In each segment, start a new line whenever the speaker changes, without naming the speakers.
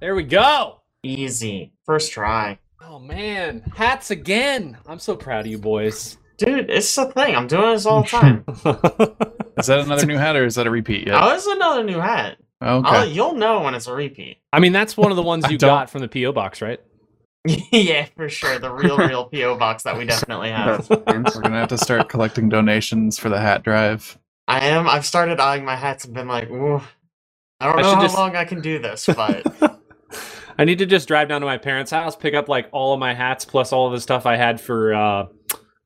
There we go.
Easy. First try.
Oh man, hats again. I'm so proud of you boys.
Dude, it's the thing. I'm doing this all the time.
Is that another new hat or is that a repeat yet?
Oh, it's another new hat.
okay.
I'll- You'll know when it's a repeat.
I mean, that's one of the ones
I
you
don't-
got from the PO box, right?
yeah, for sure. The real, real PO box that we definitely have.
That's fine. We're gonna have to start collecting donations for the hat drive.
I am. I've started eyeing my hats and been like, Ooh, I don't
I
know
should
how
just-
long I can do this, but
I need to just drive down to my parents' house, pick up like all of my hats plus all of the stuff I had for uh,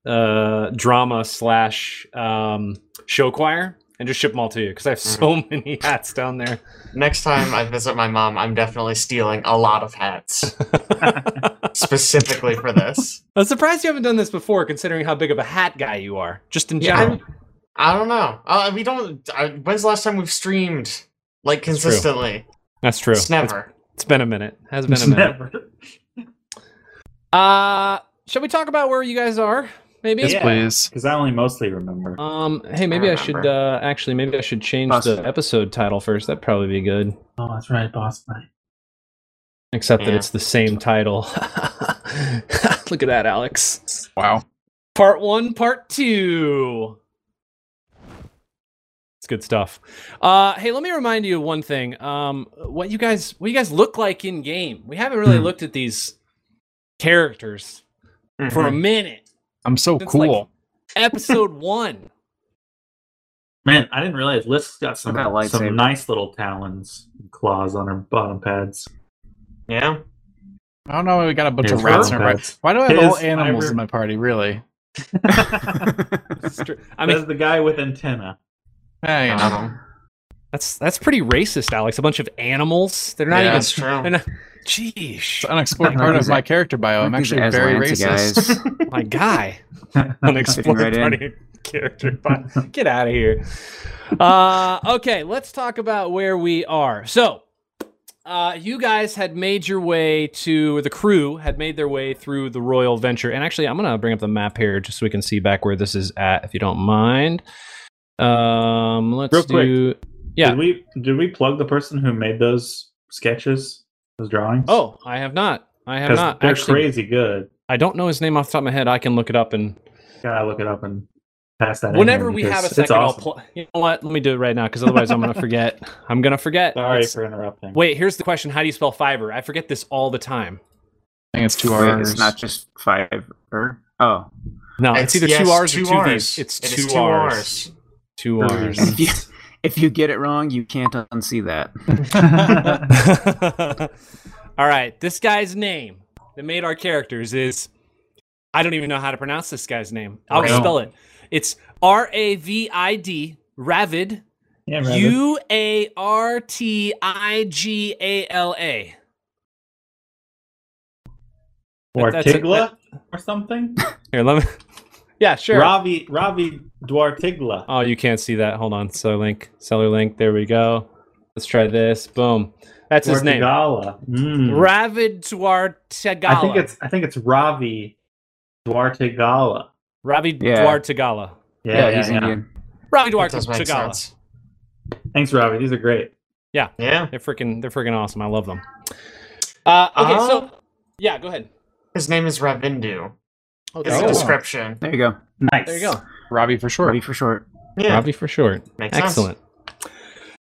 uh, drama slash um, show choir, and just ship them all to you because I have so many hats down there.
next time I visit my mom, I'm definitely stealing a lot of hats specifically for this.
I'm surprised you haven't done this before, considering how big of a hat guy you are, just in
Yeah,
general.
I'm, I don't know. Uh, we don't. Uh, when's the last time we've streamed like
It's true.
consistently?
That's true.
It's never.
it's been a minute. Has been a minute. Uh, shall we talk about where you guys are? Maybe.
Yes,
Yeah.
please.
Because I only mostly remember.
Um. Hey, maybe I, should. Uh, actually, maybe I should change the
Possibly.
episode title first. That'd probably be good.
oh, that's right, boss fight.
Except that
Yeah.
it's the same title. Look at that, Alex.
Wow.
Part one, part two. It's good stuff. Uh, hey, let me remind you of one thing. Um, what you guys, what you guys look like in game? We haven't really
Hmm.
looked at these characters for a
Mhm.
minute.
I'm so
It's like-
cool.
Episode one.
Man, I didn't realize Liz has got some,
Look at that lightsaber.
some nice little talons and claws on her bottom pads.
yeah.
I don't know. why We got a bunch
His
of rats in
bottom
our party.
pads.
Why do I have all
His-
animals
I re-
in my party? Really?
This is true. I
I
mean,
That's the guy with antenna.
Hey, you know.
Um,
that's that's pretty racist, Alex. A bunch of animals. They're
Yeah.
not even.
that's true.
They're not,
It's
Jeez,
an unexplored part of my character bio. I'm
Look, these
actually
are
very
Aslanti
racist.
guys.
my guy. unexplored
Right in.
part of your character. file. Get out of here. Uh, okay, let's talk about where we are. So, uh, you guys had made your way to the crew had made their way through the Royal Venture, and actually, I'm gonna bring up the map here just so we can see back where this is at, if you don't mind. Um, let's
Real quick.
do. Yeah.
Did we did we plug the person who made those sketches, those drawings?
Oh, I have not. I have
'Cause
not.
They're
Actually,
crazy good.
I don't know his name off the top of my head. I can look it up and
Gotta look it up and pass that. in
Whenever
here
we have a
because it's
second,
awesome.
I'll pl- you know what? Let me do it right now because otherwise I'm gonna forget. I'm gonna forget.
Sorry
Let's-
for interrupting.
Wait, here's the question: How do you spell fiber? I forget this all the time.
I think it's two
Wait,
R's.
it's not just five. Or, oh,
No, it's, either
yes,
two R's or two
Rs.
V's. It's
It
two,
is two
R's.
R's.
Two R's.
R's.
if you if you get it wrong, you can't unsee that.
all right, this guy's name that made our characters is I don't even know how to pronounce this guy's name. I'll
Right.
spell it. It's R A V I D. Ravid.
yeah, rather-
U A R T I G A L A.
or
that's it,
Tigla or something.
Here, let me. Yeah, sure.
Ravi Ravi Dwartigla.
Oh, you can't see that. Hold on. So link, seller link. There we go. Let's try this. Boom. That's his name.
Dwartigala. Mm.
Ravid Dwartegala.
I think it's I think it's Ravi Dwartigala.
Ravi
Yeah.
Dwartegala.
Yeah,
Yeah,
yeah,
he's
yeah.
Indian.
Ravi
That does make
Dwartegala.
sense.
Thanks, Ravi. These are great.
Yeah.
They're freaking. They're freaking awesome. I love them. Uh, okay.
Uh-huh.
So yeah, go ahead.
His name is Ravindu.
Oh,
Is
there
the
you go.
description.
There you go.
Nice.
There you go.
Robbie for short.
Ready for short.
Yeah.
Ravi for short.
Makes sense.
Excellent.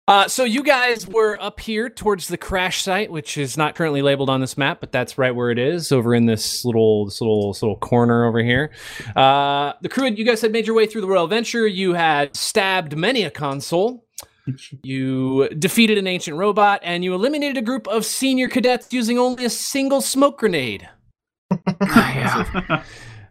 Uh, so you guys were up here towards the crash site, which is not currently labeled on this map, but that's right where it is, over in this little this little this little corner over here. Uh, the crew, had, you guys had made your way through the Royal Venture. You had stabbed many a console. You defeated an ancient robot, and you eliminated a group of senior cadets using only a single smoke grenade.
Ah, yeah.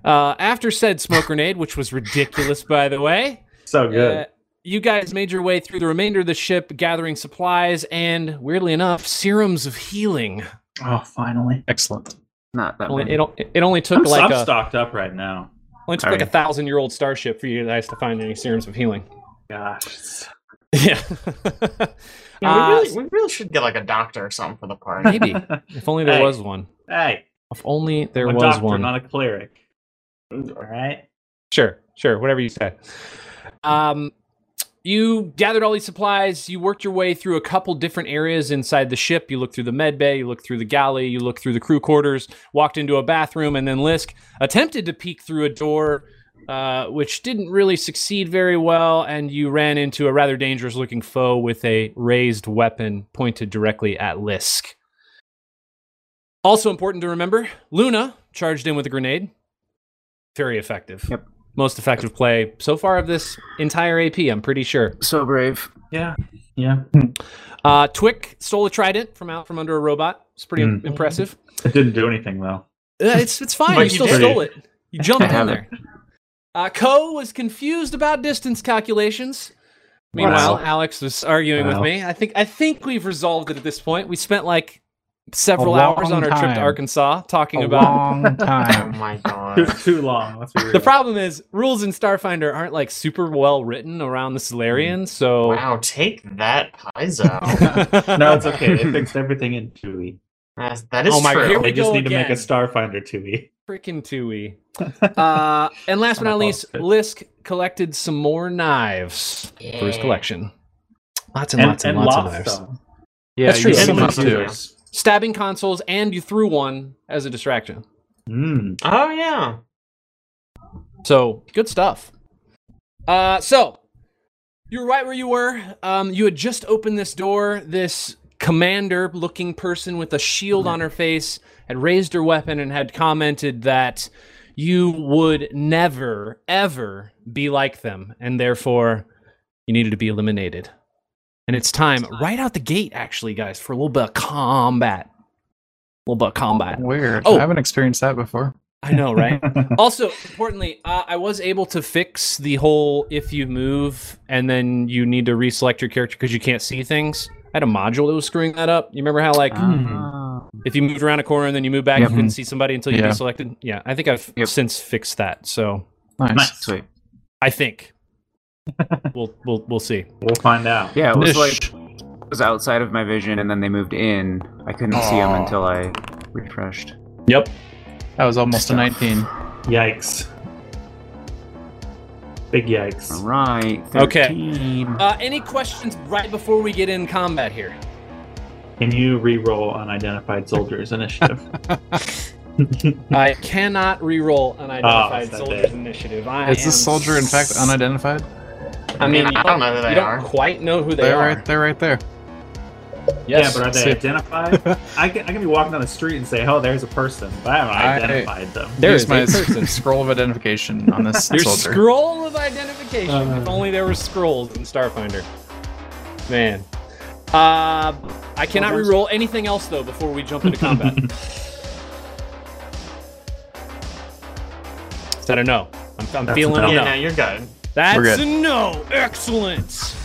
Uh, after said smoke grenade, which was ridiculous, by the way.
so good.
Uh, you guys made your way through the remainder of the ship, gathering supplies and, weirdly enough, serums of healing.
Oh, finally.
Excellent.
Not that
Only,
one.
it, o- it only took
I'm,
like uh,
I'm
a
stocked up right now.
only took like a
Sorry.
thousand year old starship for you guys to find any serums of healing.
Gosh.
Yeah,
Yeah,
Uh,
we, really, we really should get like a doctor or something for the party.
maybe if only there
Hey.
was one.
hey,
If only there
I'm a
was
doctor,
one.
not a cleric. All right.
Sure, sure, whatever you say. Um, you gathered all these supplies. You worked your way through a couple different areas inside the ship. You looked through the med bay, you looked through the galley, you looked through the crew quarters, walked into a bathroom, and then Lisk attempted to peek through a door, uh, which didn't really succeed very well. And you ran into a rather dangerous looking foe with a raised weapon pointed directly at Lisk. Also important to remember Luna charged in with a grenade. Very effective.
Yep.
Most effective play so far of this entire AP, I'm pretty sure.
So brave.
Yeah. Yeah.
Uh, Twick stole a trident from out from under a robot. It's pretty
Hmm.
impressive.
It didn't do anything though.
Uh, it's it's fine.
But
you
you
still
did.
stole it. You jumped
I
in
have
there. Uh, Ko was confused about distance calculations. Meanwhile,
Wow.
Alex was arguing with
Wow.
me. I think I think we've resolved it at this point. We spent like several
A
hours on
long
our trip to
time.
Arkansas talking
a
about
long
Oh
time.
my
Too,
god.
too long. Let's be real.
Uh, The problem is rules in Starfinder aren't like super well written around the Solarian, so
Wow, take that, Paizo.
No, it's okay. They fixed everything in Tui.
Uh, that is
Oh my-
true.
here we
They just
go
need to make a
again.
Starfinder Tui.
freaking Tui. Uh, and last but
I'm
not
a
least,
boss.
Lisk collected some more knives for his
Yeah.
collection. Lots and,
And,
lots
and
and, lots of
lost
knives.
them.
yeah,
That's true.
you
And
see
Lost
those
Them.
too.
Stabbing consoles, and you threw one as a distraction.
Mm.
Oh yeah.
So good stuff. Uh, so you're right where you were. Um, you had just opened this door. This commander-looking person with a shield on her face had raised her weapon and had commented that you would never, ever be like them, and therefore you needed to be eliminated. And it's time, right out the gate, actually, guys, for a little bit of combat. A little bit of combat.
Weird.
Oh.
I haven't experienced that before.
I know, right? also importantly uh, i was able to fix the whole if you move and then you need to reselect your character because you can't see things i had a module that was screwing that up you remember how like hmm.
Ah.
if you moved around a corner and then you moved back
Yep.
you couldn't see somebody until you
Yeah.
deselected yeah i think i've
Yep.
since fixed that so
Nice.
Nice.
Sweet.
i think we'll we'll we'll see
We'll find out.
Yeah, it was like
Nish.
it was outside of my vision, and then they moved in. I couldn't 'em see them
Aw.
until I refreshed.
yep
That was almost a
Stuff.
19.
Yikes. Big yikes.
Right.
Okay.
13.
uh, any questions right before we get in combat here
Can you re-roll unidentified soldiers initiative?
i cannot re-roll unidentified
it's not
soldiers
bad.
initiative I
Is
am
this soldier in fact
s-
unidentified?
i mean you
I don't know who
you
they
don't
are.
quite know who they
They're
are
right. They're right there.
yes.
yeah, but are they
see.
identified? I can, I can be walking down the street and say, "Oh, there's a person," but I
I-
haven't identified them.
There
Here's
is
my
a person.
scroll of identification on this
Your
soldier.
scroll of identification.
Uh.
if only there were scrolls in Starfinder. Man. Uh, I cannot
there's-
re-roll anything else though before we jump into combat. Is that a no? I'm, I'm
That's
feeling
a
a
no.
no.
Yeah, no, you're good.
We're
That's
good.
a no. Excellent.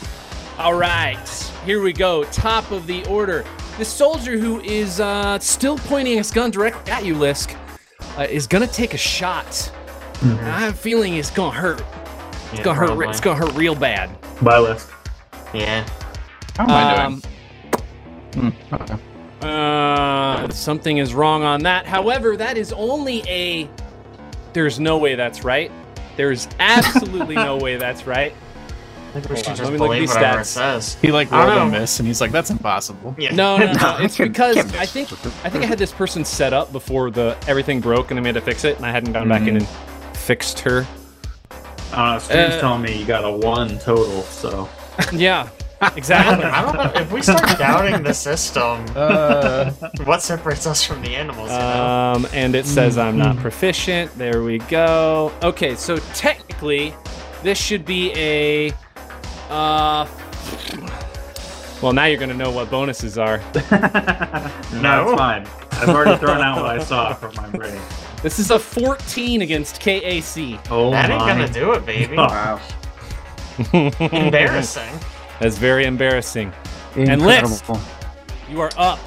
All right. Here we go. Top of the order. The soldier who is uh, still pointing his gun directly at you, Lisk, uh, is going to take a shot.
Mm-hmm.
And I have a feeling it's going to hurt. It's
Yeah,
going to hurt. re-
probably.
It's going to hurt real bad.
By list.
Yeah.
How am I
um,
doing? Hmm, okay.
Uh, something is wrong on that. However, that is only a. There's no way that's right. There's absolutely no way that's right.
I think we
Hold
should
on,
just
let me look at
believe
these
whatever
stats.
it says.
He like
I don't
rolled a
know.
miss, and he's like, "That's impossible."
Yeah.
No, no, no.
I
It's
couldn't-
because
can't
I
miss.
think I think I had this person set up before the everything broke and I made to fix it, and I hadn't gone back in and
Mm-hmm.
fixed her.
Uh, stream's
Uh,
telling me you got a one total, so
Yeah,
I don't,
exactly.
I don't know. If we start doubting the system,
Uh,
what separates us from the animals? you know?
um, and it says I'm
Mm-hmm.
not proficient. There we go. Okay, so technically, this should be a. Uh, well, now you're gonna know what bonuses are.
no, it's fine. I've already thrown out what I saw from my brain.
This is a 14 against KAC.
Oh
that ain't
my
gonna do it, baby.
God.
Wow.
Embarrassing.
That's very embarrassing. And
Incredible.
You are up.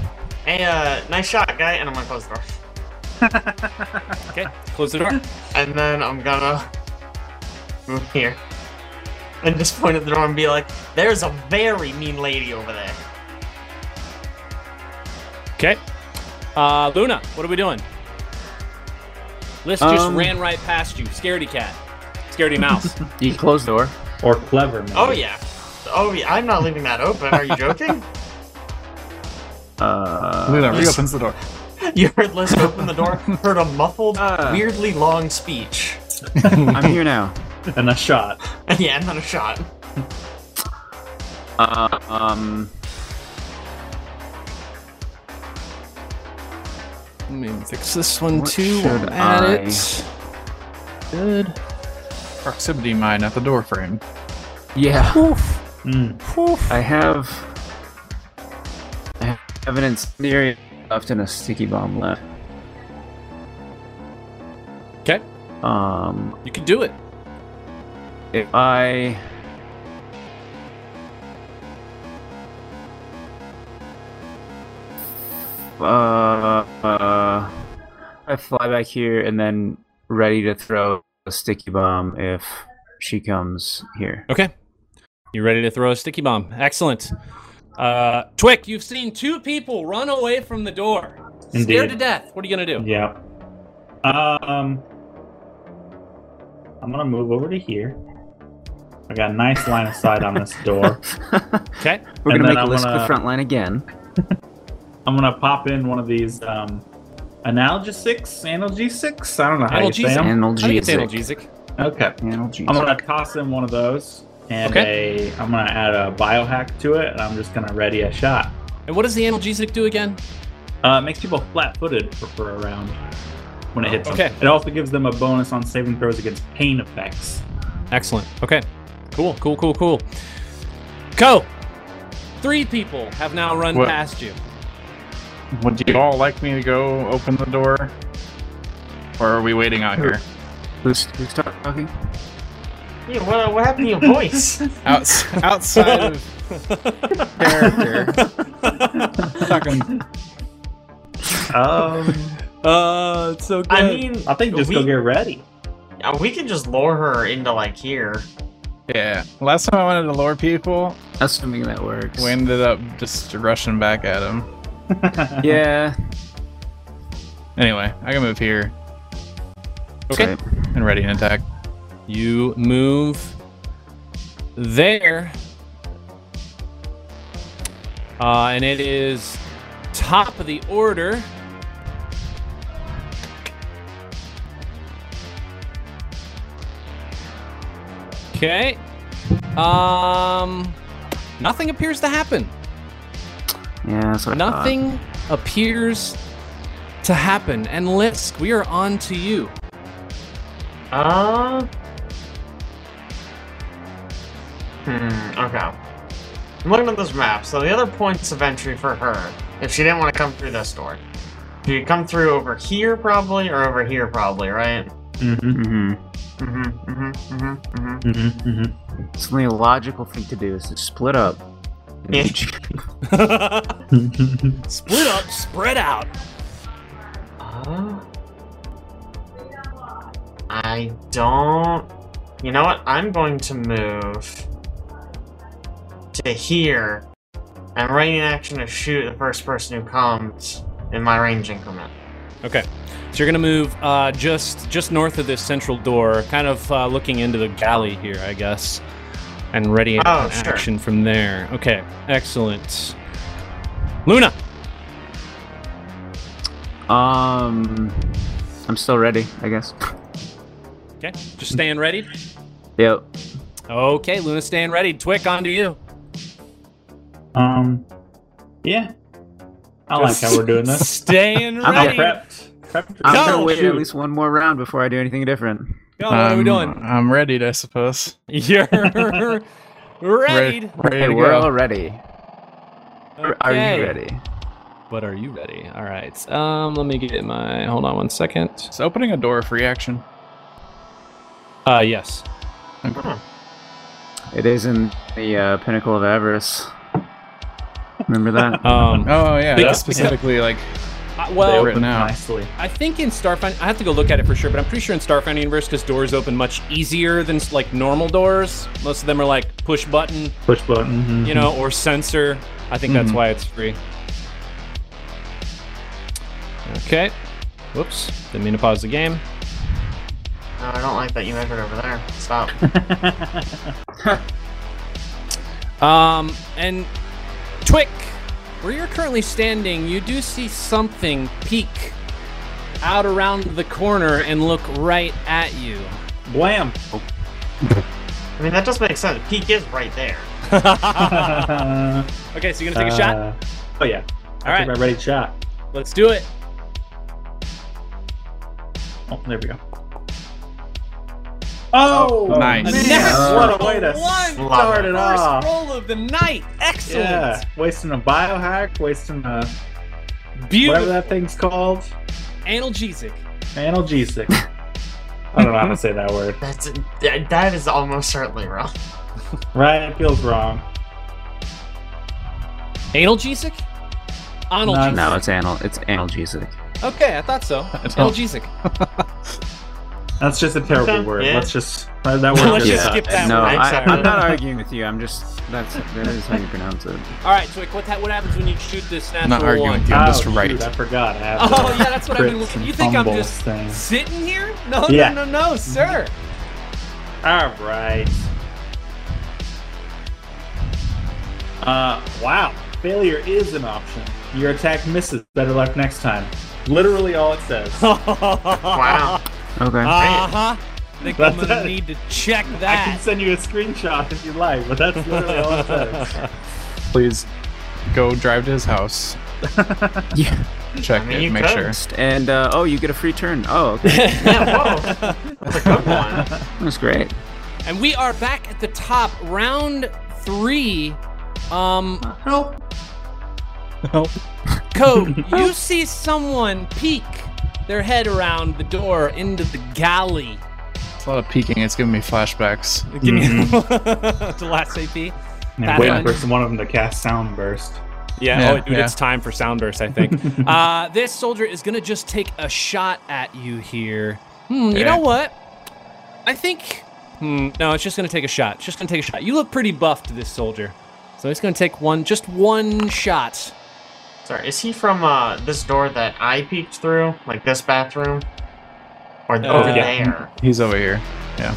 Hey, uh, nice shot, guy. And I'm gonna close the door.
Okay, close the door.
And then I'm gonna move here. And just point at the door and be like, there's a very mean lady over there.
Okay. Uh, Luna, what are we doing? List just
Um,
ran right past you. Scaredy cat. Scaredy mouse.
You close the door.
Or clever, maybe.
Oh, yeah. Oh, yeah, I'm not leaving that open. Are you joking?
Uh,
Luna reopens the door.
you heard Liz open the door, heard a muffled,
Uh.
weirdly long speech.
I'm here now.
and a shot.
yeah, and then a shot.
Uh, um,
Let me fix this one
What
too.
should
while I'm At
I-
it. Good.
Proximity mine at the door frame.
yeah.
Oof.
Mm.
Oof.
I have, I have an incendiary left and a sticky bomb left.
Okay.
Um,
You can do it.
if I. Uh, uh, I fly back here and then ready to throw a sticky bomb if she comes here.
Okay. You ready to throw a sticky bomb? Excellent. Uh, Twick, you've seen two people run away from the door, scared
Indeed.
to death. What are you gonna do?
Yeah. Um, I'm gonna move over to here. I got a nice line of sight on this door.
Okay.
We're
And then
gonna make a
I'm
list of the
gonna-
front line again.
I'm gonna pop in one of these um, analgesics, analgesics. I don't know how you say
Analgesic.
them.
I think it's
Analgesic.
analgesic.
Okay. I'm
Analgesic.
gonna toss in one of those, and a, I'm gonna add a biohack to it, and I'm just gonna ready a shot.
And what does the analgesic do again?
Uh, it makes people flat-footed for, for a round when it hits them.
Okay.
It also gives them a bonus on saving throws against pain effects.
Excellent. Okay. Cool. Cool. Cool. Cool. Go. Three people have now run
What?
past you.
Would you all like me to go open the door? Or are we waiting out here?
Who's, who's talking?
Yeah, what, what happened to your voice?
Outs- outside of character. Talking-
Um,
Uh, it's so good.
I mean,
I think just
we,
go get ready.
uh, we can just lure her into like here.
yeah. Last time I wanted to lure people,
Assuming that works.
we ended up just rushing back at him.
Yeah.
Anyway, I can move here
Okay.
Right.
and ready an attack.
You move there. Uh, and it is top of the order. Okay. Um, nothing appears to happen.
Yeah. That's what I thought.
Nothing appears to happen. And Lisk, we are on to you.
Uh. Hmm. Okay. I'm looking at this map. So the other points of entry for her, if she didn't want to come through this door, she could come through over here probably, or over here probably, right?
Mm-hmm.
Mhm.
Mm-hmm. Mm-hmm. Mm-hmm. Mm-hmm.
Mm-hmm. Mm-hmm.
It's the logical thing to do is to split up. And
Yeah.
each-
Split up, spread out.
Uh, I don't. You know what? I'm going to move to here. I'm ready in action to shoot the first person who comes in my range increment.
Okay. So you're gonna move uh, just just north of this central door, kind of uh, looking into the galley here, I guess, and ready an
Oh, sure.
action from there. Okay, excellent. Luna,
um, I'm still ready, I guess.
okay, just staying ready.
Yep.
Okay, Luna, staying ready. Twick, onto you.
Um, yeah. I like how we're doing this.
Staying
I'm
I'm
ready.
prepped. Prepped.
I'm
Go,
gonna wait
shoot.
at least one more round before I do anything different.
Go, what are
Um,
we
I'm-
doing?
Um, I'm ready, I suppose.
You're ready.
Re- ready
Hey,
to
we're
go.
all ready. Are- Are
Okay.
you ready?
But are you ready? All right. Um, let me get my. Hold on one second.
Is opening a door a free action?
Uh, yes.
It is in the uh, pinnacle of avarice. Remember that?
Um,
Oh yeah,
Yeah.
that's specifically like
I-
They
well,
Right
opened
now.
nicely.
I think in Starfinder, I have to go look at it for sure, but I'm pretty sure in Starfinder Universe, because doors open much easier than like normal doors. Most of them are like push button,
Push button. mhm.
you know, or sensor. I think that's
Mhm.
why it's free. Okay. Whoops. Didn't mean to pause the game.
No, I don't like that you measured over there. Stop.
Um, and Twick, where you're currently standing, you do see something peek out around the corner and look right at you.
Blam.
Oh.
I mean, that does make sense. Peak is right there.
Take
Okay, so you're gonna take a shot.
Oh yeah.
All
I
right,
took my ready shot.
let's do it.
Oh, there we go. Oh,
Oh, nice.
man,
Natural
what a way to
one.
start it
First
off.
roll of the night. Excellent.
Yeah, wasting a biohack, wasting a whatever
Beautiful.
that thing's called,
Analgesic.
analgesic. I don't know how to say that word.
That's that, that is almost certainly wrong.
Right? It feels wrong.
Analgesic? Analgesic.
No, it's anal. It's analgesic.
Okay, I thought so.
don't-
Analgesic.
That's just a terrible
Okay,
word.
yeah.
Let's just that- that word.
Let's
just
just skip that
no,
one.
I,
Sorry.
I'm not arguing with you. I'm just that's that is how you pronounce it.
All right, Twick, what, ha- what happens when you shoot this natural
I'm not arguing
one?
with you. I'm just
oh,
right.
Shoot, I forgot. I have
Oh,
the
yeah, that's what I've been
crits
looking-
and
you think I'm
fumbles
just-
thing.
Sitting here? No,
Yeah.
no, no, no, sir.
All right. Uh, wow. Failure is an option. Your attack misses. Better luck next time. Literally all it says.
Wow.
Okay.
Uh huh. Think I'm
That's
gonna
it.
need to check
I can
that.
send you a screenshot if you like, but that's literally all it says.
Please go drive to his house.
Yeah.
Check
I mean,
it.
you
Make
could.
sure.
And uh, oh, you get a free turn. Oh, okay.
Yeah, whoa. That's a good one.
that's great.
And we are back at the top, round three. Um,
Help!
Code, you see someone peek their head around the door into the galley.
It's a lot of peeking. It's giving me flashbacks.
Give me the last AP.
And
That's
Mm-hmm. waiting
fine.
for some- one of them to cast Sound Burst.
Yeah,
Yeah,
oh, dude,
yeah.
it's time for sound burst, I think. uh, this soldier is going to just take a shot at you here. Hmm, you
Okay.
know what? I think. Hmm, no, it's just going to take a shot. It's just going to take a shot. You look pretty buffed, this soldier. So he's going to take one, just one shot.
Sorry, is he from uh, this door that I peeked through, like this bathroom, or over
Oh, yeah.
there?
He's over here.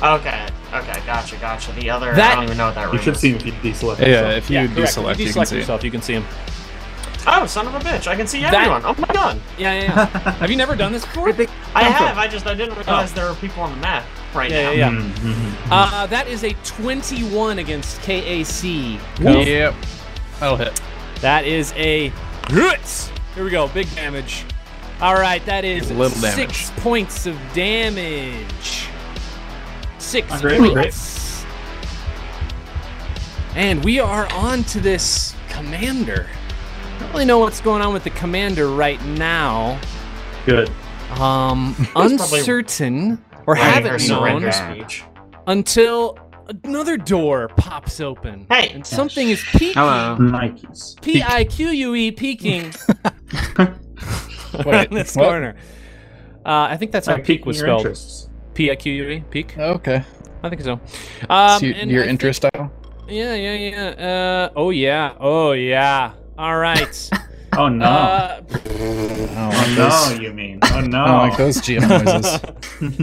Okay, okay, gotcha, gotcha. The other, I
That-
don't even know what that room
You should
is.
see him if you deselect
Yeah, if you
correct. If
deselect, you,
deselect
can see.
yourself, you can see him.
Oh, son of a bitch! I can see
That-
everyone. Oh my god!
Yeah, yeah, yeah. Have you never done this before?
I have. I just I didn't realize there were people on the map right
Yeah,
now.
yeah, yeah.
Mhm.
Mm-hmm.
Uh, that is a 21 against KAC. Cove.
Yep. That'll hit.
That is a hit. Here we go, big damage. All right, that is
Little
six points of damage. Six
Oh, great, great.
points. And we are on to this commander. I don't really know what's going on with the commander right now.
Good.
Um, uncertain or
Writing her
haven't known
surrender
known.
speech.
until another door pops open.
Hey.
and something is peeking.
Hello.
Nikes.
P I Q U E peeking
Wait,
in this
what?
corner. Uh, I think that's how peak was
Your
spelled.
interests.
P I Q U E peak.
Okay.
I think so. Um,
so you-
and
your
I
interest style?
think- yeah, yeah, yeah. Uh, oh yeah. Oh yeah. All right.
Oh no.
uh,
I don't
oh
like
no,
those.
you mean. Oh no.
I don't like those GM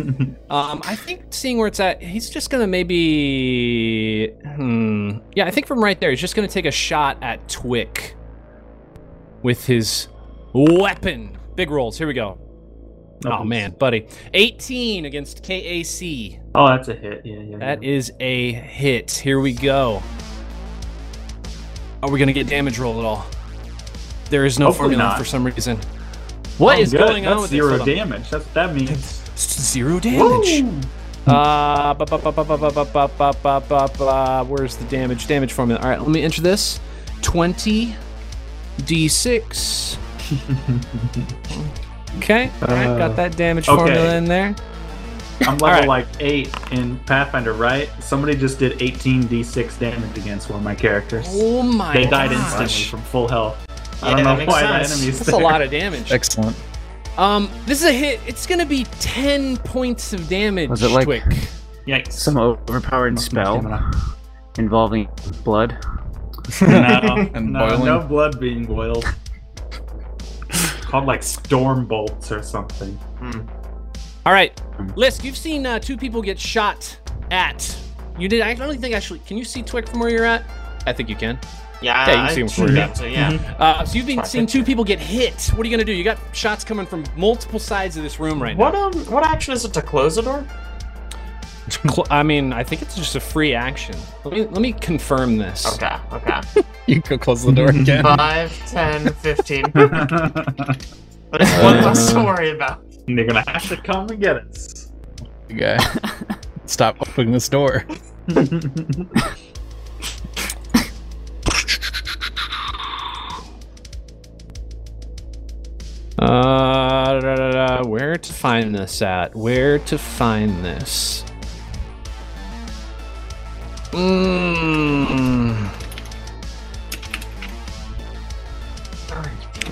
noises.
um, I think seeing where it's at, he's just gonna maybe. Hmm. Yeah, I think from right there, he's just gonna take a shot at Twick with his weapon. Big rolls. Here we go. Oh
Nothing.
man, buddy. 18 against KAC.
Oh, that's a hit. Yeah, yeah.
That
yeah.
is a hit. Here we go. Are we gonna get damage roll at all? There is no
Hopefully
formula
not.
for some reason. What is
Good,
going on
that's
with
zero
this? Hold on.
damage. That's that means.
S- Zero damage.
Woo!
Uh, ba- ba- ba- ba- ba- ba- ba- ba- ba- ba- ba- ba- where's the damage damage formula? All right, let me enter this. Twenty d6. okay, all right, got that damage
Uh, okay.
formula in there.
I'm level
Alright.
like eight in Pathfinder, right? Somebody just did 18 d6 damage against one of my characters.
Oh my!
they died
gosh.
instantly from full health. I
Yeah,
don't
that
know
makes
why
sense.
the enemies.
That's a lot of damage.
Excellent.
Um, this is a hit. It's gonna be ten points of damage.
Was it like-
Twick.
Yikes!
Some overpowered spell
Stamina.
involving blood.
No,
And
no,
boiling.
no blood being boiled. Called like storm bolts or something.
All right, Lisk, you've seen uh, two people get shot at. You did. I don't think actually. Can you see Twick from where you're at? I think you can.
Yeah,
Yeah, you can
I
see him
should
from
be
here.
able to, yeah.
Uh, so you've been
Fuck.
seeing two people get hit. What are you gonna do? You got shots coming from multiple sides of this room right
What
now.
um, what action is it to close the door?
Cl- I mean, I think it's just a free action. Let me let me confirm this.
Okay, okay.
You could close the door again.
Five, ten, fifteen. There's one less to worry about.
They're gonna have to come and get us.
guy. Stop opening this door.
Uh, da, da, da, where to find this at? Where to find this? Mm.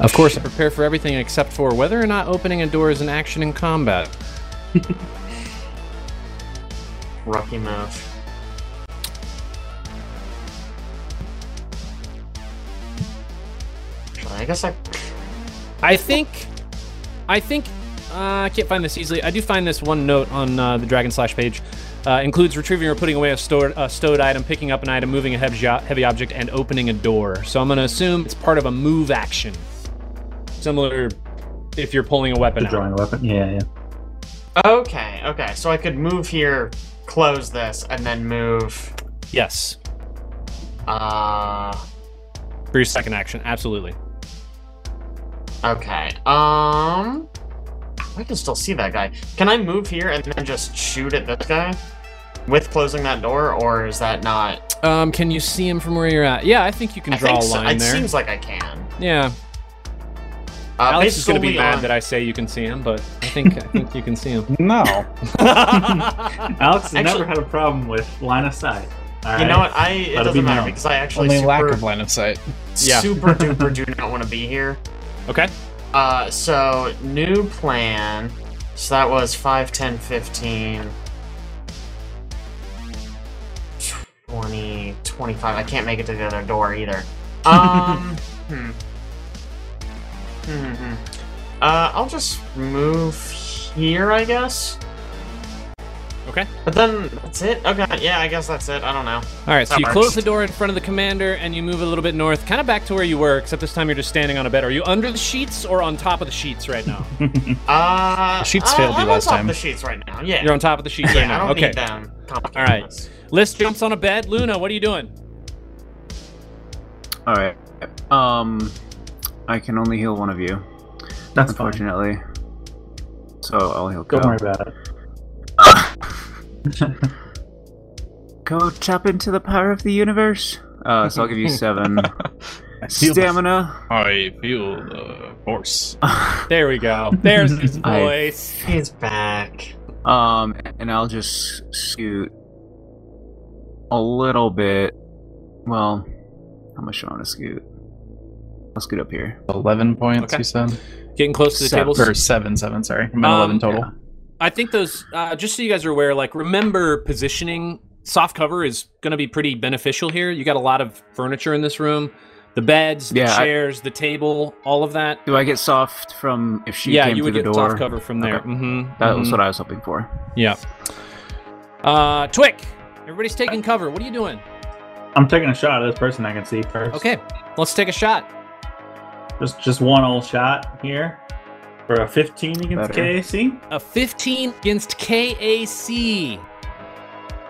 Of course, I prepare for everything except for whether or not opening a door is an action in combat.
Rookie move. I guess I.
I think, I think, uh, I can't find this easily. I do find this one note on uh, the Dragon Slash page. Uh, includes retrieving or putting away a stored, a stowed item, picking up an item, moving a heavy, o- heavy object, and opening a door. So I'm going to assume it's part of a move action. Similar if you're pulling a weapon
The
out.
drawing weapon. Yeah, yeah.
Okay, okay. So I could move here, close this, and then move.
Yes.
Uh.
For your second action. Absolutely.
Okay. Um. I can still see that guy. Can I move here and then just shoot at this guy with closing that door, or is that not?
Um, can you see him from where you're at? Yeah, I think you can
I
draw
think
a
so.
line
It
there.
seems like I can.
yeah.
Uh,
Alex
based
is going to be
solely
mad
on-
that I say you can see him, but I think I think you can see him.
no.
Alex has
Actually-
never had a problem with line of sight. All
You
right?
know what? I it
Let it be
doesn't matter
known.
because I actually
Only lack
super-
of line of sight.
Yeah.
super duper do not want to be here.
Okay.
Uh, so new plan. So that was 5, 10, 15, 20, 25. I can't make it to the other door either. Um, hmm. Hmm, hmm, hmm. Uh, I'll just move here, I guess.
Okay.
But then that's it. Okay, yeah, I guess that's it. I don't know.
All right, so
That
you
works.
close the door in front of the commander and you move a little bit north, kind of back to where you were, except this time you're just standing on a bed. Are you under the sheets or on top of the sheets right now?
Uh,
sheets
I-
failed you
I'm
last
on top of
time.
the sheets right now. Yeah.
You're on top of the sheets
yeah,
right now.
I don't
Okay.
need them.
All right. List jumps on a bed. Luna, what are you doing?
All right. Um, I can only heal one of you,
That's fine.
unfortunately. So I'll heal.
Don't
Ko.
worry about it.
Go tap into the power of the universe. Uh, so I'll give you seven
feel the-
stamina.
I feel
uh,
the force.
There we go. There's his
I-
voice.
He's back.
Um, and I'll just scoot a little bit. Well, how much do I want to scoot? I'll scoot up here.
11 points,
Okay.
you said?
Getting close to the
Seven.
table.
Or 7, 7, sorry. I'm at
Um,
11 total.
I think those, uh, just so you guys are aware, like, remember positioning. Soft cover is going to be pretty beneficial here. You got a lot of furniture in this room the beds, the
Yeah, I-
chairs, the table, all of that.
Do I get soft from if she
yeah,
came
you
through
would
the
get
door?
soft cover from there.
Okay.
Mm-hmm.
That was what I was hoping for.
Yeah. Uh, Twick, everybody's taking cover. What are you doing?
I'm taking a shot at this person I can see first.
Okay, let's take a shot.
Just just one old shot here for a 15 against
Better.
KAC.
A 15 against KAC.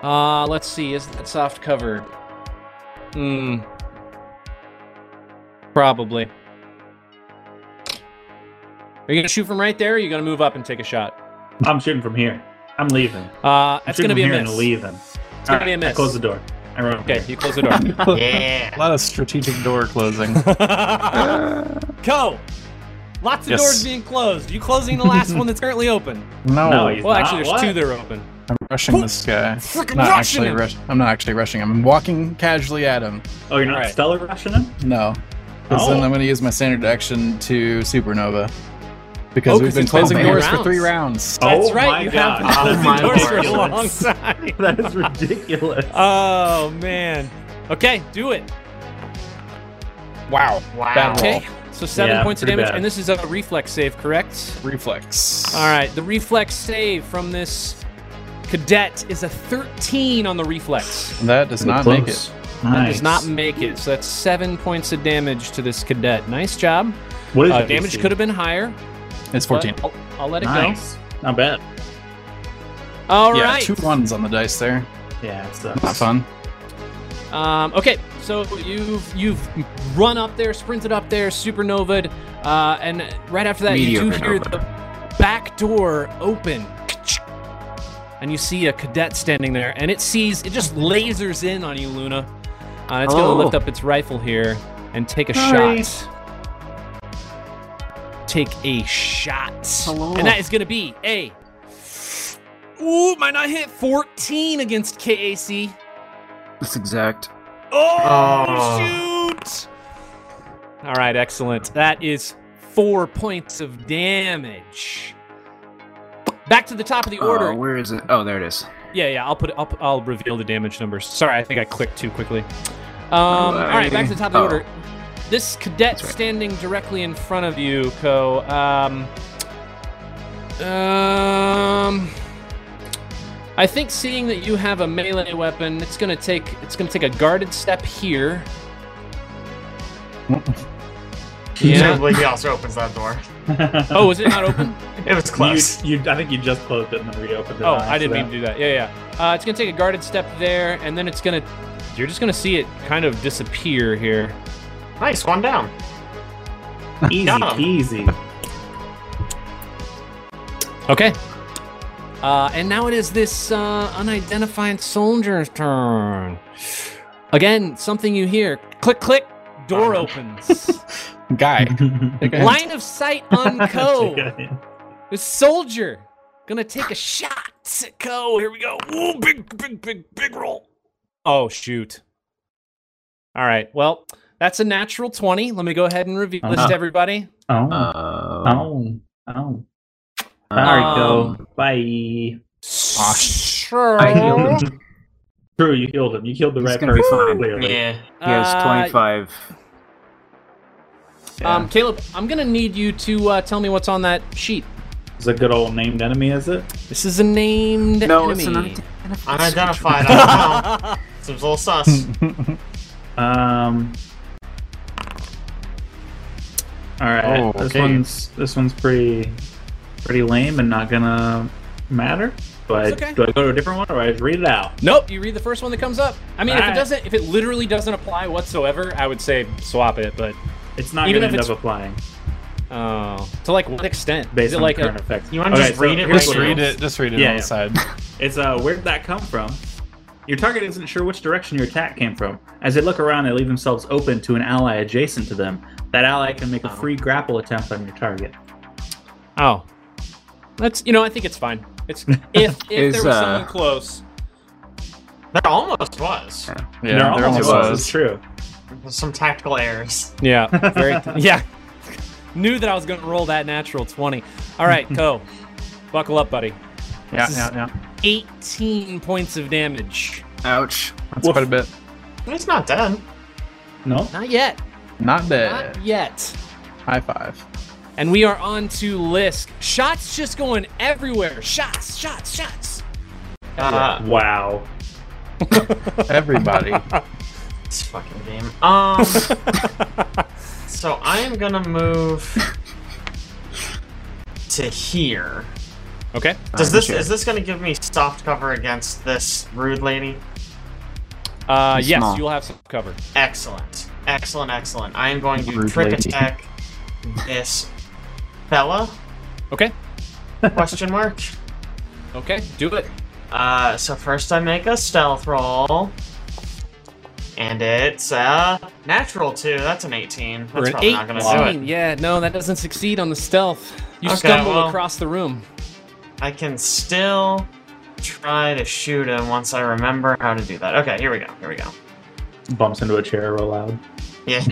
Uh, let's see. Is that soft cover? Hmm. Probably. Are you gonna shoot from right there? Or are you gonna move up and take a shot?
I'm shooting from here. I'm leaving.
Uh,
I'm
that's gonna
shooting from
be a
here
miss.
And leaving. It's
It's gonna be a miss.
I close the door. I run.
okay, you close the door.
A
Yeah.
lot of strategic door closing.
Co. Lots of
Yes.
doors being closed. You closing the last one that's currently open.
no,
No, he's
Well,
not.
actually, there's
What?
two that are open.
I'm rushing this guy.
Frickin'
Not
rushing
actually
him.
rush- I'm not actually rushing him. I'm walking casually at him.
Oh, you're not
Alright.
stellar rushing him?
No. Because
Oh.
then I'm going to use my standard action to Supernova. Because
Oh, 'cause
we've been
it's been
closing
three
doors
rounds.
for three rounds.
That's
oh
right.
My
you
God.
have
Oh
been
my
doors for a
word.
long time.
that is ridiculous.
Oh man. Okay, do it.
Wow.
Wow.
Bad roll.
Okay. So seven
Oh. Yeah,
points of
pretty
damage,
bad.
and this is a reflex save, correct?
Reflex.
All right. The reflex save from this cadet is a 13 on the reflex.
That does not make it.
That
Nice.
does not make it. So that's seven points of damage to this cadet. Nice job.
What is
Uh,
it,
damage
DC?
could have been higher.
It's 14.
but I'll, I'll let it
Nice. Not bad.
go. All
yeah,
right.
two ones on the dice there.
Yeah, uh, it
Not
sucks.
fun.
Um, okay, so you've you've run up there, sprinted up there, supernova, uh, and right after that, you do
Meteor
hear
nova.
the back door open, and you see a cadet standing there, and it sees it just lasers in on you, Luna. Uh, it's
Oh.
gonna lift up its rifle here and take a
Nice.
shot. Take a shot,
Hello.
and that is gonna be a. Ooh, might not hit 14 against KAC.
That's exact.
Oh, shoot! All right, excellent. That is four points of damage. Back to the top of the
Uh,
order.
where is it? Oh, there it is.
yeah, yeah. I'll put. I'll, I'll reveal the damage numbers. Sorry, I think I clicked too quickly. Um, all right, back to the top of the
Oh.
order. This cadet
That's right.
standing directly in front of you, Co. Um, um, I think seeing that you have a melee weapon, it's gonna take it's gonna take a guarded step here. yeah.
Presumably he also opens that door.
Oh, was it not open?
It was close.
You, you, I think you just closed it and then reopened it.
Oh,
on
I didn't mean to
accident.
do that. Yeah, yeah. Uh, it's gonna take a guarded step there, and then it's gonna you're just gonna see it kind of disappear here.
Nice, one down. Got him.
Easy, easy.
Okay. Uh, and now it is this uh, unidentified soldier's turn. Again, something you hear. Click, click. Door opens.
Guy. Take a-
Line of sight on Co.
Okay.
the soldier gonna take a shot at Co. Here we go. Ooh, big, big, big, big roll. Oh shoot. All right. Well, that's a natural twenty. Let me go ahead and reveal this
Uh-huh.
to everybody.
Oh,
Uh,
oh, oh. Sorry,
um,
Co. Bye.
Sure.
I healed him.
True, you killed him. You killed the
He's
right
gonna be
person.
fine.
Clearly.
Yeah.
He has
Uh,
25.
Um, Caleb, I'm gonna need you to uh, tell me what's on that sheet.
It's a good old named enemy, is it?
This is a named
No, it's
enemy.
an
Unidentified, I don't know. Seems a little sus.
Um. All right.
Oh,
This
okay.
one's this one's pretty pretty lame and not gonna matter. But
It's okay.
do I go to a different one or I just read it out?
nope, you read the first one that comes up. I mean, if it
Alright.
doesn't, if it literally doesn't apply whatsoever, I would say swap it. But
It's not
Even
gonna
if
end
it's-
up applying
oh, to like what extent?
based
is it
on
like
the current
a,
effects.
You wanna
Okay,
just read it
here's
Just
right
what it
read
is.
now?
it. Just read it
Yeah,
on
yeah.
the side.
It's uh, where did that come from? Your target isn't sure which direction your attack came from. As they look around, they leave themselves open to an ally adjacent to them. That ally can make a free grapple attempt on your target.
oh? That's you know, I think it's fine. It's if if
Is,
there was
uh,
someone close.
That almost was.
Yeah,
They're
there
almost
almost
close,
was.
It's true.
Some tactical errors.
Yeah, very yeah. Knew that I was gonna roll that natural twenty. All right, go. Buckle up, buddy.
Yeah,
This is-
yeah, yeah.
18 points of damage.
Ouch.
That's quite a bit.
He's not dead.
No.
Not yet.
Not bad.
Not yet.
High five.
And we are on to Lisk. Shots just going everywhere. Shots, shots, shots.
Uh,
Wow.
Everybody.
this fucking game. Um. so I am gonna move to here.
Okay.
Does
I'm
this
sure.
is this gonna give me soft cover against this rude lady?
Uh,
He's
yes,
small.
you'll have some cover.
Excellent, excellent, excellent. I am going to
Rude
trick
lady.
attack this fella?
Okay.
Question mark.
Okay. Do it.
Uh, so first I make a stealth roll, and it's a natural two. That's an eighteen. That's
We're an
probably not gonna do it.
18. Yeah, no, that doesn't succeed on the stealth. You
Okay,
stumble
well-
across the room.
I can still try to shoot him once I remember how to do that. Okay, here we go. Here we go.
Bumps into a chair real loud.
Yeah,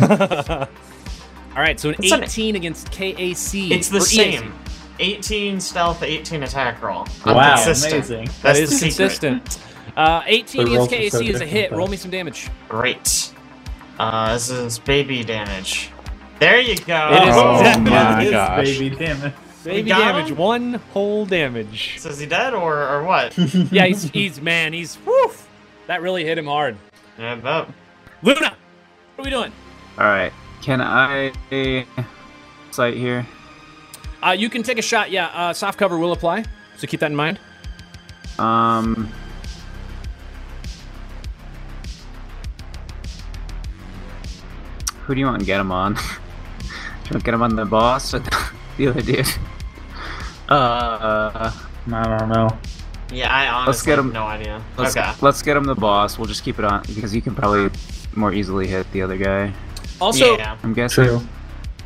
All right, so an
It's an-
18 against KAC.
it's the
or E EAC.
same. 18 stealth, 18 attack roll. I'm
Wow.
consistent.
Amazing.
That's
that is
the secret.
consistent. Uh, 18
The rolls
against
are so
KAC is a
different,
hit.
though.
Roll me some damage.
Great. Uh, this is baby damage. There you go.
It is
Oh
definitely
my
It is,
gosh.
baby. Damn it.
Baby
got
damage,
him?
one whole damage.
So is he dead or, or what?
yeah, he's he's man, he's woof. That really hit him hard.
Yeah, about.
Luna, what are we doing?
All right. Can I sight here?
Uh, you can take a shot. Yeah, uh, soft cover will apply, so keep that in mind.
Um. Who do you want to get him on? do you want to get him on the boss or the, the other dude? Uh,
I don't know.
Yeah, I honestly
Let's get
have
him.
no idea.
let's,
okay.
let's get him the boss. We'll just keep it on because you can probably more easily hit the other guy.
Also,
yeah,
I'm guessing.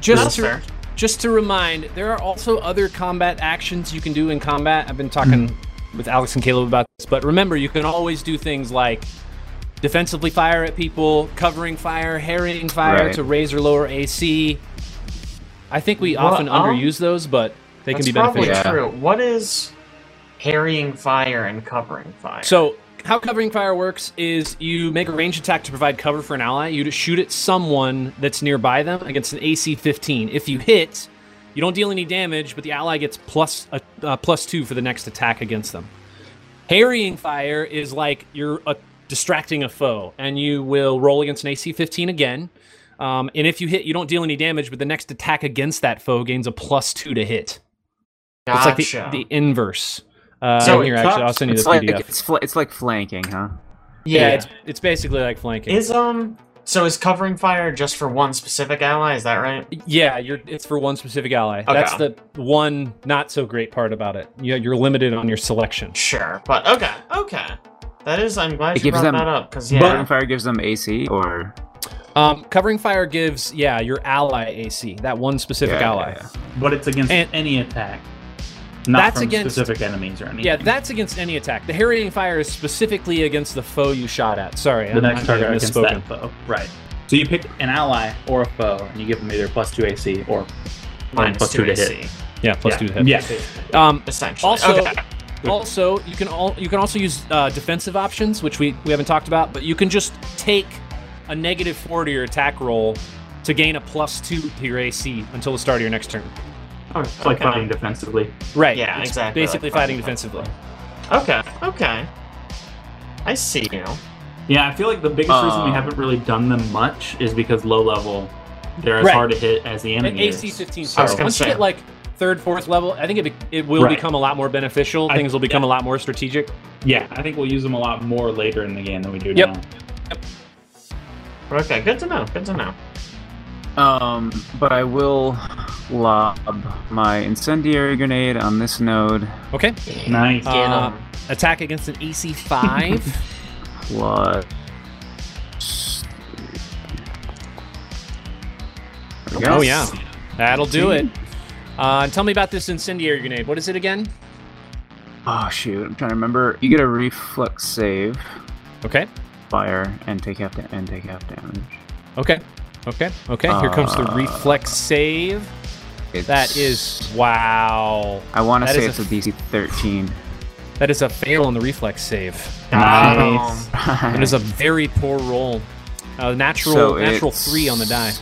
just
that's
to,
fair.
just to remind, there are also other combat actions you can do in combat. I've been talking
Hmm.
with Alex and Caleb about this, but remember, you can always do things like defensively fire at people, covering fire, harrying fire
Right.
to raise or lower AC. I think we
Well,
often
I'll-
underuse those, but they
That's
can be
probably
beneficial.
beneficial.
true. What is parrying fire and covering fire?
So, how covering fire works is you make a ranged attack to provide cover for an ally. You just shoot at someone that's nearby them against an AC 15. If you hit, you don't deal any damage, but the ally gets plus a uh, plus two for the next attack against them. Harrying fire is like you're uh, distracting a foe, and you will roll against an AC 15 again. Um, and if you hit, you don't deal any damage, but the next attack against that foe gains a plus two to hit.
gotcha.
It's like the, the inverse. Uh,
So
and
it
here, actually, I'll
cuts-
send you
It's
the
like
PDF.
it's, fl- it's like flanking, huh?
Yeah,
yeah.
It's, it's basically like flanking.
is um. So is covering fire just for one specific ally? Is that right?
yeah, you're, it's for one specific ally. That's the one not so great part about it. You, you're limited on your selection.
Sure, but okay, okay. That is. I'm glad
It
you brought
gives them-
that up because
But
yeah,
fire gives them AC or
Um, covering fire gives yeah your ally AC that one specific
Yeah,
ally.
yeah,
Yeah,
But it's against
And-
any attack. Not
That's
from
against-
specific enemies or anything.
that's against any attack. The harrying fire is specifically against the foe you shot at. Sorry,
the next
I may
target
have
against that foe. Right. So you pick an ally or a foe, and you give them either plus two AC or
minus
plus
two
two to
AC,
hit.
Yeah, plus
yeah.
two to hit.
Yeah.
Um,
essentially.
also,
okay.
also you can all you can also use uh, defensive options, which we we haven't talked about, but you can just take a negative four to your attack roll to gain a plus two to your AC until the start of your next turn.
Oh, It's like
Okay.
fighting defensively.
Right.
Yeah,
It's
exactly,
Basically
like
fighting
fighting
defensively.
Okay, okay. I see you.
Yeah, I feel like the biggest reason
Uh,
we
Um,
haven't really done them much is because low level, they're as
Right.
hard to hit as the
And
enemy.
AC
is.
15.
So-
So
I was gonna
once you
say.
get like third, fourth level, I think it, be- it will
Right.
become a lot more beneficial.
I-
Things will become a lot more strategic.
Yeah, I think we'll use them a lot more later in the game than we do
Yep.
now.
Okay, good to know. Good to know.
Um, but I will lob my incendiary grenade on this node
Okay.
Nice.
Uh,
Get 'em.
Attack against an AC 5.
plus. There we go.
oh, yeah. That'll do it. Uh, tell me about this incendiary grenade. What is it again?
Oh shoot! I'm trying to remember. You get a reflex save,
Okay.
fire, and take half da- and take half damage.
Okay. Okay. Okay. Here comes the
Uh,
reflex save. That
It's-
is. Wow.
I want to
that
say
is
it's
a
a DC 13.
That is a fail on the reflex save.
Got 'em.
Nice.
That is a very poor roll. Uh, natural
So
natural
it's-
three on the die.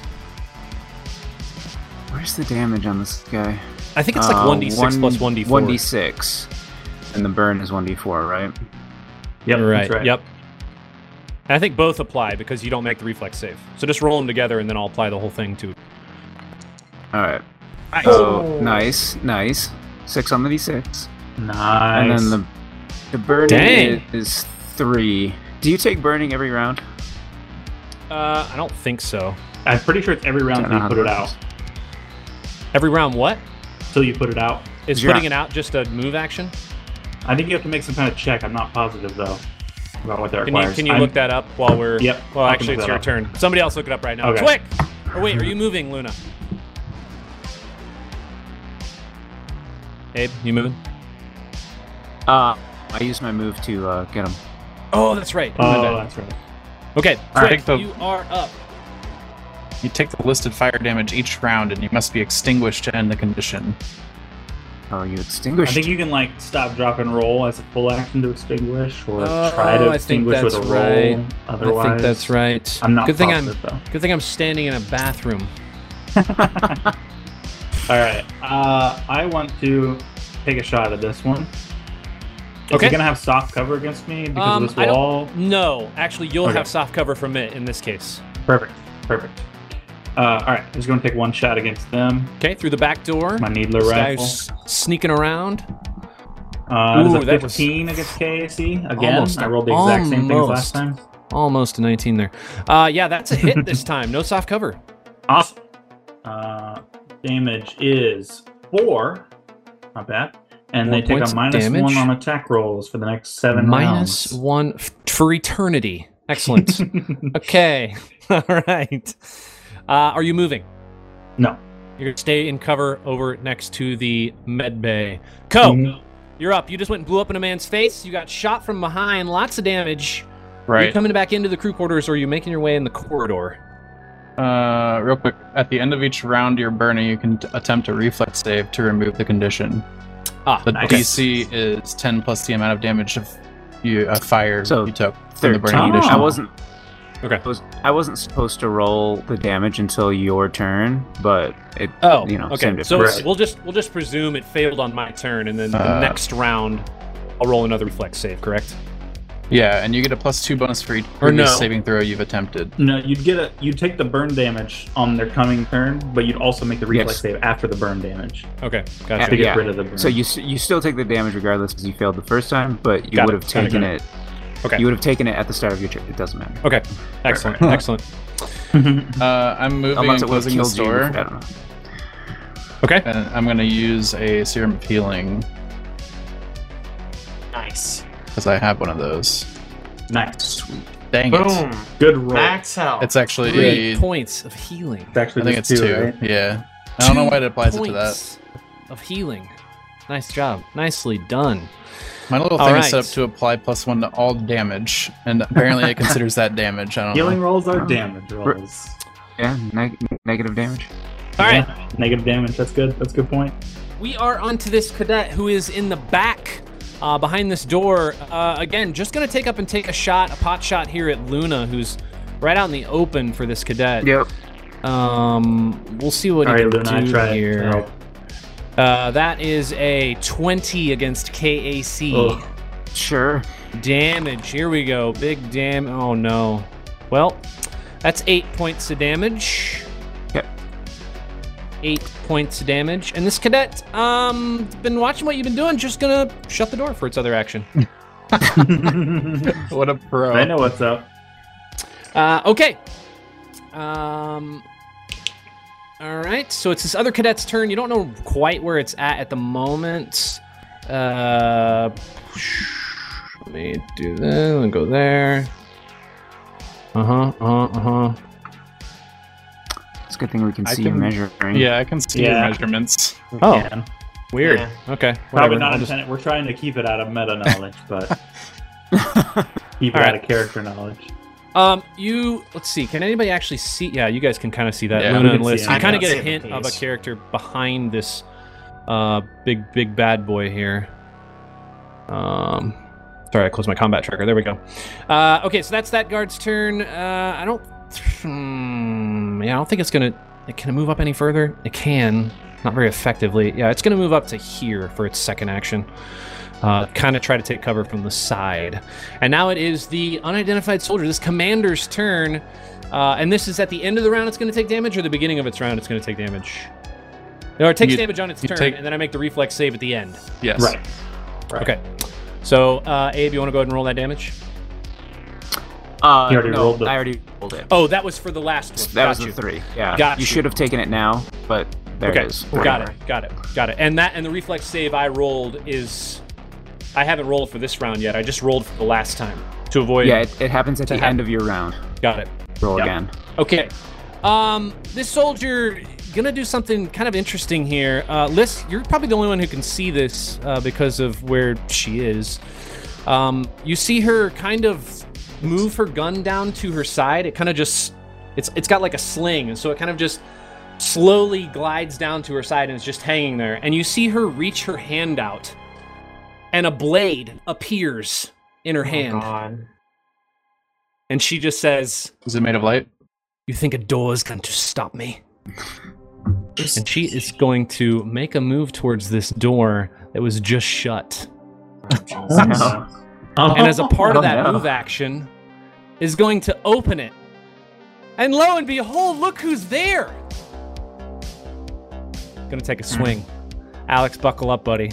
Where's the damage on this guy?
I think it's like
Uh,
one d six plus one d four.
1d6. And the burn is 1d4, right?
Yep.
Right.
that's right.
Yep. And I think both apply because you don't make the reflex save. So just roll them together, and then I'll apply the whole thing to.
Alright.
Nice.
So, nice, nice. 6 on the d6.
Nice.
And then the, the burn
Dang.
is, is 3. Do you take burning every round?
Uh, I don't think so.
I'm pretty sure it's every round
Don't know
until you
how
put it out.
that works.
Every round, what
Till you put it out.
is
Yeah.
putting it out? Just a move action?
I think you have to make some kind of check. I'm not positive though about what that
Can you
requires.
can you
I'm-
look that up while we're?
Yep,
Well,
I can
actually,
look
it's
that
your
up.
turn. Somebody else look it up right now.
Okay.
Quick. Or wait, are you moving, Luna? Abe, you moving?
Uh, I use my move to uh, get him.
Oh, that's right. My
Oh,
bad.
that's right.
Okay,
All right.
Twig,
So-
you are up.
You take the listed fire damage each round, and you must be extinguished to end the condition.
Oh, you
I
extinguished.
think you can like stop, drop, and roll as a full action to extinguish, or try to
Oh, I think
extinguish with a
that's
roll.
right.
Otherwise,
right.
I'm not
Good thing I'm.
positive, though.
Good thing I'm standing in a bathroom.
All right. Uh, I want to take a shot at this one. Is
Okay.
he gonna have soft cover against me because
Um,
of this
I don't-
wall?
No, actually, you'll
Okay.
have soft cover from it in this case.
Perfect. Perfect. Uh, all right, I'm just gonna take one shot against them.
Okay, through the back door.
My needler
This
rifle.
guy's sneaking around.
Uh, does
Ooh,
a
that was
15 against KAC again.
almost-
I rolled the exact same things
almost.
last time.
Almost a 19 there. Uh, yeah, that's a hit this time. No soft cover.
Awesome. Uh, damage is four. Not bad. And
Four
they take
points
a
of
minus
damage.
one on attack rolls for the next seven
Minus one f- for eternity. Excellent.
rounds.
okay. All right. Uh, are you moving?
No.
You're going to stay in cover over next to the med bay. Co,
No.
you're up. You just went and blew up in a man's face. You got shot from behind. Lots of damage. Are you
Right.
coming back into the crew quarters or are you making your way in the corridor?
Uh, real quick, at the end of each round you're burning, you can t- attempt a reflex save to remove the condition.
Ah,
The
Nice.
DC is 10 plus the amount of damage of you a fire
So,
you took from the
13.
burning condition.
I wasn't.
Okay.
I, was, I wasn't supposed to roll the damage until your turn, but it.
Oh,
you know, same
okay.
difference.
So
Right.
we'll just we'll just presume it failed on my turn, and then the
Uh,
next round, I'll roll another reflex save. Correct?
Yeah, and you get a plus two bonus for each
Or
previous
no.
saving throw you've attempted.
No, you'd get a you'd take the burn damage on their coming turn, but you'd also make the reflex
Yes.
save after the burn damage
Okay,
to
gotcha.
get
Yeah.
rid of the burn.
So you s- you still take the damage regardless because you failed the first time, but you
Got
would
it,
have
got it,
taken
got
it.
Okay.
You would have taken it at the start of your turn. It doesn't matter.
Okay, excellent,
right.
excellent.
Uh, I'm moving
Unless
and
it was
closing the
killed you.
store,
I don't know.
Okay,
and I'm gonna use a serum of healing
Nice.
because I have one of those.
nice,
Sweet. Dang it!
Boom.
good roll.
Max health.
It's actually
three points of healing.
It's actually
I think it's
just
two.
right?
Yeah. I don't know why it applies it to that.
Points of healing. Nice job. Nicely done.
My little
All
thing is set
right.
up to apply plus one to all damage, and apparently it considers that damage. I don't
Healing rolls are
Oh.
damage rolls.
Yeah, neg- negative damage.
All right,
Yeah, negative damage. That's good. That's a good point.
we are onto this cadet who is in the back. Uh, behind this door, uh, again, just gonna take up and take a shot, a pot shot here at Luna, who's right out in the open for this cadet.
Yep.
Um, we'll see what
All
he
right,
can
Luna, I
do
tried.
here.
to help.
Uh, that is a 20 against KAC.
Ugh.
Sure.
Damage. Here we go. Big dam. Oh, no. Well, that's eight points of damage.
Yep.
Eight points of damage. And this cadet, um, been watching what you've been doing, just gonna shut the door for its other action.
know. What a pro.
I know what's up.
Uh, okay. Um. All right. So it's this other cadet's turn. You don't know quite where it's at at the moment. Uh, let me do this. Let me go there. Uh huh. Uh huh. Uh huh.
It's a good thing we can
I
see you
can-
measuring.
Yeah, I can see
Yeah.
your measurements.
Oh.
Yeah.
Weird.
Yeah.
Okay.
Probably
whatever.
not
I'll just-
intended. We're trying to keep it out of meta knowledge, but keep it
All
out
right.
of character knowledge.
Um, you let's see. Can anybody actually see? Yeah, you guys can kind of see that.
Yeah,
Luna
we
and
can
Liz,
see
you
it.
kind
I
of
can
get a
see the
hint of a
piece.
character behind this uh big big bad boy here. Um, sorry, I closed my combat tracker. There we go. Uh, okay, so that's that guard's turn. Uh, I don't. Hmm, yeah, I don't think it's gonna. It can it move up any further. It can, not very effectively. Yeah, it's gonna move up to here for its second action. Uh, kind of try to take cover from the side. And now it is the unidentified soldier, this commander's turn. Uh, and this is at the end of the round it's going to take damage, or the beginning of its round it's going to take damage? No, it takes
You-
damage on its
you
turn,
take-
and then I make the reflex save at the end.
Yes.
Right. Right.
Okay. So, uh, Abe, you want to go ahead and roll that damage?
Uh,
You already
no,
rolled the-
I already rolled it.
Oh, that was for the last one.
that
Got
was
you.
the three. Yeah.
Got
you
you.
should have taken it now, but there
Okay,
it is.
got it, got it, got it. And that and the reflex save I rolled is, I haven't rolled for this round yet. I just rolled for the last time to avoid.
Yeah, it, it happens at the
happen.
end of your round.
got it.
Roll
Yeah.
again.
Okay. Um, this soldier gonna do something kind of interesting here. Uh, Liz, you're probably the only one who can see this uh, because of where she is. Um, you see her kind of move her gun down to her side. It kind of just it's it's got like a sling, and so it kind of just slowly glides down to her side and is just hanging there. And you see her reach her hand out, and a blade appears in her
Oh,
hand,
God.
and she just says.
Is it made of light?
You think a door is going to stop me? And she is going to make a move towards this door that was just shut.
Jesus.
and as a part of
Oh,
that
no.
move action, is going to open it. And lo and behold, look who's there! Gonna take a
Hmm.
swing. Alex, buckle up, buddy.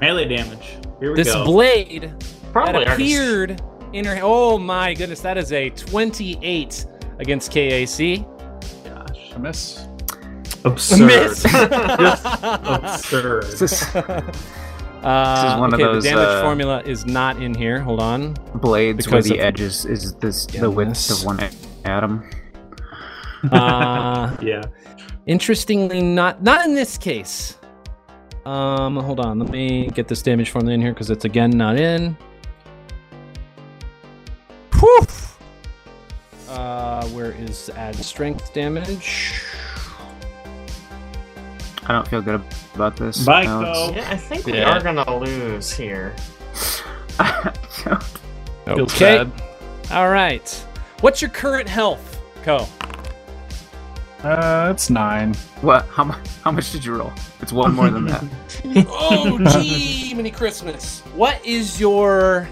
Melee damage. Here we
This
go.
blade
Probably
that
already-
appeared in her. Oh my goodness, that is a 28 against KAC.
Gosh, I miss.
absurd.
Miss.
absurd.
Uh,
This is one of
okay,
those,
the damage
uh,
formula is not in here. Hold on.
Blades
Because
where the
of-
edges is this
Yeah,
the width
this.
of one atom.
Uh,
Yeah.
interestingly, not not in this case. Um, hold on. Let me get this damage formula in here because it's again not in. Whew. Uh, where is add strength damage?
I don't feel good about this.
Bye,
Alex.
Cole.
Yeah, I think we
Yeah.
are gonna lose here.
Feels
Okay.
bad.
All right. What's your current health, Co?
Uh, it's nine.
what? How, mu- how much did you roll? It's one more than that.
Oh, gee, mini Christmas. What is your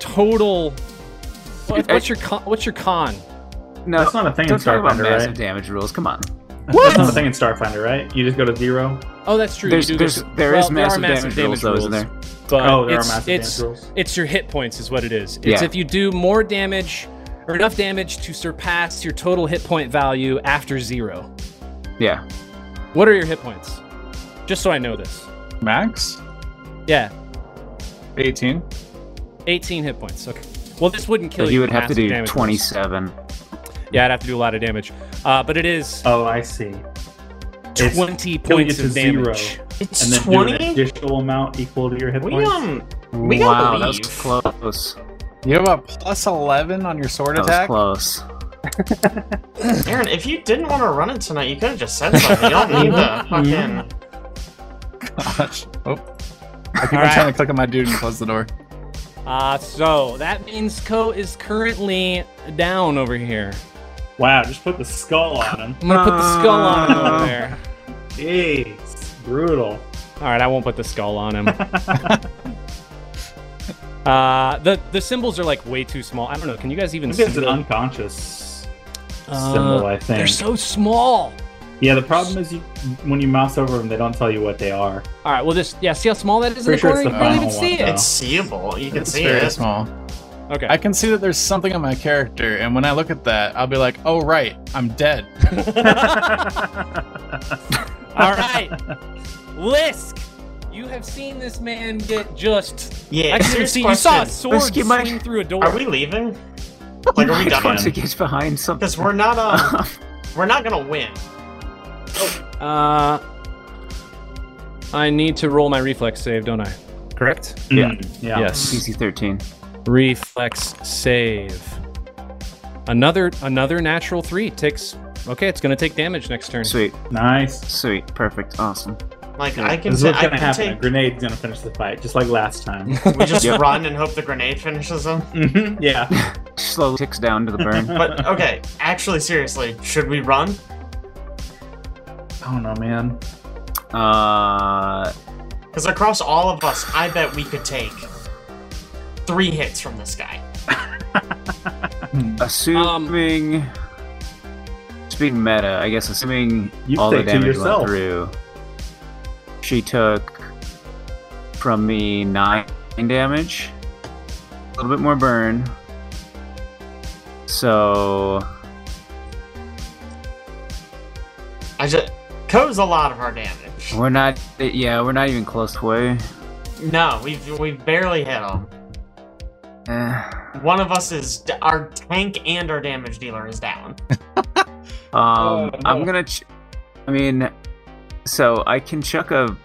total? What, what's your con, what's your con?
No,
That's not a thing in
don't talk about
Starfinder,
massive
right?
damage rules. Come on.
That's not a thing in Starfinder, right? You just go to zero.
Oh, that's true.
There's,
you do
there's,
this-
there
well,
is massive,
there are
damage, rules, though, isn't there?
But
oh, there
it's,
are massive
it's,
damage rules.
It's your hit points, is what it is. It's
Yeah.
if you do more damage or enough damage to surpass your total hit point value after zero.
Yeah.
What are your hit points? Just so I know this.
Max?
Yeah,
18.
18 hit points. Okay. Well, this wouldn't kill
But
you.
you would have to
massive
do
damage.
27.
Yeah, I'd have to do a lot of damage. Uh, but it is
Oh, I see. It's
20
killing
points
it to
of damage.
zero.
It's
And then do an
twenty.
additional amount equal to your hit
We
points.
um, We gotta
wow, that was
leave.
close.
You have a plus 11 on your sword
That was
attack?
close.
Aaron, if you didn't want to run it tonight, you could have just said something. You don't need the fucking.
Gosh. Oh. I keep on
Alright.
trying to click on my dude and close the door.
Uh, so that means Ko is currently down over here.
Wow, just put the skull on him.
I'm gonna put the skull on him over
No.
there.
Jeez, brutal.
All right, I won't put the skull on him. uh, the the symbols are like way too small. I don't know. Can you guys even
This
see
is an
them?
unconscious
Uh,
symbol, I think.
They're so small.
yeah, the problem is you, when you mouse over them, they don't tell you what they are.
All right. Well, this yeah. See how small that is in the
Pretty sure
corner?
it's
You
the
can't even
final
see
one,
it.
It's seeable. You can
It's
see
very
it.
small.
Okay.
I can see that there's something on my character, and when I look at that, I'll be like, oh, right, I'm dead.
All right. Lisk, you have seen this man get just.
Yeah.
Actually, you've
serious
seen, you saw a
question.
sword
Lisk, you
swing
might-
through a door.
Are we leaving? Like, are we
Like,
done?
Once it gets behind something.
Because we're not um, we're not gonna win.
Uh, I need to roll my reflex save, don't I? Correct.
Yeah.
Mm, yeah.
Yes.
PC 13.
Reflex save. Another another natural three takes. Okay, it's gonna take damage next turn.
Sweet,
Nice.
sweet, perfect, awesome.
Like, I can.
This is
ta-
what's
I
gonna
can
happen. A
take.
grenade's gonna finish the fight, just like last time.
We just
Yep.
run and hope the grenade finishes them.
Mhm, yeah.
Slowly ticks down to the burn.
But okay, actually, seriously, should we run?
I don't know, man.
Uh,
Because across all of us, I bet we could take three hits from this guy.
assuming.
Um,
speaking meta, I guess assuming
You
all the
stay to
damage
yourself.
went through, she took from me nine damage, a little bit more burn. So
I just Ko's a lot of our damage.
we're not, yeah, we're not even close to way.
No, we've we've barely hit him.
Eh.
One of us is our tank and our damage dealer is down.
Um,
Oh,
I'm
no.
gonna. Ch- I mean, so I can chuck a,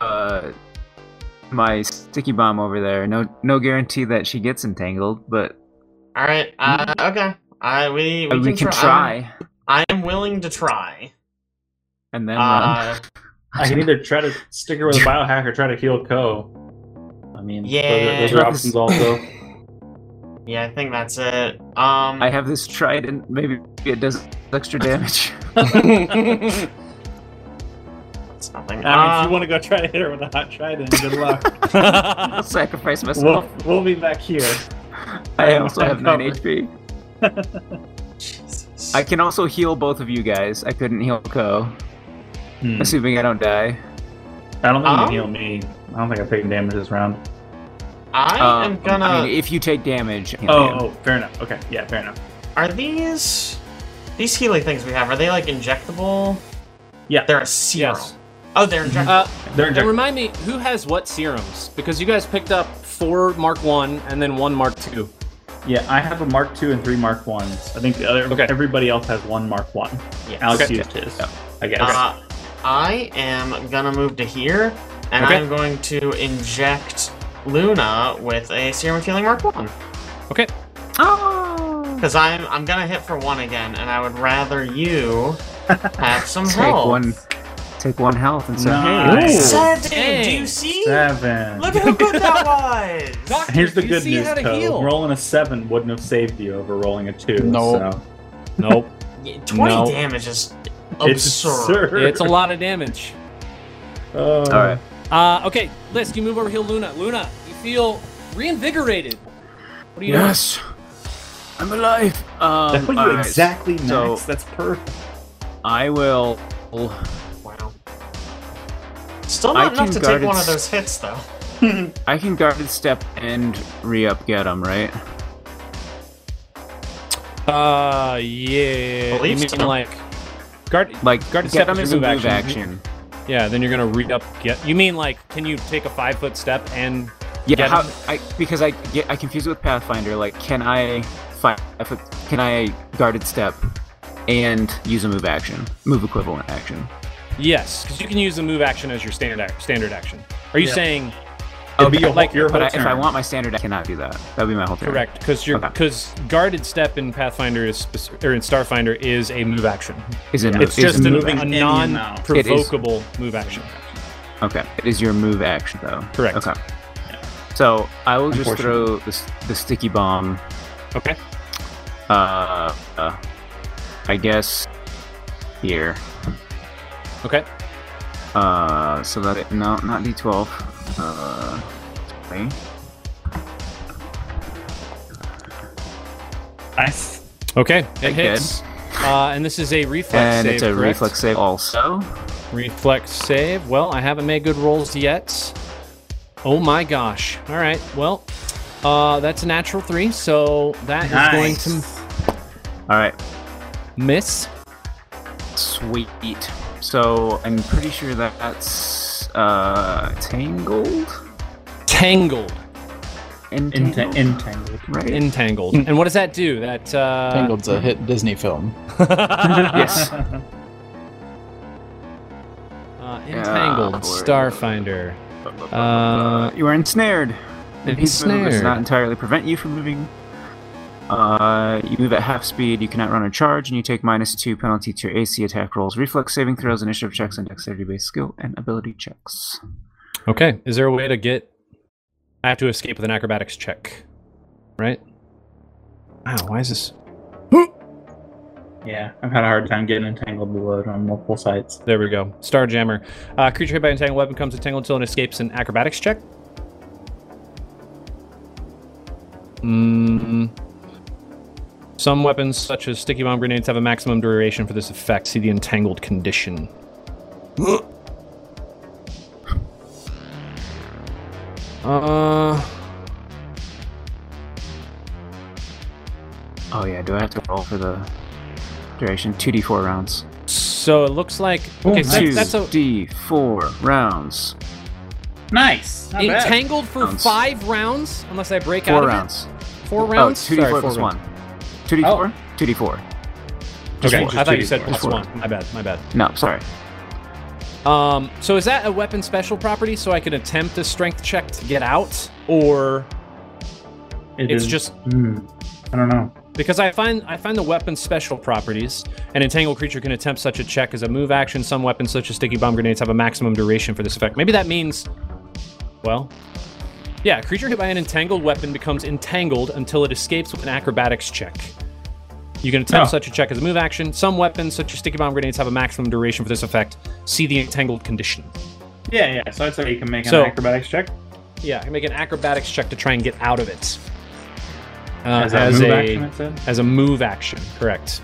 uh, my sticky bomb over there. No, no guarantee that she gets entangled, but
All right. Uh, okay. I we
Uh, we,
we,
can
try.
try
I am willing to try.
and then run.
Uh,
I can either try to stick her with a biohack or try to heal Ko. I mean, those are- those
Yeah.
are options also.
yeah, I think that's it. Um,
I have this trident. Maybe it does extra damage.
It's nothing.
I mean, if
Uh,
you want to go try to hit her with a hot trident, good luck.
I'll sacrifice myself.
we'll, we'll be back here.
I also have nine
covered.
HP. I can also heal both of you guys. I couldn't heal Ko,
Hmm.
assuming I don't die.
I don't think you
Um,
can heal me. I don't think I've taken damage this round.
I am
Um,
gonna.
I mean, if you take damage, I
Oh,
can.
oh, fair enough. Okay, yeah, fair enough.
Are these these healing things we have? Are they like injectable?
Yeah.
they're a serum.
Yes.
Oh, they're injectable.
Uh,
They're
and
injected.
remind me, who has what serums? Because you guys picked up four Mark One and then one Mark Two.
Yeah, I have a Mark II and three Mark Ones. I think the other,
Okay.
everybody else has one Mark One.
Yes.
Alex
Okay.
used his, I guess.
Uh, I am gonna move to here, and
Okay.
I'm going to inject Luna with a serum of healing mark one.
Okay.
Oh!
Because I'm I'm gonna hit for one again, and I would rather you have some
Take
help.
one, take one health and say,
Nice.
"Hey,
Seven. Do
Dang.
you see?
Seven.
Look at how good that was.
Here's the good news, though. Rolling a seven wouldn't have saved you over rolling a two.
No.
so
Nope.
Yeah, Twenty
No.
damage is
it's
absurd.
absurd.
it's a lot of damage.
Oh.
All right.
Uh, okay, Liz, you move over here, Luna. Luna, you feel reinvigorated. What do you
Yes, I'm alive. Um,
That put you
all right,
exactly max.
so-
That's perfect.
I will.
Wow. Still
I
not enough
can
to
guard
take one
its-
of those hits, though.
I can guarded step and re-up get him right.
know? Uh, yeah.
Believe
you mean
so.
like guard?
Like
Guarded
get
step
him
is
is
your
a
move
move action.
Yeah. Then you're gonna read up. Get. You mean like? Can you take a five foot step and?
Yeah,
Get
how,
him.
I because I get I confuse it with Pathfinder. Like, can I fight? Can I guarded step and use a move action, move equivalent action?
Yes, because you can use the move action as your standard ac- standard action. Are you
Yeah.
saying
It'd be your,
like,
like, your whole
But I,
turn.
if I want my standard, I cannot do that. That'd be my whole turn.
correct? Because your
Okay.
because guarded step in Pathfinder is spec- or in Starfinder is a move action.
Is it?
Yeah.
move-
It's
is
just
it
a,
move
moving
a
in and out.
non provocable move action.
ac- Okay, it is your move action though.
Correct.
Okay. So I will just
Unfortunately.
throw this the sticky bomb.
Okay.
Uh, uh, I guess here.
Okay.
Uh, so that it, no, not D12. Uh, okay.
Nice.
Okay. It
Thank
hits. Uh, and this is a reflex
and
save.
it's a
correct?
reflex save also.
Reflex save. Well, I haven't made good rolls yet. Oh my gosh. All right. Well, uh, that's a natural three, so that is
Nice.
going to
All right,
miss.
sweet. So I'm pretty sure that that's uh tangled.
Tangled.
Entangled?
Enta- entangled.
right?
Entangled. And what does that do? That. Uh...
Tangled's a hit Disney film.
yes.
Uh, entangled.
Yeah, boy.
Starfinder. Uh,
you are ensnared. The beast move does
Ensnared.
not entirely prevent you from moving. Uh, you move at half speed. You cannot run a charge, and you take minus two penalty to your AC attack rolls, reflex saving throws, initiative checks, and dexterity-based skill and ability checks.
Okay. Is there a way to get? I have to escape with an acrobatics check, right? Wow. Why is this?
Yeah, I've had a hard time getting entangled below on multiple sites.
There we go. Starjammer. Uh, creature hit by entangled weapon comes entangled until it escapes an acrobatics check. Mm. Some weapons, such as sticky bomb grenades, have a maximum duration for this effect. See the entangled condition. Uh,
Oh yeah, do I have to roll for the duration? Two d4 rounds.
so it looks like okay. So
Two
Oh, that's, that's a
d4 rounds.
Nice. Not bad.
entangled for
Rounds.
five rounds, unless I break out
Four
of
rounds.
it. Four rounds.
Oh, two d4
Sorry,
plus
rounds. Oh.
one. Two d4. Two d4. Just
okay,
four.
I thought you said
Just
plus
four.
one. My bad. My bad.
No, sorry.
Um, so is that a weapon special property? So I can attempt a strength check to get out, or
It
it's
is-
just
Hmm. I don't know.
because I find I find the weapon special properties. An entangled creature can attempt such a check as a move action. Some weapons, such as sticky bomb grenades, have a maximum duration for this effect. Maybe that means, well, yeah, a creature hit by an entangled weapon becomes entangled until it escapes with an acrobatics check. You can attempt
Oh.
such a check as a move action. Some weapons, such as sticky bomb grenades, have a maximum duration for this effect. See the entangled condition.
Yeah, yeah. So I'd say you can make an
So-
acrobatics check.
Yeah, I can make an acrobatics check to try and get out of it. Uh, as,
a move
a
action, it said?
as a move action, correct?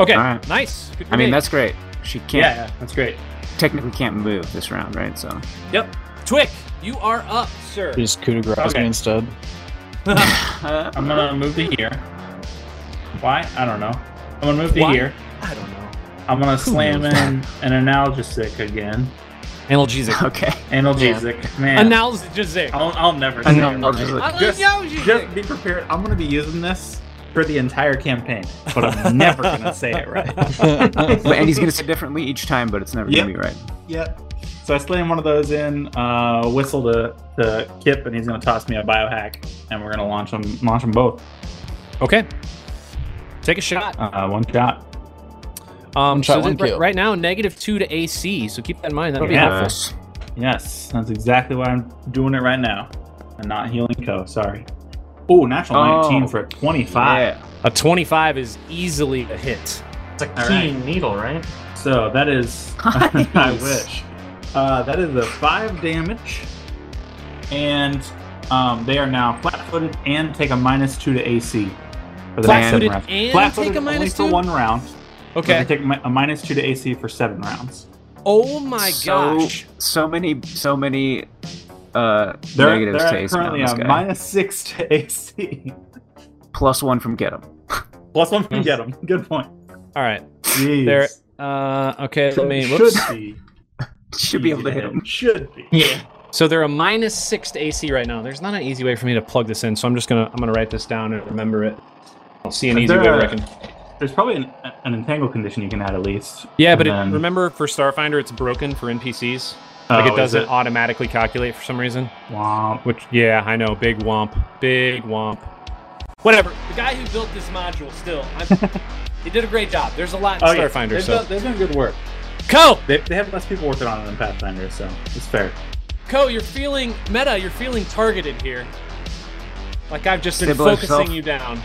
Okay,
All right.
nice. Good
I mean,
grenade.
that's great. She
Yeah,
can't
yeah, that's great.
technically can't move this round, right? So
yep. Twick, you are up, sir.
Just coup de grace
Okay.
me instead.
I'm gonna move the here. Why? I don't know. I'm gonna move the
Why?
here.
I don't know.
I'm gonna slam in an analgesic again.
Analgesic.
okay. Oh,
Analgesic, man.
Analgesic.
I'll, I'll never. say it.
Analgesic.
Just-
Analgesic.
Just be prepared. I'm gonna be using this for the entire campaign, but I'm never gonna say it right.
But and he's gonna say differently each time, but it's never
Yep.
gonna be right.
Yep. So I slam one of those in, uh, whistle to, to Kip, and he's gonna toss me a biohack, and we're gonna launch them, launch them both.
Okay. Take a shot.
Uh, one shot.
Um,
shot,
so
one
that- right,
kill.
right now, negative two to AC. So keep that in mind. That'll
Yeah.
be helpful.
Yes.
Yes, that's exactly why I'm doing it right now. I'm not healing Co. Sorry. Oh, natural
Oh.
19 for 25.
Yeah.
A twenty-five is easily a hit.
It's a
All
key needle, right?
So that is. I
Nice.
wish. Uh, that is a five damage, and um, they are now flat-footed and take a minus two to AC for the next seven
Flat-footed
rounds.
and
Flat-footed
take a
only
minus
for
two?
one round. Okay.
Okay.
They take mi- a minus two to AC for seven rounds.
Oh my
so,
gosh.
So many, so many uh,
They're,
negatives
they're
to AC on
currently
this
a
guy.
minus six to AC.
Plus one from get him.
Plus one from get them. Good point.
All right.
Jeez.
There. Uh, okay.
So
Let me.
it
Whoops.
Should be.
Should be able to hit him.
It Should be.
Yeah.
So they're a minus six to AC right now. There's not an easy way for me to plug this in, so I'm just gonna I'm gonna write this down and remember it. I'll see an
Is
easy
there
way. I
a-
reckon.
There's probably an, an entangle condition you can add at least.
Yeah, but
And
it,
then-
remember for Starfinder, it's broken for NPCs.
Oh,
Like it
is
doesn't automatically calculate for some reason.
Womp.
Which, yeah, I know. Big womp. Big womp. Whatever. The guy who built this module, still, I'm, he did a great job. There's a lot in
Oh, yeah.
Starfinder.
They've
So,
done- they've done good work.
Co,
They, they have less people working on it than Pathfinder, so it's fair.
Co, you're feeling meta. You're feeling targeted here. Like I've just been
Stabilize
focusing
yourself.
you down.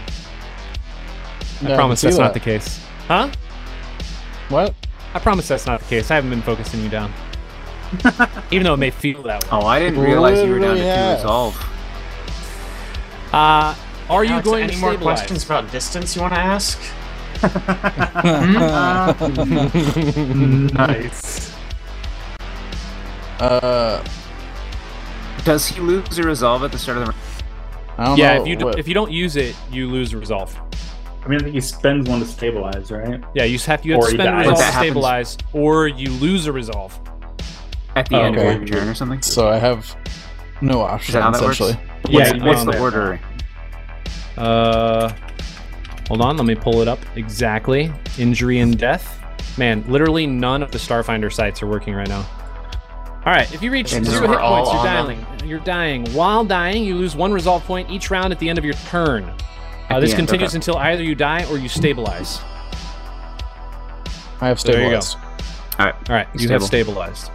No,
I promise
do
that's not
that.
the case. Huh?
What?
I promise that's not the case. I haven't been focusing you down. Even though it may feel that way.
Oh, I didn't realize you were down
Literally
to two
half.
resolve.
Uh, are you
Alex,
going
any
to
more
stabilize?
questions about distance you want to ask?
Nice.
Uh,
Does he lose a resolve at the start of the round?
I don't
Yeah,
know
if you, d
what-
if you don't use it, you lose resolve.
I mean, I think he spends one to stabilize, right?
Yeah, you just have you have
Or
to
you
spend a
die.
resolve
But
to
that happens-
stabilize, or you lose a resolve.
At the
Oh,
end
okay.
of your turn or something?
so I have no option
that how that works?
essentially.
What's,
you
what's
can
the
do that.
order?
Uh, hold on, let me pull it up exactly. Injury and death. Man, literally none of the Starfinder sites are working right now. All right, if you reach
And
zero
we're
hit
all
points, you're
on
dying. You're dying. While dying, you lose one resolve point each round at the end of your turn. Uh,
At
this
the end,
continues
okay.
until either you die or you stabilize.
I have
There you go.
stabilized.
All right, you have stabilized.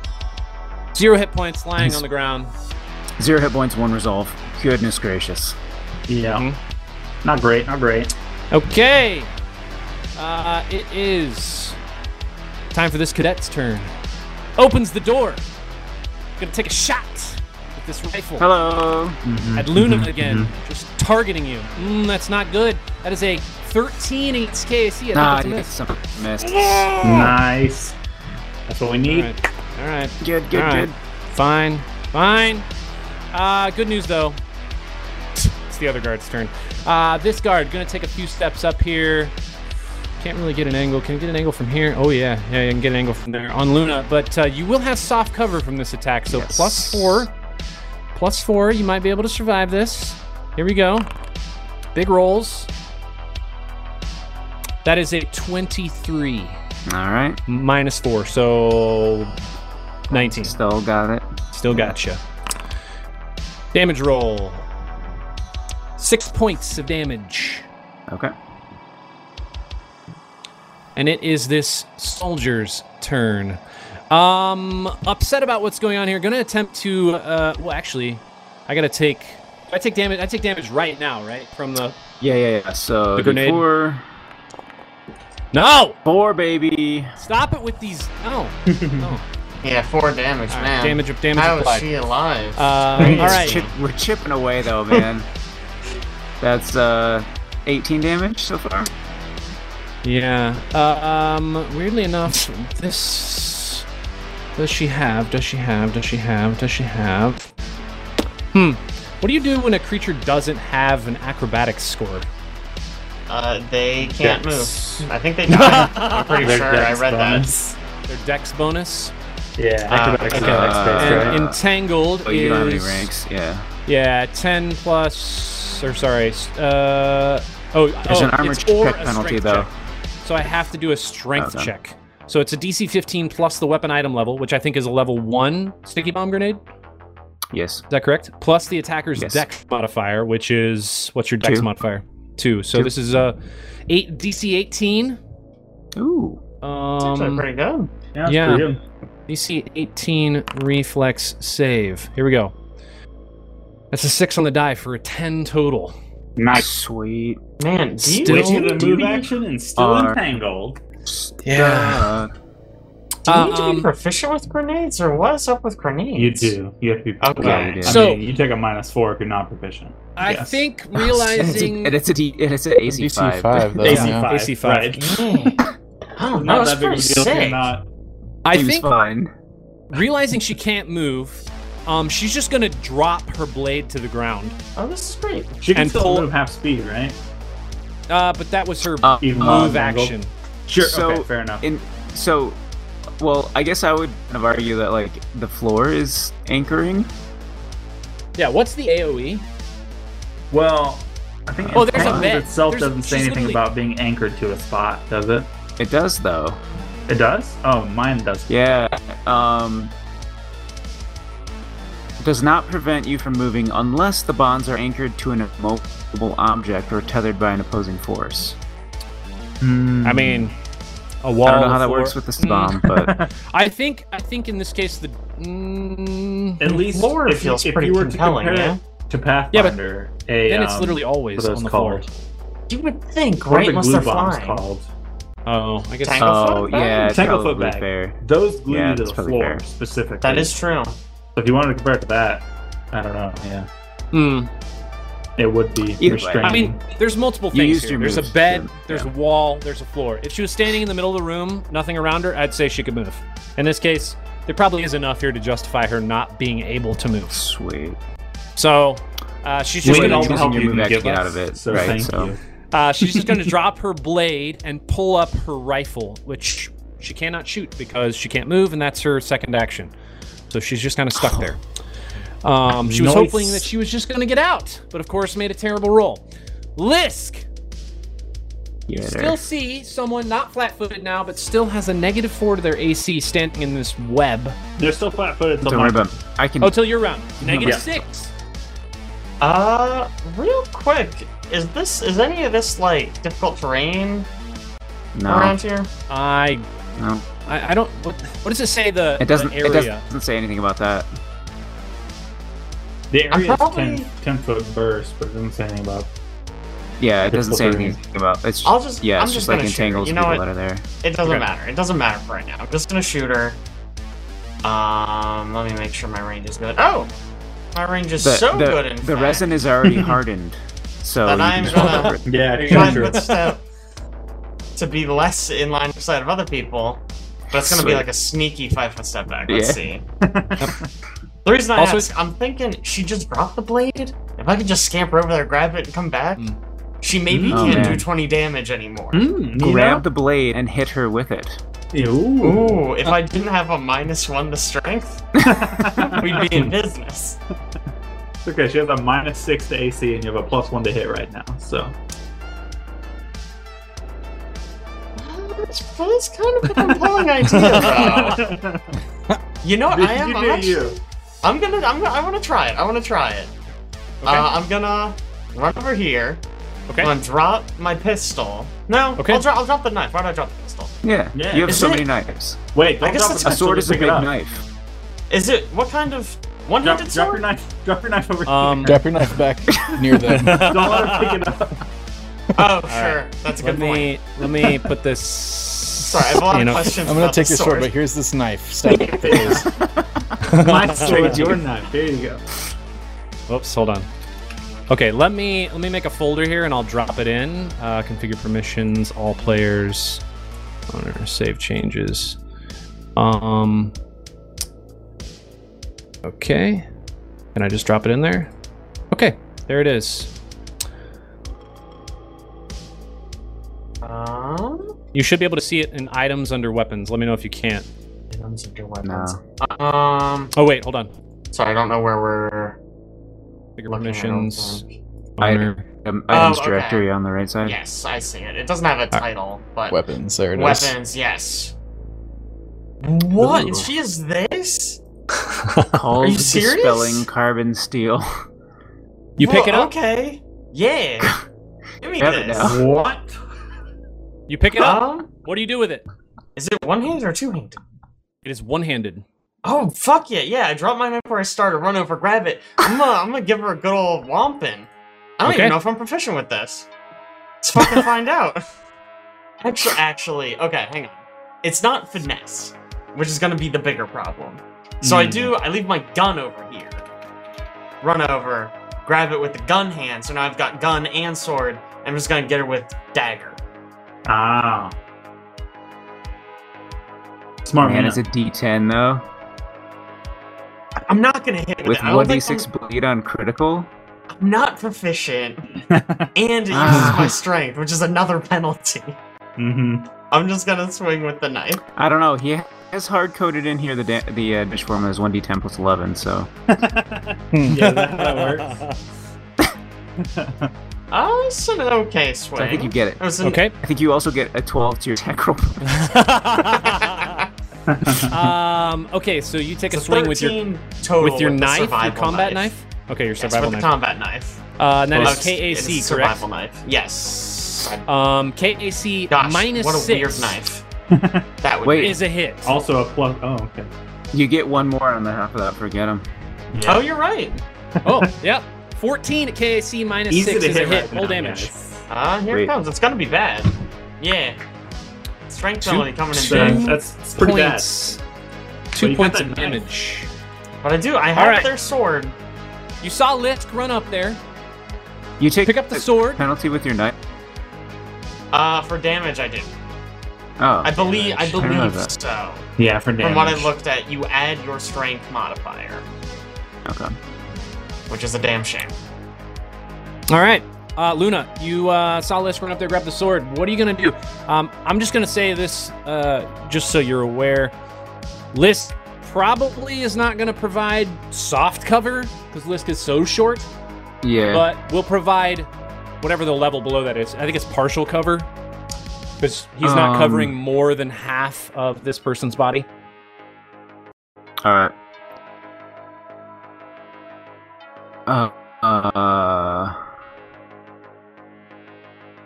Zero hit points, lying on the ground.
Zero hit points, one resolve. Goodness gracious.
Yeah. Not great, not great.
Okay. Uh, it is time for this cadet's turn. Opens the door. Gonna take a shot with this rifle
Hello. Mm-hmm.
at Luna again, just targeting you. Mm, that's not good. That is a 13 against KAC.
Nah,
I
I
think
did
that's a miss.
some missed. Oh.
Nice. That's what we
All
need.
right. All right.
Good, good,
All right.
good.
Fine. Fine. Uh, good news though. It's the other guard's turn. Uh, this guard gonna take a few steps up here. Can't really get an angle. Can I get an angle from here? Oh yeah, yeah, you can get an angle from there on Luna. But uh, you will have soft cover from this attack, so
Yes.
plus four, plus four. You might be able to survive this. Here we go. Big rolls. That is a twenty-three
All right.
minus four, so nineteen.
Still got it.
Still gotcha. Damage roll. Six points of damage.
Okay.
And it is this soldier's turn. Um, upset about what's going on here. Gonna attempt to, uh, well, actually, I gotta take, I take damage, I take damage right now, right? From the,
Yeah, yeah, yeah. So
The grenade.
D4,
No!
Four, baby.
Stop it with these. No. no.
Yeah, four damage,
All right,
man.
damage of damage
How is
applied.
she alive?
Um, all
It's
right.
chip- we're chipping away though, man. That's uh, 18 damage so far.
Yeah. Uh, um. Weirdly enough, this does she have? Does she have? Does she have? Does she have? Hmm. What do you do when a creature doesn't have an acrobatics score?
uh, they can't
Dex.
move. I think they die. I'm pretty
Their
sure I
dex
read that.
bonus.
Their dex bonus.
Yeah,
okay.
acrobatics and dex
Uh,
based, right?
and entangled
But Oh, you don't have any
is-
ranks. Yeah.
Yeah, ten plus. Or sorry. s- Uh. Oh,
There's
oh,
an armor
it's
check
or a
penalty
strength
though.
check. So I have to do a strength
Okay.
check. So it's a DC 15 plus the weapon item level, which I think is a level one sticky bomb grenade.
Yes.
Is that correct? Plus the attacker's
Yes.
dex modifier, which is what's your dex
Two.
modifier? Two. So
Two.
this is a eight DC 18.
Ooh.
Seems like
Um,
pretty good.
Yeah, that's
yeah.
pretty good.
DC 18 reflex save. Here we go. That's a six on the die for a 10 total.
Nice.
Sweet.
Man, do you
Still-
We
do
did
you-
a
do
move
you-
action and still
Are-
entangled.
Yeah.
Do you need to be
Um,
proficient with grenades, or what's up with grenades?
You do. You have to be.
Okay.
Yeah, we
I
do.
So-
mean, you take a minus four if you're not proficient.
I
Yes.
think
and it's a,
realizing.
and it's a D, and it's an AC five.
though.
Yeah.
yeah.
AC5.
AC five.
Right.
Yeah. I don't know.
Not
It's
that
Oh,
big
pretty
of a deal if you're
sick.
not.
I
Seems
think
fine.
realizing she can't move, um, she's just gonna drop her blade to the ground.
Oh, this is great.
She can
And
still
pull-
move half speed, right?
Uh, but that was her
Uh,
Even
uh,
though
move
it's angled.
action.
Sure. okay,
So-
fair enough.
in so, well, I guess I would kind of argue that like the floor is anchoring.
Yeah. What's the E? AOE?
well, I think
Oh, there's a
Entangled
bit.
itself
There's-
doesn't say
she's
anything
literally-
about being anchored to a spot, does it?
It does though.
It does. Oh, mine does.
Yeah. Um. Does not prevent you from moving unless the bonds are anchored to an immovable object or tethered by an opposing force.
I mean, a wall.
I Hmm. don't know how
a
that
floor-
works with this
Mm.
Hmm.
bomb, but
I think I think in this case the. Mm,
At least
Floor
if,
feels
you, if
pretty
you were
compelling,
to compare
yeah?
it to Pathfinder, a,
then it's
um,
literally
what
always
are those
on the
called?
floor.
You would think,
What are
right?
the
Unless
glue
they're
bombs
flying.
called?
Oh, I guess.
Tank-
oh
Tanglefoot bag?
yeah, it's
Tanglefoot
probably
bag.
fair.
Those glue
Yeah,
you to
that's
the
probably
floor
fair.
specifically.
That is true.
So if you wanted to compare it to that, I don't know. Yeah,
Uh,
Hmm.
it would be
way.
restraining.
I mean, there's multiple
You
things
used
here.
your
There's
moves,
a bed,
yeah.
there's a wall, there's a floor. If she was standing in the middle of the room, nothing around her, I'd say she could move. In this case, there probably is enough here to justify her not being able to move.
Sweet.
So uh, she's
we
just
Wait,
can
gonna
all
using
help
your
you
move
can
action
give
get
us,
out of it,
So
right,
thank
so-
you.
uh, she's just gonna drop her blade and pull up her rifle, which she cannot shoot because she can't move, and that's her second action. So she's just kind of stuck there. Um, she was
Nice.
hoping that she was just gonna get out, but of course made a terrible roll. Lisk
Yeah.
still see someone not flat-footed now, but still has a negative four to their AC standing in this web.
They're still flat-footed.
Don't worry about. It. I can.
Oh, till your round.
Mm-hmm.
Negative
Yeah.
six.
Uh, real quick, is this is any of this like difficult terrain
no,
around here?
I,
no.
I, I don't. What, what does it say? The
It doesn't.
the
It
area.
doesn't say anything about that.
The
I'm
area
probably-
is 10, 10 foot burst, but it doesn't say anything about.
Yeah, it doesn't say
Difficult
anything about. It's
I'll just-
yeah,
I'm
it's
just
like
gonna shoot her.
entangles
You know
people
what?
out of there.
It doesn't
Okay.
matter. It doesn't matter for right now. I'm just gonna shoot her. Um, let me make sure my range is good. Oh, my range is
The,
so
the,
good. In
the
fact,
resin is already hardened, so
Then
you
I'm
can just roll
gonna-
over it.
Yeah,
Try
sure.
and step to be less in line of sight of other people, but it's gonna be
Sweet.
like a sneaky five foot step back. Let's
Yeah.
see. The reason I
Also-
ask, I'm thinking she just dropped the blade. If I could just scamper over there, grab it, and come back,
Mm.
she maybe
Mm.
Oh,
can't do
man.
20 damage anymore.
Mm, you
Grab
know?
the blade and hit her with it.
Ooh.
Ooh, if I didn't have a minus one to strength, we'd be in business.
Okay, she has a minus six to AC, and you have a plus one to hit right now. So
That's, that's kind of a compelling idea, though. You know what? Oh. I am.
You
I'm
do
actually-
you.
I'm gonna, I'm gonna, I want to try it. I want to try it. Uh, I'm gonna run over here.
Okay.
I'm gonna drop my pistol. No.
Okay.
I'll, dro- I'll drop the knife. Why would I drop the pistol?
Yeah,
Yeah.
you have
Is
so
it-
many knives.
Wait, don't
I guess
drop
that's-
it
A
until
sword
you
is a
pick it
big
up.
knife.
Is it what kind of
Drop,
one-handed
drop your
sword?
knife. Drop your knife over
Um,
Drop your knife back near them.
here. Don't let her pick it up.
Oh, sure. That's a
Let
good point.
me let me put this.
Sorry, I have a lot
you know,
of questions.
I'm gonna
about
take
the
your sword, but here's this knife. Stab it with this.
My sword, your knife. There you go.
Oops, hold on. Okay, let me let me make a folder here and I'll drop it in. Uh, configure permissions, all players, owner, save changes. Um. Okay, can I just drop it in there? Okay, there it is.
Um,
You should be able to see it in items under weapons. Let me know if you can't.
items of your weapons. Um,
Oh wait, hold on.
sorry, I don't know where we're.
Configure
Looking at it, I don't
permissions,
think.
owner.
Um,
Oh,
items
okay.
directory on the right side.
Yes, I see it. It doesn't have a title, but
Weapons. There it is.
weapons. Yes. What?
Ooh.
She is this?
Called
Are you serious?
dispelling carbon steel.
You pick
Well,
it up.
Okay. Yeah. Give me
Have it
this.
now.
What?
You pick it up.
Um,
What do you do with it?
is it one handed or two handed?
It is one-handed.
Oh fuck yeah, yeah! I dropped mine up where I started, run over, grab it. I'm gonna, I'm gonna give her a good old whomping. I don't
Okay.
even know if I'm proficient with this. Let's fucking find out. Actually, actually, okay, hang on. It's not finesse, which is gonna be the bigger problem. So I do, I leave my gun over here, run over, grab it with the gun hand. So now I've got gun and sword. I'm just gonna get her with dagger.
Ah. Smart
Man,
man.
it's a D10 though.
I'm not gonna hit with,
With
it. I don't think I'm-
1d6 bleed on critical.
I'm not proficient, and it uses
Ah.
my strength, which is another penalty.
Mm-hmm.
I'm just gonna swing with the knife.
I don't know. He has hard coded in here the da- the uh, dish formula is 1d10 plus 11. So
Yeah, that, that works.
Oh, it's an okay swing.
So I think you get it.
It was an-
Okay.
I think you also get a 12 to your attack roll.
um, okay, so you take
it's
a swing with your
13 total
with your
the
knife, your
survival
combat knife. Okay, your
Yes,
survival
with the
knife.
combat knife.
Uh, and that
Well,
is
it's-
KAC,
it's a
correct?
Survival knife. Yes. I-
Um, KAC
Gosh,
minus
what a
six
weird knife. that would
Wait.
is a hit.
Also a plus. Oh, okay.
you get one more on the half of that. Forget him.
Be, oh, you're right.
oh, yep. 14 at KAC minus
Easy
six
to
is
hit
a hit.
right
Full
now,
damage.
guys.
Ah, here
Wait.
it comes. It's gonna be bad. Yeah. Strength
Two-
penalty coming
two-
in
That's,
big.
that's, that's pretty bad.
points.
Well,
Two
you got
points
that
of
knife.
damage.
But I do. I have
right.
their sword.
You saw Lisk run up there,
You take
pick up the sword.
penalty with your knife.
Uh, for damage, I do.
Oh,
I believe. I
Damage. I don't know
believe
that.
so.
Yeah, for damage.
From what I looked at, you add your strength modifier,
okay.
which is a damn shame.
All right, uh, Luna, you uh, saw Lisk run up there, grab the sword. What are you gonna do? Um, I'm just gonna say this, uh, just so you're aware. Lisk probably is not gonna provide soft cover because Lisk is so short,
Yeah.
but will provide whatever the level below that is. I think it's partial cover because he's not
Um,
covering more than half of this person's body.
All right. Uh, uh,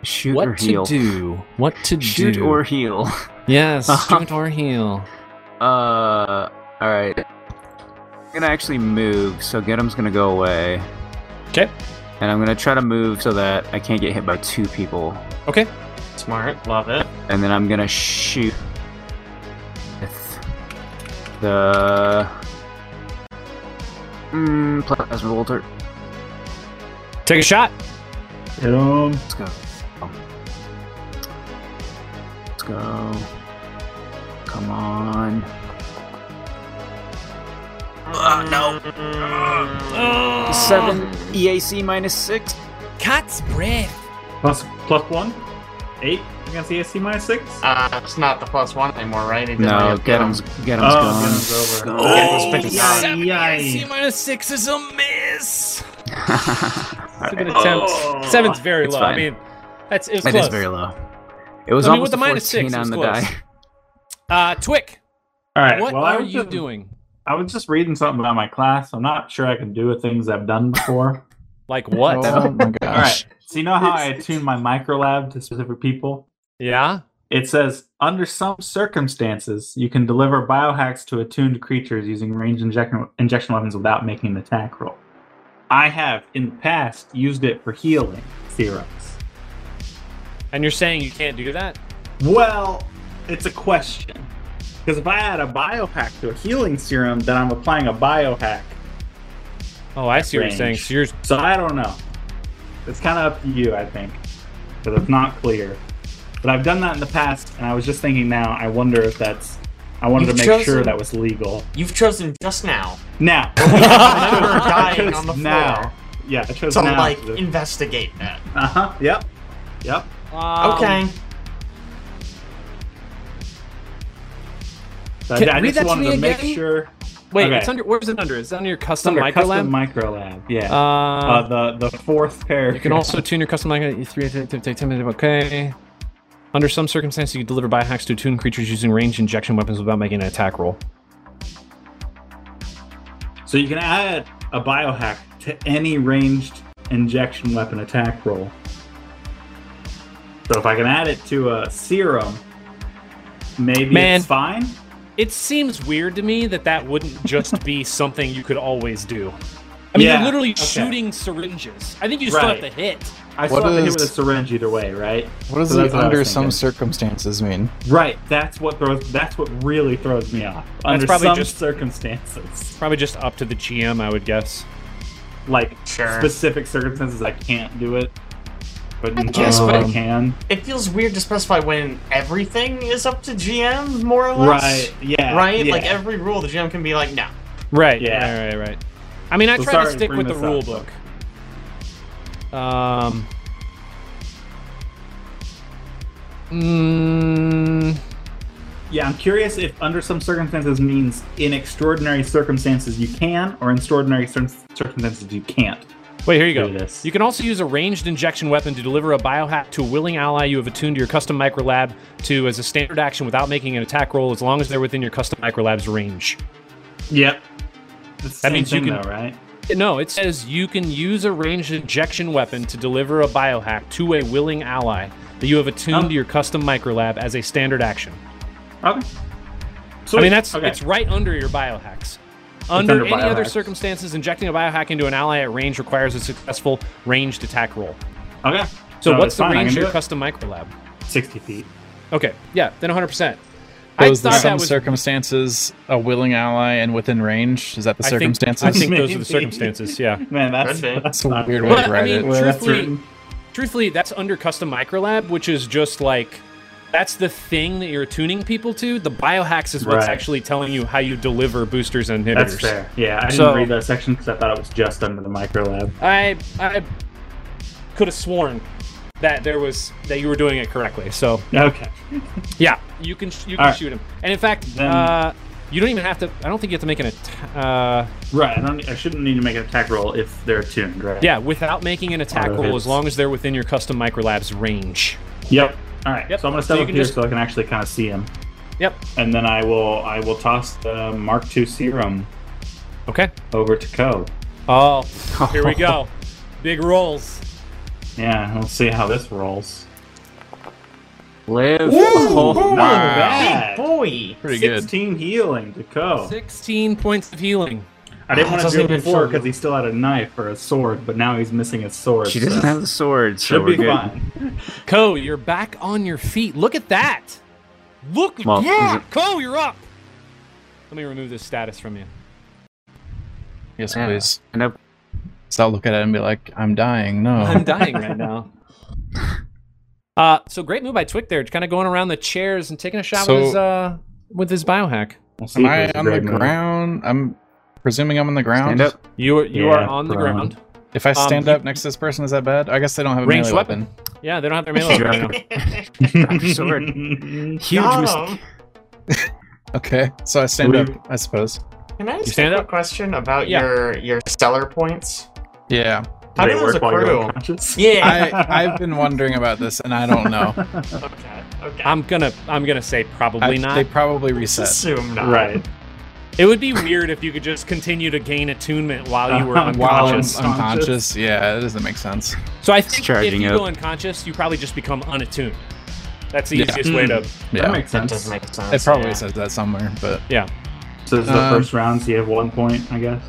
shoot or heal.
do? What to
Shoot or heal.
yes,
shoot
or heal.
Uh, all right. I'm gonna actually move, so Get'em's gonna go away.
'Kay.
And I'm gonna try to move so that I can't get hit by two people.
Okay.
Smart, love it.
And then I'm gonna shoot with the mm, plasma bolter.
Take a shot.
Hit 'em.
Let's go. Oh. Let's go. Come on. Oh, no.
Mm.
Seven EAC minus six.
Cat's breath.
Plus, plus one? Eight against the AC minus six?
Uh, it's not the plus one anymore, right? It
No,
doesn't get-
get him's get him's
Oh,
gone.
game's over.
Gone.
Seven
Yay.
AC minus six is a miss. It's a good
Alright.
attempt.
Oh.
Seven's very
It's
low. I
fine.
mean, that's it was
That
close.
is very low. It was
I mean, with
almost
the
a
minus six,
14
it was
on the
close.
die.
Uh, Twick,
All right.
what
well, I
are
was
you
just-
doing?
I was just reading something about my class. I'm not sure I can do the things I've done before.
Like what?
Oh my gosh.
All right. So you know how I attune my microlab to specific people?
Yeah.
It says under some circumstances you can deliver biohacks to attuned creatures using range injection injection weapons without making an attack roll. I have in the past used it for healing serums.
And you're saying you can't do that?
Well, it's a question. Because if I add a biohack to a healing serum, then I'm applying a biohack.
Oh, I see what you're saying.
Range.
So you're
So I don't know. It's kind of up to you, I think, because it's not clear. But I've done that in the past, and I was just thinking now. I wonder if that's. I wanted
You've
to make sure
chosen-
that was legal.
You've chosen just now.
Now,
Remember
I
dying
chose
on the floor.
now. Yeah, I chose
To
now.
like investigate that.
uh huh. Yep. Yep.
Um,
okay.
So
Can-
I, I
read
just
that to
wanted
me
to make
again?
sure.
Wait,
Okay.
it's under. Where's it under? Is it under your custom
Under
micro
custom
lab?
microlab. Yeah. Uh,
Uh,
the the fourth pair.
you can also tune your custom micro. Three, t- t- t- t- okay. Under some circumstances, you can deliver biohacks to attune creatures using range injection weapons without making an attack roll.
So you can add a biohack to any ranged injection weapon attack roll. So if I can add it to a serum, maybe
Man.
it's fine.
It seems weird to me that that wouldn't just be something you could always do. I mean,
Yeah,
you're literally
okay.
shooting syringes. I think you still
Right.
have to hit.
I
What
still have to hit
is-
with a syringe either way, right?
What does
So
the
that's what I was
under some
thinking.
circumstances mean?
Right. That's what throws. That's what really throws me off. Under
probably
some
just-
circumstances,
Probably just up to the GM, I would guess.
like
Sure.
specific circumstances, I can't do it. But I
guess, but-
I can.
It feels weird to specify when everything is up to GM, more or less.
Right. Yeah.
Right? Like
yeah.
every rule, the GM can be like, no.
Right.
Yeah.
Right. Right. Right. I mean, I
So
try to
sorry to
stick
bring
with the
this
rule
up,
book. Um. Mm,
Yeah, I'm curious if under some circumstances means in extraordinary circumstances you can, or in extraordinary cir- circumstances you can't.
wait, here you
Do
go.
this.
You can also use a ranged injection weapon to deliver a biohack to a willing ally you have attuned to your custom microlab to as a standard action without making an attack roll as long as they're within your custom microlab's range.
Yep. That's the
That
same
means you
thing,
can-
though, right?
No, it says you can use a ranged injection weapon to deliver a biohack to a willing ally that you have attuned
Oh.
to your custom microlab as a standard action.
Okay.
I
Sweet.
mean, that's
okay.
it's right under your biohacks. Under,
under
any other
biohacks.
circumstances, injecting a biohack into an ally at range requires a successful ranged attack roll.
okay.
So, what's
it's
the
fine, I
range
can
of
do
your
it.
custom microlab?
Sixty feet.
Okay, yeah, then 100%. I
Those
thought
are some
that was.
circumstances, a willing ally and within range. Is that the
I think,
circumstances?
I think those are the
Maybe.
circumstances, yeah.
Man, that's
Could be.
that's a weird way
But,
to
I
write
mean,
it.
Well, that's
truthfully,
written.
truthfully, that's under custom microlab, which is just like that's the thing that you're tuning people to. The biohacks is what's
Right.
actually telling you how you deliver boosters and inhibitors.
that's fair. Yeah, I didn't
So-
read that section because I thought it was just under the micro lab.
I I could have sworn that there was that you were doing it correctly. So
Okay.
yeah, you can you can
All right.
shoot him. And in fact,
Then-
uh, you don't even have to. I don't think you have to make an attack. Uh,
Right. I don't. I shouldn't need to make an attack roll if they're tuned, right?
yeah, without making an attack
Or if
roll,
it's-
as long as they're within your custom microlabs range.
Yep. All right.
Yep.
So I'm gonna
So
step
you
up
can
here
just-
so I can actually kind of see him.
Yep.
and then I will I will toss the Mark II serum
Okay.
over to Co.
Oh, here we go. Big rolls.
Yeah, we'll see how this rolls.
Live. Oh,
Not bad.
Boy.
Pretty good.
Sixteen healing to Co.
16 points of healing.
I didn't
Oh,
want to
doesn't
do it
even
before
show you.
because he still had a knife or a sword, but now he's missing his sword.
she doesn't
so
have the sword, so
Should
we're
be
good.
fine.
Co, you're back on your feet. Look at that. Look.
Well, is
yeah.
it-
Co, you're up. Let me remove this status from you.
Yes,
Yeah.
please.
And up.
So I'll look at it and be like, I'm dying.
I'm
No.
dying right now. Uh, so great move by Twick there, kind of going around the chairs and taking a shot
So-
with his uh, with his biohack.
We'll see
Am
if it
I
was a
on the
great move.
ground? I'm presuming I'm on the ground.
Stand up.
You are, you are
Yeah,
on the
bro.
ground.
If I
Um,
stand
you-
up next to this person, is that bad? I guess they don't have a
Ranged
melee
weapon.
weapon.
Yeah, they don't have their melee weapon right now.
Drop your sword. Huge
Got
mistake.
him.
Okay, so I stand
We-
up, I suppose.
Can I ask a
stand
quick
up?
question about
Yeah.
your your stellar points?
Yeah,
How
They
do those
work while you're
accrue?
unconscious?
Yeah.
I, I've been wondering about this, and I don't know.
okay. Okay.
I'm gonna I'm gonna say
I,
probably
They
not.
probably
Let's
reset.
assume not.
Right.
It would be weird if you could just continue to gain attunement while you were
Uh-huh.
While I'm
unconscious.
Unconscious.
unconscious, yeah, it doesn't make sense.
So I think if
charging
you
up.
go unconscious, you probably just become unattuned. That's the
Yeah. Hmm.
easiest way to.
Yeah,
That makes
That
sense.
does make sense.
it probably
yeah.
says that somewhere, but
Yeah.
So this is the
Um,
first round, so you have one point, I guess.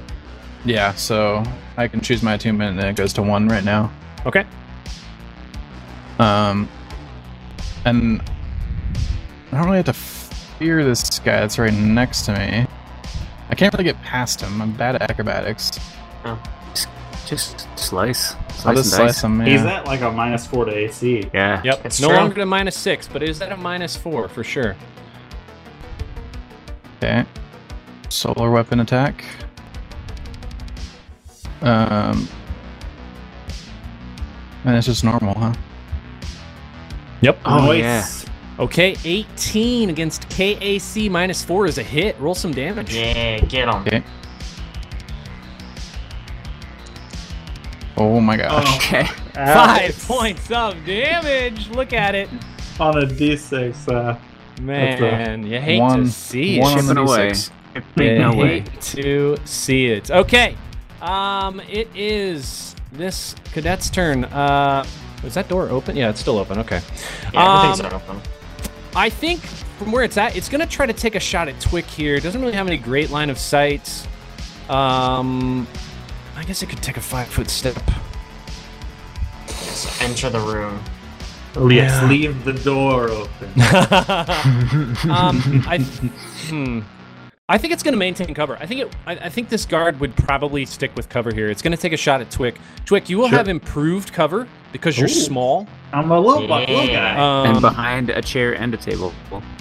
yeah. So I can choose my attunement, and it goes to one right now.
Okay.
Um, And I don't really have to fear this guy that's right next to me. I can't really get past him. I'm bad at acrobatics.
Just slice. Slice
I'll
and
just
dice.
slice him. Yeah.
He's at like a minus four to AC.
Yeah.
Yep.
It's
no
true.
longer a minus six, but is that a minus four for sure?
Okay. Solar weapon attack. Um. And it's just normal, huh?
Yep.
Oh,
Nice.
yeah.
Okay, 18 against KAC minus four is a hit. Roll some damage.
Yeah, get him.
Okay. Oh my gosh.
Okay.
Five
Ouch.
points of damage. Look at it,
on a D6. Uh,
man. You hate
one-
to see it.
one on the
Chipping away.
E
D6.
Big
You
no way.
hate to see it. Okay. Um, it is this cadet's turn. Uh, is that door open? Yeah, it's still open. Okay.
Yeah,
Um,
everything's open.
I think from where it's at, it's gonna try to take a shot at Twick here. Doesn't really have any great line of sight. Um, I guess it could take a five foot step.
Yes, enter the room.
Yes, leave the door open.
um, I, hmm. I think it's going to maintain cover. I think it. I, I think this guard would probably stick with cover here. It's going to take a shot at Twick. Twick, you will have improved cover because you're
Ooh.
small.
I'm a little, bu- little guy.
and
Um,
behind a chair and a table.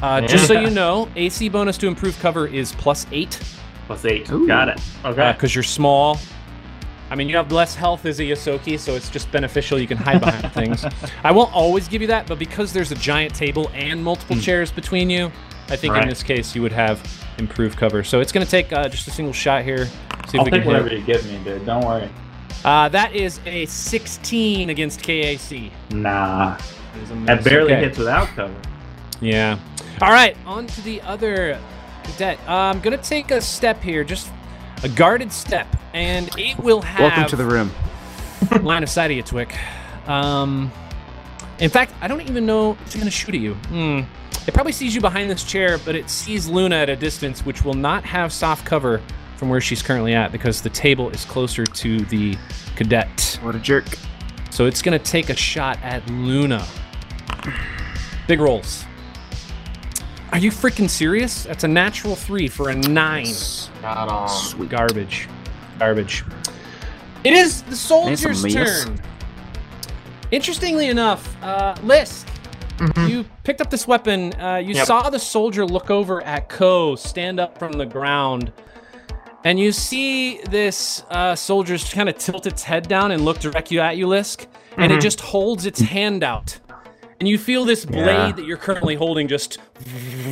uh, just so
Yeah.
you know, AC bonus to improve cover is plus eight
Plus eight.
Ooh.
Got it. Okay.
because you're small. I mean, you have less health as a Yosoki, so it's just beneficial. You can hide behind things. I won't always give you that, but because there's a giant table and multiple chairs between you, I think in
Hmm. Right.
this case you would have improved cover. So it's going to take uh, just a single shot here. See if
I'll
we
take
can
whatever
hit.
you give me, dude. Don't worry.
Uh, that is a 16 against KAC.
Nah.
That is a
That
miss.
barely
Okay.
hits without cover.
Yeah. All right, on to the other cadet. Uh, I'm going to take a step here, just a guarded step, and it will have.
Welcome to the room.
line of sight of you, Twick. Um, in fact, I don't even know it's going to shoot at you. Hmm. It probably sees you behind this chair, but it sees Luna at a distance, which will not have soft cover from where she's currently at because the table is closer to the cadet.
What a jerk.
So it's going to take a shot at Luna. Big rolls. Are you freaking serious? That's a natural three for a nine.
Got on.
Sweet.
Garbage. Garbage. It is the soldier's
Miss.
turn. Interestingly enough, uh, Lisk, you picked up this weapon. Uh, you
Yep.
saw the soldier look over at Ko stand up from the ground. And you see this uh, soldier just kind of tilt its head down and look directly at you, Lisk. And it just holds its hand out. And you feel this blade
Yeah.
that you're currently holding just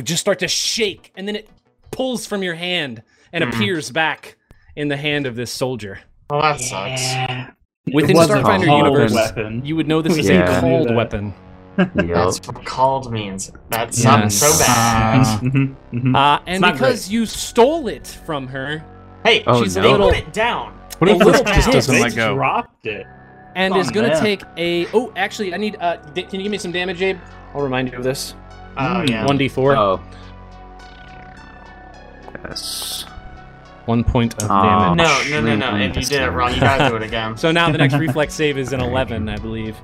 just start to shake. And then it pulls from your hand and appears back in the hand of this soldier.
Well, that sucks.
Within
was a
Starfinder
cold
Universe,
weapon.
you would know this is
Yeah.
a
Knew
cold
that.
weapon.
Yup.
That's what called means. That's something so
Yes.
Oh, bad.
Mhm, mhm.
Uh, and
not
because you stole it from her
Hey,
Oh,
She's
no.
a little-
put it down.
What
A
if this
little
just
bit.
doesn't
they
let go?
dropped it.
and
Oh,
is going to
man.
take a. Oh, actually, I need. Uh, da- can you give me some damage, Abe? I'll remind you of this. Mm,
Oh, yeah.
1d4.
Oh. Yes.
One point of
Aw.
damage.
No, no, no, no.
Mm,
If you
that's
did it
terrible.
wrong, you gotta do it again.
So now the next reflex save is an 11, I believe.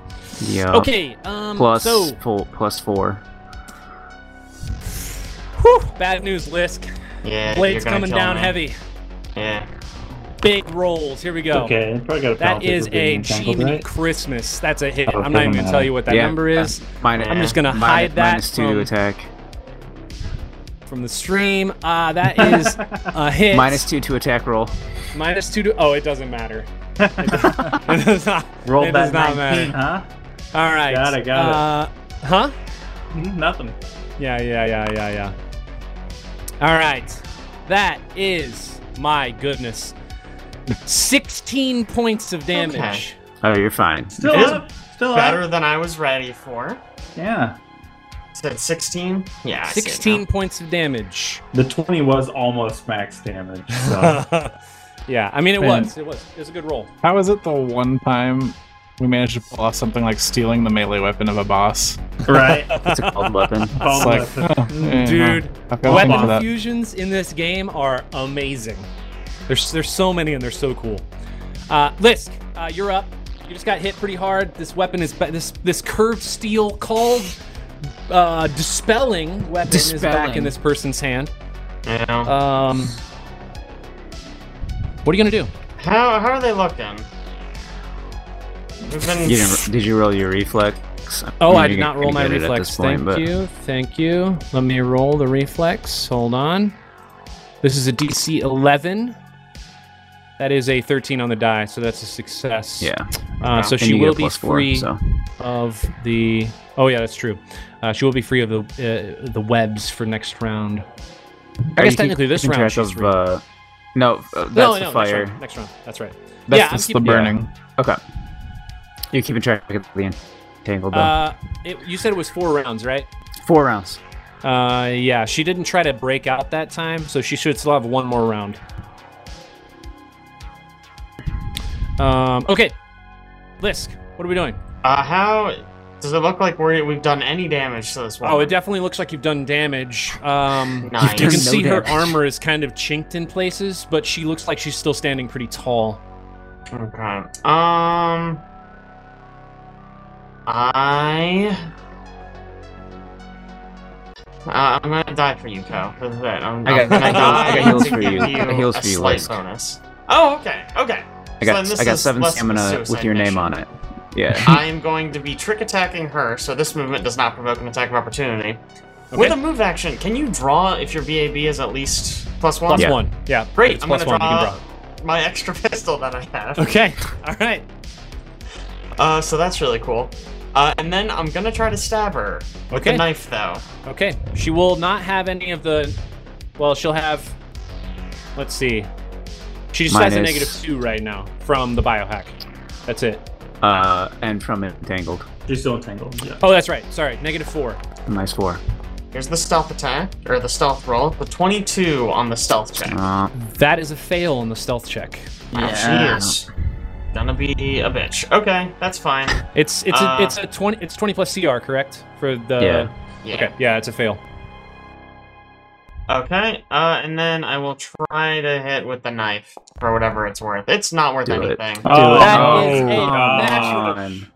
Yeah.
Okay, um,
Oh. Plus
so,
four, plus four.
whew, bad news, Lisk.
Yeah,
Blade's
you're gonna
coming
kill
down
me.
heavy.
Yeah.
Big rolls. Here we go.
Okay, I probably got
Oh.
a
That
penalty for
is
being
a
entangled,
Jiminy
right?
Christmas. That's a hit.
Oh,
I'm not even
doesn't
going to
matter.
tell you what that
Yeah.
number is.
Minus,
I'm just going to
minus-
hide that
minus two
from,
attack.
from the stream. Ah, that is a hit.
Minus two to attack roll.
Minus two. To, oh, it doesn't matter. It does not,
Roll
it
that
does not
19,
matter.
huh?
All right.
Got it, got it.
Uh, huh?
Mm, Nothing.
Yeah, yeah, yeah, yeah, yeah. All right. That is, my goodness, 16 points of damage.
Oh, you're fine.
Still
It is
up. Still
Better
up.
than I was ready for.
Yeah.
Said 16? Yeah. I see it now.
16 points of damage.
The 20 was almost max damage. So.
yeah, I mean, it
Man.
was. It was. It was a good roll.
How is it the one time we managed to pull off something like stealing the melee weapon of a boss?
right?
It's a cold weapon.
It's
Bone
like,
weapon.
oh, yeah,
Dude,
I've got a thing for
Weapon
that.
fusions in this game are amazing. There's there's so many and they're so cool. Uh, Lisk, uh, you're up. You just got hit pretty hard. This weapon is ba- this this curved steel called uh, dispelling weapon is back
Dispelling.
in this person's hand.
Yeah.
Um, what are you gonna do?
How how are they looking? We've been
You didn't, did you roll your reflex?
Oh,
mean,
I
you're
did not
gonna
roll my
get it at
reflex.
this point,
Thank
but-
you. Thank you. Let me roll the reflex. Hold on. This is a DC 11. That is a 13 on the die, so that's a success.
Yeah.
Uh, so
And
she
you get
will
a
be
plus four,
free
so.
of the. Oh yeah, that's true. Uh, she will be free of the uh, the webs for next round. I
Are you
guess
keep-
technically this
keeping
round
track
she's
of,
free.
uh, no, uh, that's
no,
the
no,
fire.
Next round, next round. That's right.
That's
yeah, I'm
just the
keeping-
burning.
Okay. You're keeping track of the entangled. though.
Uh, it, you said it was four rounds, right?
Four rounds.
Uh, yeah, she didn't try to break out that time, so she should still have one more round. Um, okay, Lisk, what are we doing?
Uh, how does it look like we we've done any damage to this one?
Oh, it definitely looks like you've done damage. Um,
Nine.
you
You've
can
done no
see her
damage.
armor is kind of chinked in places, but she looks like she's still standing pretty tall.
Okay. Um. I. Uh, I'm gonna die for you, Cal. This is it. I'm,
I
I'm
got-
gonna
I got-
die
I got heals
to
for
give
you. I got heals
a
for you,
slight
Lisk.
bonus. Oh, okay, okay.
I
So then
got
this
I got
is
seven
less of a
stamina with
suicide
your name
mission.
on it. Yeah.
Hmm.
I am going to be trick attacking her, so this movement does not provoke an attack of opportunity. With a move action, can you draw if your VAB is at least plus one?
Plus
Yeah.
one. Yeah.
Great,
it's
I'm
plus
gonna
one. You
draw
can
my extra pistol that I have.
draw. Okay. All right.
Uh, so that's really cool. Uh, and then I'm gonna try to stab her with
Okay.
the knife, though.
Okay. She will not have any of the. Well, she'll have. Let's see. She just has a
Minus-
negative two right now from the biohack. That's it.
Uh, and from entangled,
She's still entangled. Yeah.
Oh, that's right. Sorry. Negative four.
nice four.
Here's the stealth attack or the stealth roll. The 22 on the stealth check.
Uh,
That is a fail on the stealth check.
Wow, she is gonna be a bitch. Okay, that's fine.
It's it's
Uh,
a, it's a twenty it's twenty plus CR correct for the.
Yeah.
Yeah.
Okay. Yeah, it's a fail.
Okay, uh, and then I will try to hit with the knife for whatever it's worth. It's not worth
Do it. Uh,
anything.
Oh,
That
no.
is a
Come oh.
natural
on.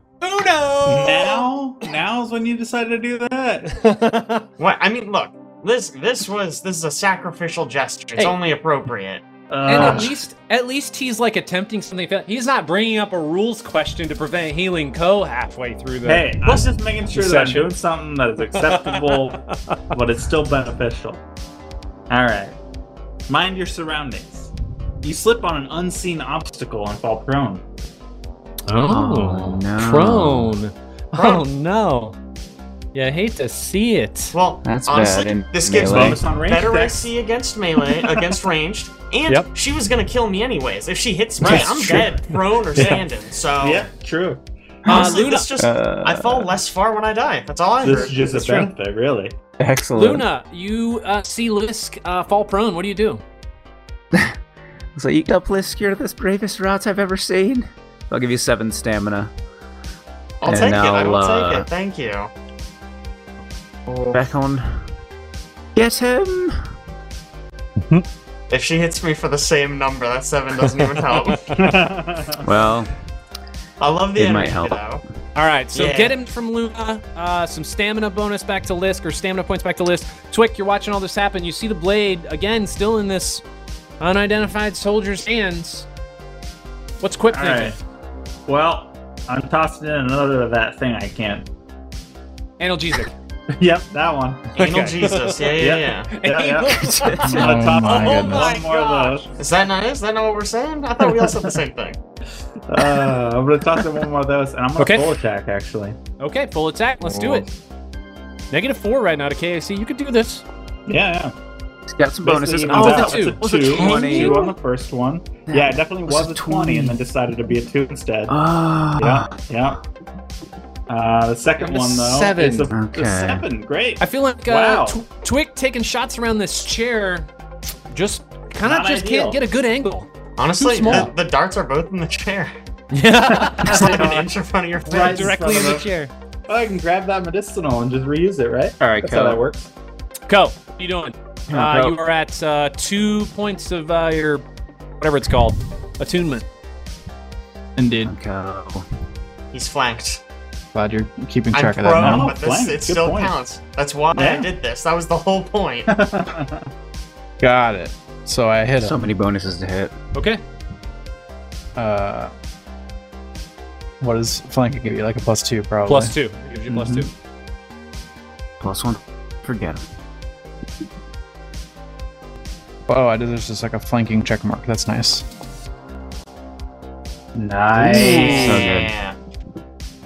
Now, now's when you decided to do that.
What? I mean, look, this this was this is a sacrificial gesture. It's
Hey.
only appropriate.
And
Uh,
at least, at least he's like attempting something. fa- He's not bringing up a rules question to prevent healing Co halfway through the.
hey, I'm just making sure that I'm
Session.
doing something that is acceptable, but it's still beneficial. All right. Mind your surroundings. You slip on an unseen obstacle and fall prone.
Oh, no.
prone. Oh no. You hate to see it.
Well,
That's
honestly,
bad in
this gives
melee.
me
Bonus on range.
better
checks.
AC against melee against ranged, and
Yep.
she was gonna kill me anyways. If she hits me,
That's
I'm
true.
dead, prone or standing. So
Yeah, true.
honestly,
Uh,
this just
Uh,
I fall less far when I die. That's all I
This
heard.
is just
That's
a
true.
benefit, really.
Excellent.
Luna, you uh, see Lisk uh, fall prone. What do you do?
So you got Blisk, you're the bravest rats I've ever seen. I'll give you seven stamina.
I'll
And
take it. I
I'll,
will take
uh,
it. Thank you.
Back on. Get him!
If she hits me for the same number, that seven doesn't even help.
Well,
I love the
It might
energy
help.
though.
All right, so
Yeah.
get him from Luna. Uh, some stamina bonus back to Lisk, or stamina points back to Lisk. Twick, you're watching all this happen. You see the blade again, still in this unidentified soldier's hands. What's Quip
All
thinking?
right. Well, I'm tossing in another of that thing I can't.
Analgesic.
yep, that one.
Anal Jesus. Yeah, yeah, yeah.
Yeah, yeah. I'm
Oh
gonna toss
my
in
goodness.
one more of those.
Is that not is that not what we're saying? I thought we all said the same thing.
Uh, I'm gonna toss in one more of those, and I'm gonna
Okay.
full attack actually.
Okay, full attack. Let's do it. Negative four right now to KAC. You can do this.
Yeah,
he's got some
yeah.
bonuses.
Basically,
Oh,
that
that's
was
a
a
was a
two.
Can
twenty.
Two on the first one. Yeah, it definitely
was
was
a
a 20, and
20.
then decided to be a two instead.
Ah.
Yeah, yeah. Uh, the second
And a
one though
seven.
is a,
Okay.
a seven. Great.
I feel like uh,
Wow.
Tw- Twick taking shots around this chair just kind of
Not
just
ideal.
can't get a good angle.
Honestly,
Too small.
the, the darts are both in the chair.
Yeah.
It's like an inch in front of your face.
Right
Directly in
Son
the
of a-
chair.
Oh, I can grab that medicinal and just reuse it, right?
All right,
That's how that
Kel.
works.
Co, what you doing?
Come on,
Uh,
Kel.
you are at uh, two points of uh, your whatever it's called attunement.
Indeed.
Kel.
He's flanked.
Glad you're keeping track
I'm
of that
pro,
now.
no.
but this,
Fine,
it
good
still
point.
counts. That's why I
Yeah.
did this. That was the whole point.
Got it. So I hit
So
him.
many bonuses to hit.
Okay.
Uh, what does flanking give you? Like a plus two, probably.
Plus two. Mm-hmm. Gives you plus
Mhm.
two.
Plus one. Forget him.
Oh, I did. There's just like a flanking check mark. That's nice.
nice.
Yeah.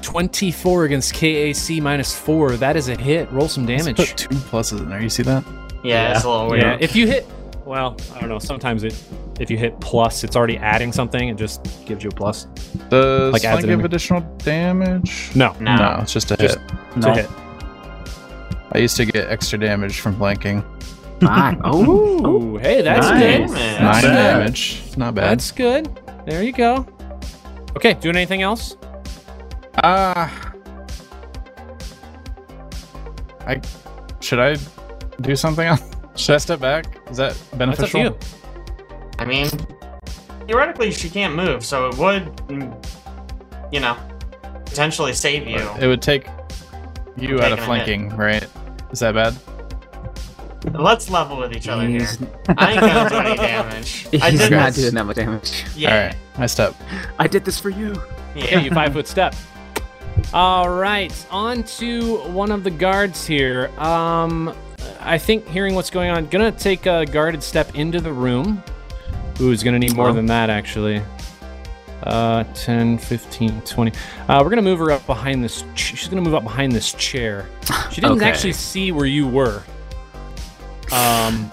24 against KAC minus four. That is a hit. Roll some
Let's
damage.
Put two pluses in there. You see that?
Yeah, it's a little weird.
Yeah. If you hit, well, I don't know. Sometimes it, if you hit plus, it's already adding something. It just gives you a plus.
Does
Like, adds
flank
it
give
in.
additional damage?
No,
No.
it's just a
Just-
hit.
it's a hit.
I used to get extra damage from flanking.
Fine. Oh.
Ooh, hey, that's
Nice.
good.
Nine
Damn it.
bad.
damage. Not bad.
That's good. There you go. Okay, doing anything else?
Ah. I should I do something else? Should I step back? Is that
That's up to
beneficial?
you.
I mean, theoretically, she can't move, so it would, mm, you know, potentially save you.
It would take you
Taking
out
a
of
hit.
flanking, right? Is that bad?
Let's level with each other here.
He's,
I ain't gonna do any damage. I
he's
did
not
this.
doing that much damage.
Yeah.
All right, I step.
I did this for you.
Yeah,
Yeah.
you five foot step. All right, on to one of the guards here. Um, I think hearing what's going on, gonna take a guarded step into the room. Ooh, he's gonna need more than that actually. Uh, 10, 15, 20. Uh, we're gonna move her up behind this. Ch- she's gonna move up behind this chair. She didn't
Okay.
actually see where you were. Um,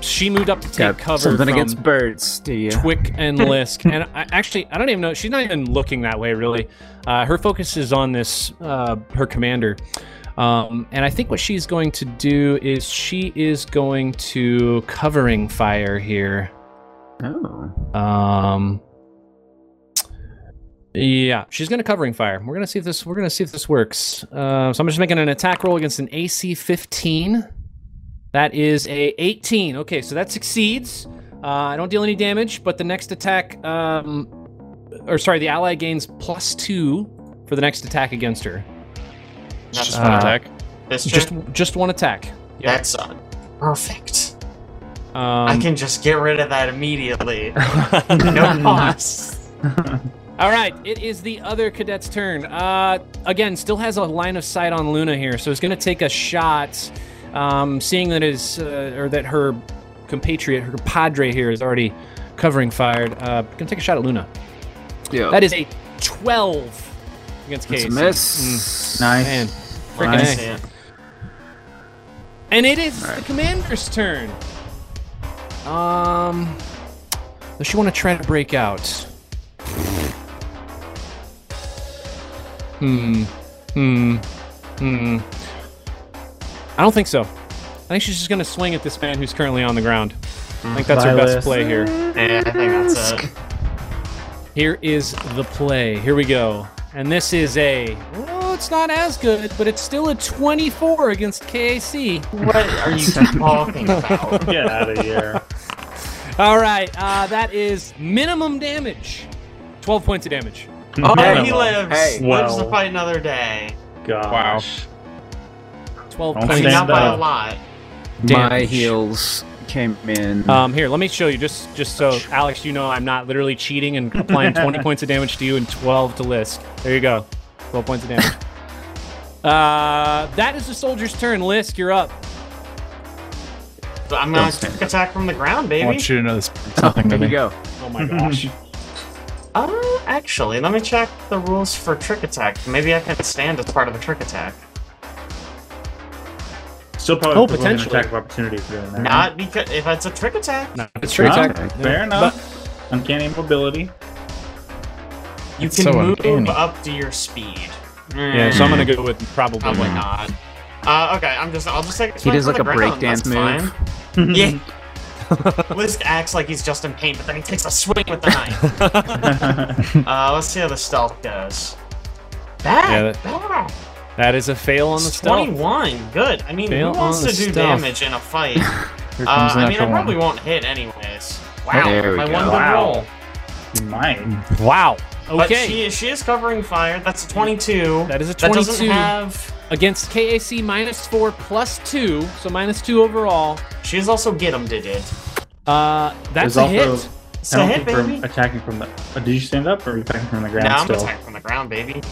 she moved up to take
Got
cover.
something
from-
against birds, do you?
Twick and Lisk. And I, actually, I don't even know. She's not even looking that way, really. Uh, her focus is on this, uh, her commander. Um, and I think what she's going to do is she is going to covering fire here.
Oh.
Um, yeah, she's gonna covering fire. We're gonna see if this. We're gonna see if this works. Uh, so I'm just making an attack roll against an AC 15. That is a 18. Okay, so that succeeds. Uh, I don't deal any damage, but the next attack, um, or sorry, the ally gains plus two for the next attack against her.
That's
just
fine.
one
uh,
attack.
This
Just
just
just one attack. yeah.
that's uh, perfect.
Um,
I can just get rid of that immediately. no cost.
All right, it is the other cadet's turn. Uh, again, still has a line of sight on Luna here, so he's going to take a shot, um, seeing that his uh, or that her compatriot, her padre here, is already covering fired. Uh, going to take a shot at Luna.
Yeah.
That is a twelve against
That's
Case.
a miss.
Nice.
Man,
Well,
freaking
I
A.
see it.
And it is the
Alright.
commander's turn. Um, does she want to try to break out? Hmm. Hmm. Hmm. I don't think so. I think she's just gonna swing at this man who's currently on the ground. I think that's her best
Vilas.
play here.
Yeah, I think that's it.
Here is the play. Here we go. And this is a. Oh, it's not as good, but it's still a 24 against KAC.
What are you talking about?
Get out of here.
All right, uh, that is minimum damage. 12 points of damage.
Yeah,
Minimum.
he lives.
Hey.
Lives to
Well.
fight another day.
Gosh.
12
Don't
points
stand
Not
of
by a
up.
lot.
My
damage.
heels came in. Oh,
Um, here, let me show you just just so Alex, you know I'm not literally cheating and applying 20 points of damage to you and 12 to Lisk. There you go, 12 points of damage. uh, that is the soldier's turn. Lisk, you're up.
So I'm gonna
Don't stand up.
attack from the ground,
I
baby.
want you to know this means something to
there
me.
you go.
Oh my gosh.
Uh, actually, let me check the rules for trick attack. Maybe I can stand as part of a trick attack.
Still probably
Oh,
would an
potentially.
attack of opportunity for doing that.
Not because if it's a trick attack,
no, it's
Fair
straight attack.
enough.
Fair enough. Uncanny mobility.
you
It's
can
so
move
uncanny.
up to your speed.
Yeah, so I'm
Mm,
gonna go with probably.
probably
not.
not. Uh, okay, I'm just I'll just take.
He does like a breakdance
breakdance
move.
Yeah. Lisk acts like he's just in pain, but then he takes a swing with the knife. uh, let's see how the stealth goes.
Yeah,
Bad,
that-
bad.
That is a fail on the
It's
stealth.
21. Good. I mean,
Fail
who wants
on
to
the
do
stealth.
damage in a fight?
Here
Uh,
comes the
I mean, I
natural
probably
one.
won't hit anyways. Wow,
There we
my
go.
one good
Wow.
roll.
Mine.
Wow.
But
Okay.
she is she is covering fire. That's a twenty-two.
That is a
That doesn't
22.
have.
Against KAC minus four plus two, so minus two overall.
She is also get 'em did it.
Uh, that's
There's
a
also
hit.
It's a
penalty
hit,
from
baby.
attacking from the. Uh, did you stand up or are you attacking from the ground
Now I'm
still?
attacking from the ground, baby.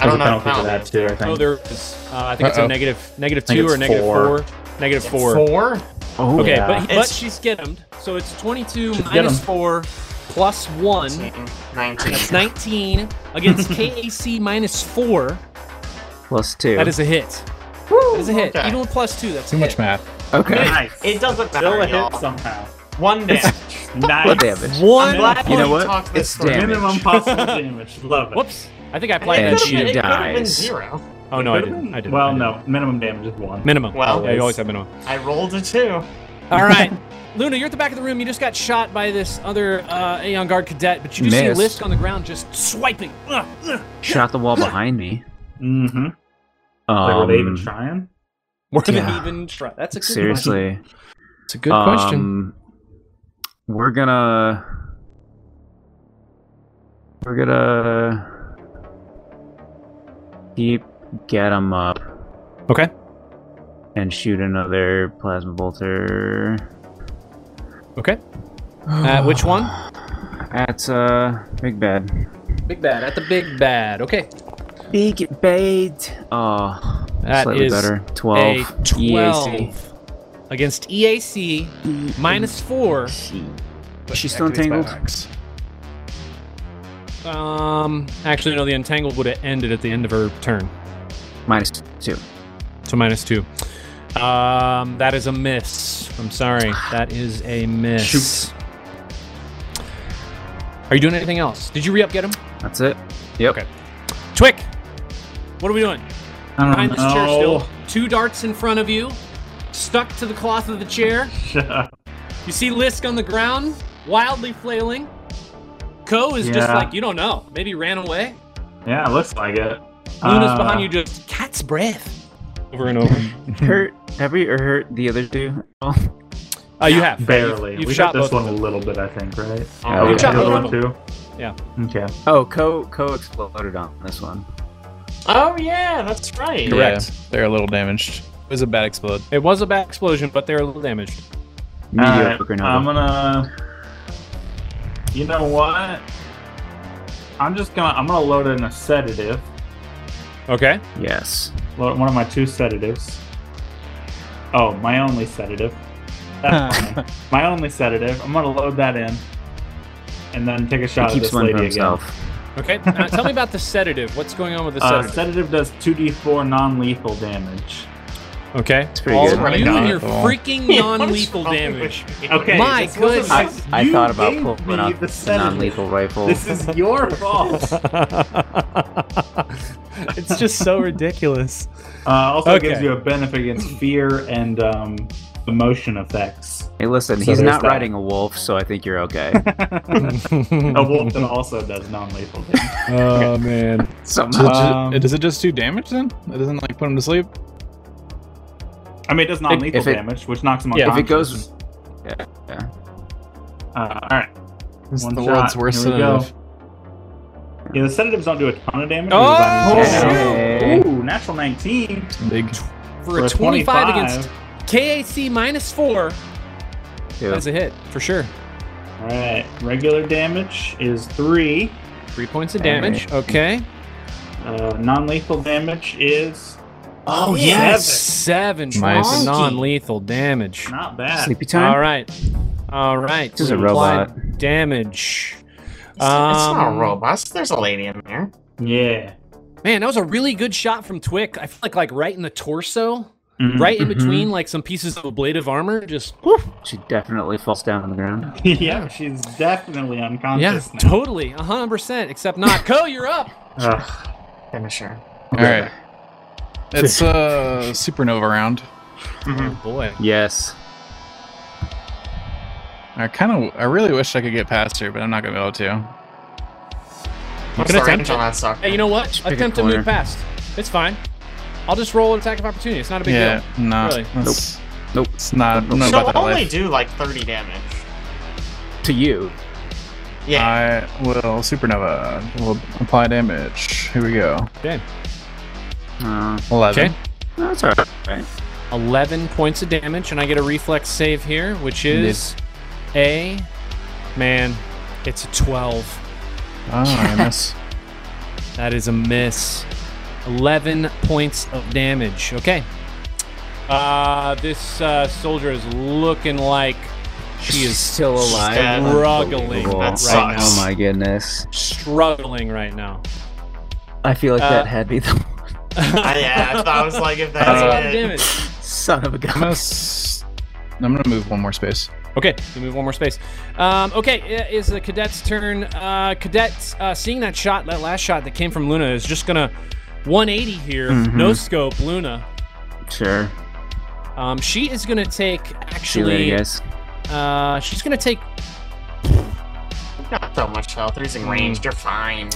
I
There's
don't
a
know
penalty for that too. I think.
Oh, there is. Uh, I think it's a
Uh-oh.
negative, negative
think
two or
it's
negative
four.
four. Negative four.
Four.
Oh,
Okay,
Yeah.
but, he- but
It's-
she's getting So it's 22
She's
minus
get'em'd.
four plus one.
19.
That's 19 against KAC minus four.
plus two.
That is a hit. That is a hit.
okay.
Even with plus two, that's
Too
a
much
hit.
math.
okay.
Nice.
It doesn't
still
matter,
a hit
y'all.
somehow.
One damage.
Nice.
What damage?
I'm
One.
glad
You know
we
what?
talked this
It's
through.
damage.
Minimum possible damage. Love it.
Whoops. I think I
I think
applied
And
that
it could've
she
been-
cheat.
it could've been
dies.
zero.
Oh, no, I didn't. I didn't. I
Well,
didn't.
no. Minimum damage is one.
Minimum.
Well-
yeah, you always have minimum.
I rolled a two.
All right. Luna, you're at the back of the room. You just got shot by this other uh, Aeon Guard cadet, but you do see
Missed.
Lisk on the ground just swiping. Ugh, ugh.
Shot the wall behind me.
mm-hmm. Like, were
Um,
they even trying?
More than
Yeah.
even try. That's a good question.
seriously.
That's a good question.
Um, we're gonna. We're gonna. Keep. Get him up.
Okay.
And shoot another plasma bolter.
Okay. Uh, which one?
At, uh. Big Bad.
Big bad at the big bad. Okay.
Big Bad! Oh.
That
slightly
is
better. E
A
12.
12
EAC.
against EAC minus four.
She's still entangled?
Um, actually, no. The entangled would have ended at the end of her turn,
Minus 2.
so minus two. Um, that is a miss. I'm sorry. That is a miss.
Shoot.
Are you doing anything else? Did you re-up get him?
That's it. Yep.
Okay. Twick, what are we doing?
I
Behind this chair still. Two darts in front of you, stuck to the cloth of the chair. You see Lisk on the ground, wildly flailing. Ko is just
Yeah.
like, you don't know. Maybe ran away.
Yeah, looks like it.
Luna's
Uh,
behind you, just cat's breath. Over and over.
Hurt. Have we or hurt the other two? Oh.
Uh, you have.
Barely.
You've, you've
we
shot
hit this
both
one
of
a
them.
little bit, I think, right?
Yeah,
Oh,
we
we
shot
hit the
both
one
of
too.
Yeah.
Okay.
Oh, Co Co exploded on this one.
Oh yeah, that's right.
Correct.
Yeah, they're a little damaged. It was a bad explode.
It was a bad explosion, but they're a little damaged.
Mediocre
Alright, um,
number.
I'm gonna. You know what? I'm just gonna. I'm gonna load in a sedative.
Okay.
yes.
Load one of my two sedatives. Oh, my only sedative. That's funny. my only sedative. I'm gonna load that in, and then take a
He
shot at
keeps
this
one for
lady again.
himself.
Okay. Uh, tell me about the sedative. What's going on with the
Uh,
sedative?
sedative does 2d4 non-lethal damage.
okay.
pretty
All
good.
of You
Pretty
and your
good.
freaking
Yeah, what is
non-lethal
wrong
damage.
with me?
Okay.
My
this wasn't
goodness.
my-
I
you
thought about
gave me
pulling
the
out the
sedative.
non-lethal rifle.
This is your fault. uh,
it's just so ridiculous.
Uh, also
Okay.
gives you a benefit against fear and um, emotion effects.
hey, listen,
So
he's
there's
not
that.
riding a wolf, so I think you're okay.
A wolf that also does non-lethal damage.
Oh man!
Somehow.
Um,
does it just do damage then? It doesn't like put him to sleep.
I mean, it does non-lethal
If it-
damage, which knocks him
Yeah.
unconscious.
If it goes, yeah, yeah.
uh, all right.
It's
One
the
shot.
world's worst
Here we go.
sedative.
Yeah, the sedatives don't do a ton of damage.
Oh,
because I'm in
shit.
town. Ooh, natural 19
Big.
For a 25, against KAC minus four,
Two.
that's a hit for sure.
All right, regular damage is three.
Three points of damage. Okay.
Uh, non-lethal damage is
Oh
Seven
Nice.
points of non-lethal damage.
not bad.
Sleepy time.
All right. All right.
This is a
Applied
robot.
Damage.
It's, it's not
Um,
a robust. There's a lady in there.
Yeah.
Man, that was a really good shot from Twick. I feel like like right in the torso,
Mhm.
right in
Mhm.
between like some pieces of ablative armor. Just
She definitely falls down on the ground.
yeah, she's definitely
yeah,
unconscious now.
totally, hundred percent. Except not. Co, you're up.
Ugh.
Finisher.
All right. It's uh, supernova round.
Oh boy.
Yes.
I kind of, I really wish I could get past her, but I'm not gonna be able to.
What's
can
the
attempt
range on that sucker?
Hey, you know what?
Just pick a
Attempt to move
corner.
past. It's fine. I'll just roll an attack of opportunity. It's not a big
yeah,
deal.
no,
Really.
that's-
Nope.
It's not. I'm not
She'll
about
She'll
that
only
life.
do like 30 damage.
Uh,
To you.
Yeah.
I will supernova. Will apply damage. Here we go.
Okay.
Uh,
Eleven.
Okay.
that's all right. right.
11 points of damage, and I get a reflex save here, which is a. Man, it's a 12.
Oh, I miss.
That is a miss. 11 points of damage. Okay. Uh, this uh, soldier is looking like she is
still alive.
Stab.
struggling
Unbelievable.
That
right
sucks.
Oh
now.
my goodness.
Struggling right now.
I feel like
Uh,
that had me the
I, yeah, I, thought I was like, if
That's a
that's
Uh,
lot of
it.
damage.
son of a
I'm gonna.
gun.
s- I'm gonna move one more space.
Okay, you move one more space. Um, okay, it is the cadet's turn. Uh, cadet, uh, seeing that shot, that last shot that came from Luna, is just gonna 180 here.
Mhm.
No scope, Luna.
Sure.
Um, she is gonna take
See you
actually.
later, guys.
Uh, she's gonna take.
Not so much health. He's ranged. You're fine.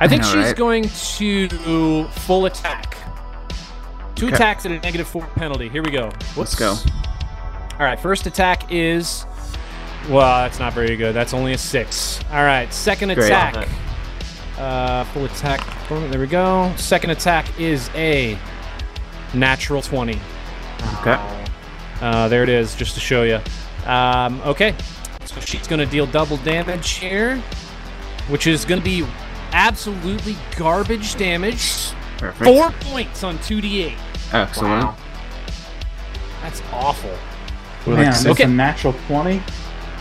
I think
know,
she's
right?
going to full attack. Two attacks at a negative four penalty. Here we go.
Let's go.
All right, first attack is. Well, that's not very good. That's only a six. All right, second
Great.
attack. Uh, full attack. opponent. There we go. Second attack is a natural 20.
Okay.
Uh, there it is, just to show you. Um, okay, so she's going to deal double damage here, which is going to be absolutely garbage damage.
Perfect.
Four points on 2d8.
Excellent.
Wow.
That's awful.
Man, that's
Okay.
a natural 20.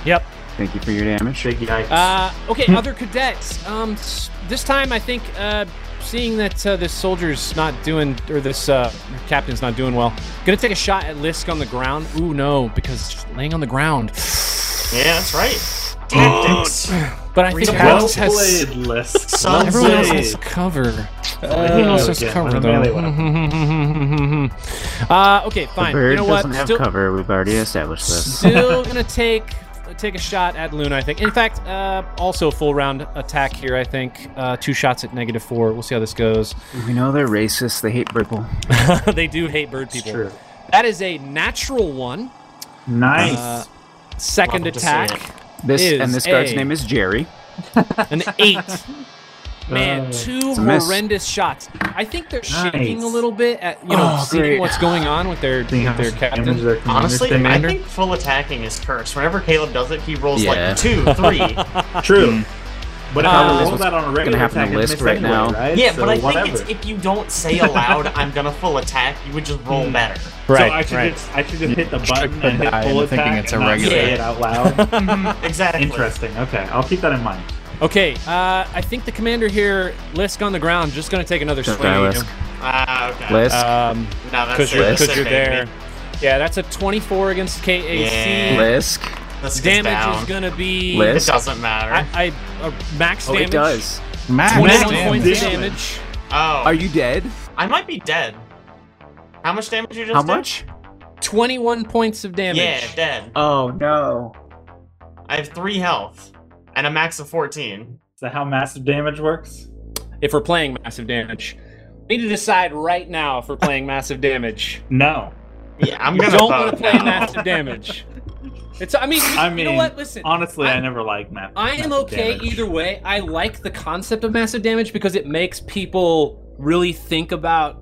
Yep.
Thank you for your damage.
Big yikes.
Uh, okay, other cadets. Um, s- this time I think uh, seeing that uh, this soldier's not doing, or this uh, captain's not doing well, gonna take a shot at Lisk on the ground. Ooh, no, because she's laying on the ground.
yeah, that's right.
Oh,
Tactics.
But I think
Well
everyone else has,
played, List.
Well
everyone else
played. Uh,
has cover. Everyone else has
yeah,
cover,
I'm
though.
really
uh, okay,
The
fine.
bird
You know
doesn't
what?
have
Still,
cover. We've already established this.
still gonna take take a shot at Luna. I think. In fact, uh, also full round attack here. I think uh, two shots at negative four. We'll see how this goes.
We know they're racist. They hate purple.
they do hate bird people.
true.
That is a natural one.
Nice.
Uh, Second
Welcome to see
attack,
This
Is
and this guard's
a-
name is Jerry.
an eight. Man, two
a miss.
horrendous shots. I think they're shaking
Uh, Nice.
a little bit at you know
Oh,
seeing
great.
what's going on with their
Seeing how
with their
much
captain.
damage their commander's
Honestly,
taking.
I think full attacking is cursed. Whenever Caleb does it, he rolls
Yeah.
like two, three.
True. Hmm. But if
Uh,
I
this
roll
was
that on a regular
happen to
attack, it'd
Lisk
miss
right
anyway,
now.
right?
Yeah,
So
but I
whatever.
think it's if you don't say aloud, I'm gonna full attack, you would just roll better.
Right,
so I should
right.
just I should just hit the
Trick
button
the
and hit
die
full
into thinking
attack
it's a
and not
regular.
say it out loud.
exactly.
Interesting. Okay, I'll keep that in mind.
Okay, uh, I think the commander here, Lisk on the ground, just going to take another
Just
swing. at
Lisk.
you.
Ah, okay.
Lisk.
Um,
now that's
because you're,
the
'cause you're
specific,
there. Yeah, that's a 24 against KAC.
Yeah.
Lisk.
This goes
Damage
down.
is going to be.
Lisk.
It doesn't matter.
I, I uh, max
Oh,
damage.
it does.
Max
21
damage.
points of
Damn.
damage.
oh,
Are you dead?
I might be dead. How much damage you just
How
did?
much?
21 points of damage.
Yeah, dead.
Oh no.
I have three health and a max of 14.
Is that how massive damage works?
if we're playing massive damage. We need to decide right now if we're playing massive damage.
No.
Yeah, I'm
You
gonna
don't
vote
want to play
now.
massive damage. It's. I mean,
I
you
mean,
know what? Listen,
honestly, I,
I-
never liked math.
I am okay either way. I like the concept of massive damage because it makes people really think about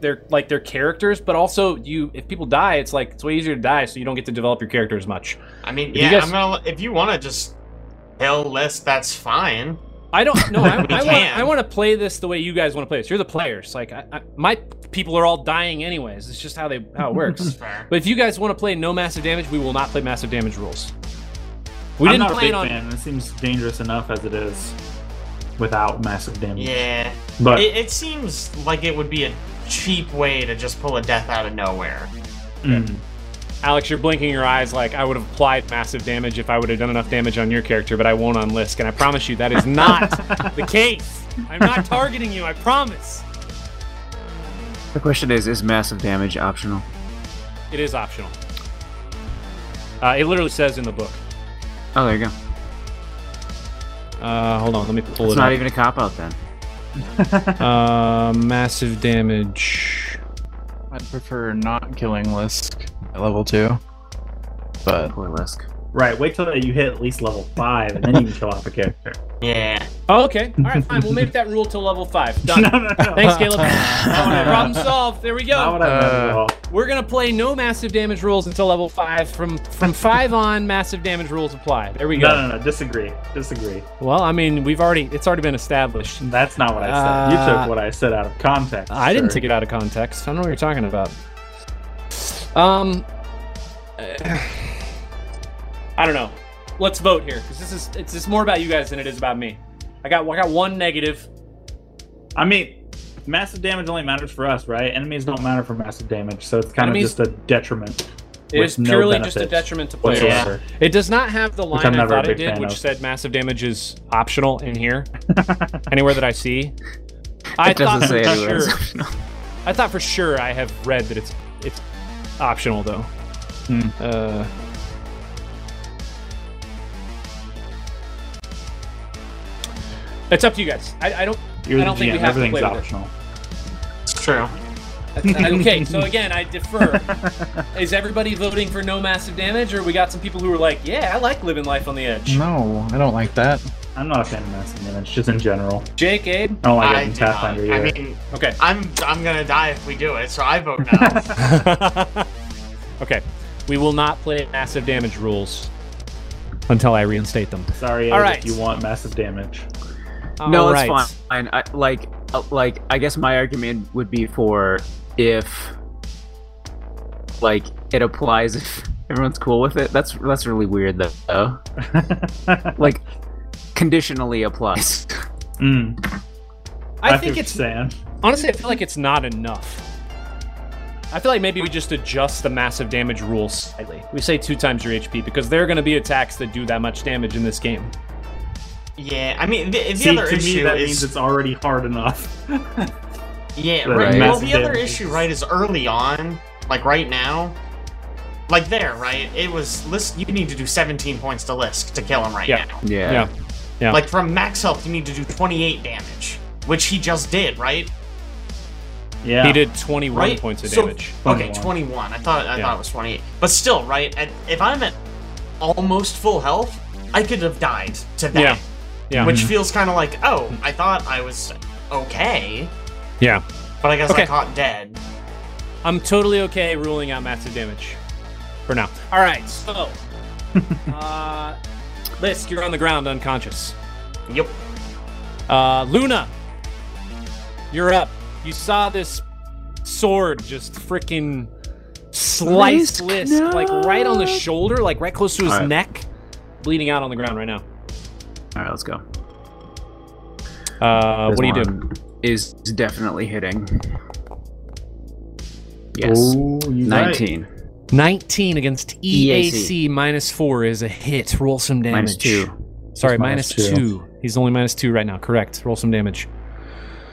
their like their characters, but also you if people die, it's like it's way easier to die, so you don't get to develop your character as much.
I mean,
you
yeah,
guys-
I'm gonna. If you wanna just kill list, that's fine.
I don't know. I,
We
I want
can.
I want to play this the way you guys want to play this. You're the players. Like I, I, my people are all dying anyways. It's just how they how it works.
It's fair.
but if you guys want to play no massive damage, we will not play massive damage rules. We
I'm
didn't
not a
play
big
it on.
fan. It seems dangerous enough as it is without massive damage.
Yeah.
But
It, it seems like it would be a cheap way to just pull a death out of nowhere.
mm,
Alex, you're blinking your eyes like I would have applied massive damage if I would have done enough damage on your character, but I won't on Lisk, and I promise you that is not the case. I'm not targeting you. I promise.
The question is, is massive damage optional?
It is optional. Uh, it literally says in the book.
Oh, there you go.
Uh, hold on, let me pull
It's
it up.
not even a cop out then.
Uh, massive damage.
I'd prefer not killing Lisk at level two, but
Poor Lisk.
Right. Wait till you hit at least level five, and then you can kill off a character.
Yeah.
Oh, okay. All right, fine. We'll make that rule to level five. Done.
no, no, no.
Thanks, Caleb. Problem solved. There we
Not
go.
what I meant
Uh,
at all.
We're gonna play no massive damage rules until level five. From from five on, massive damage rules apply. There we go.
No, no, no. Disagree. Disagree.
Well, I mean, we've already it's already been established.
That's not what I said. you
Uh,
took what I said out of context.
I didn't
sir.
take it out of context. I don't know what you're talking about. Um, I don't know. Let's vote here because this is it's just more about you guys than it is about me. I got I got one negative.
I mean, massive damage only matters for us, right? Enemies don't matter for massive damage, so it's kind
Enemies-
of just a detriment.
It
with
is
no
purely just a
benefits
detriment to players.
Whatsoever.
It does not have the
Which
line
I'm
I
never a
thought it
big
did,
fan
which
of.
said massive damage is optional in here. Anywhere that I see, I
It doesn't
thought
say
for
anywhere.
sure. I thought for sure I have read that it's it's optional though.
Hmm.
Uh, it's up to you guys. I, I don't.
You're
I
the
don't think we
GM.
have to
Everything's
play with it.
optional.
It's true.
I- okay, so again, I defer. Is everybody voting for no massive damage, or we got some people who were like, "Yeah, I like living life on the
Mm-hmm.
edge."
No, I don't like that.
I'm not a fan of massive damage, just in general.
Jake, Abe.
I don't like
I,
it in
do not.
Pathfinder either.
I mean,
Okay.
I'm I'm gonna die if we do it, so I vote no.
okay. We will not play massive damage rules until I reinstate them.
Sorry,
All
Abe,
right.
if you want massive damage.
No,
All
it's
Oh, right.
fine. I, like, uh, like I guess my argument would be for if, like, it applies if everyone's cool with it. That's that's really weird though. Like, conditionally applies.
Mm,
I think
see what
it's
you're saying.
honestly, I feel like it's not enough. I feel like maybe we just adjust the massive damage rules slightly. We say two times your HP because there are going to be attacks that do that much damage in this game.
yeah. I mean, the, the
See,
other
to me,
issue
that
is
means it's already hard enough.
Yeah, right.
Right.
Well,
Massive
the other
damage.
issue, right, is early on, like right now, like there, right? It was list. You need to do 17 points to Lisk to kill him right
Yeah.
now.
yeah.
Yeah. Yeah.
Like from max health, you need to do 28 damage, which he just did, right?
yeah.
He did 21
Right.
points of
So-
damage.
Okay,
21.
21. I thought I
Yeah.
thought it was 28, but still, right? At, if I'm at almost full health, I could have died to that,
Yeah. Yeah.
Mm-hmm.
which feels kind of like, oh, I thought I was okay,
yeah.
but I guess
Okay.
I caught dead.
I'm totally okay ruling out massive damage for now. All right, so uh, Lisk, you're on the ground unconscious.
Yep.
Uh, Luna, you're up. You saw this sword just freaking slice Lisk, like right on the shoulder, like right close to his
All right.
neck, bleeding out on the ground right now.
All right, let's go.
Uh, what do you do?
One Is definitely hitting. Yes.
you
Nineteen
19 against EAC
EAC.
minus four is a hit. Roll some damage.
E minus two.
Sorry,
He's minus
minus two.
two.
He's only minus two right now. Correct. Roll some damage.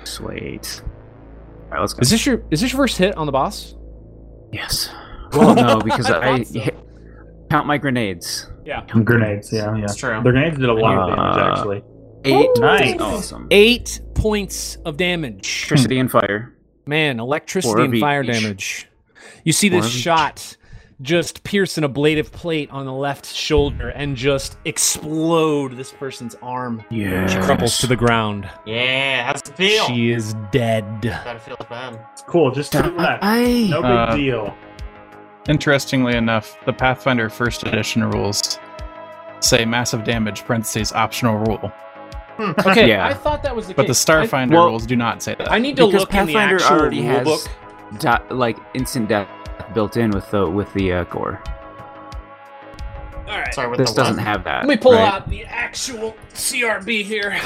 Sweet. All right, let's go.
Is this your is this your first hit on the boss?
Yes. Well, no, because
I
I,
thought so.
hit- count my grenades.
Yeah.
Count
Grenades, yeah, yeah.
That's true.
The grenades did a lot of
Uh,
damage, actually.
Eight.
nice.
Awesome.
Eight points of damage.
Electricity and fire.
Man,
Four
electricity
of
and fire
each.
damage. You see
Four
this
of each.
shot just pierce an ablative plate on the left shoulder and just explode this person's arm.
Yeah.
She crumples to the ground.
Yeah, how's it feel?
She is dead.
That feels bad.
It's cool, just two left.
I.
No big
Uh,
deal.
Interestingly enough, the Pathfinder First Edition rules say massive damage parentheses optional rule,
Okay,
Yeah.
I thought that was the
but the
case.
Starfinder
Well-
rules do not say
I, I
that.
need to
because
look in
Pathfinder
the actual
already has
rulebook.
di- like instant death built in with the with the uh, gore.
All right.
Sorry, with
This
the
doesn't
one.
have
Uh,
that.
Let me pull
right?
out the actual CRB here.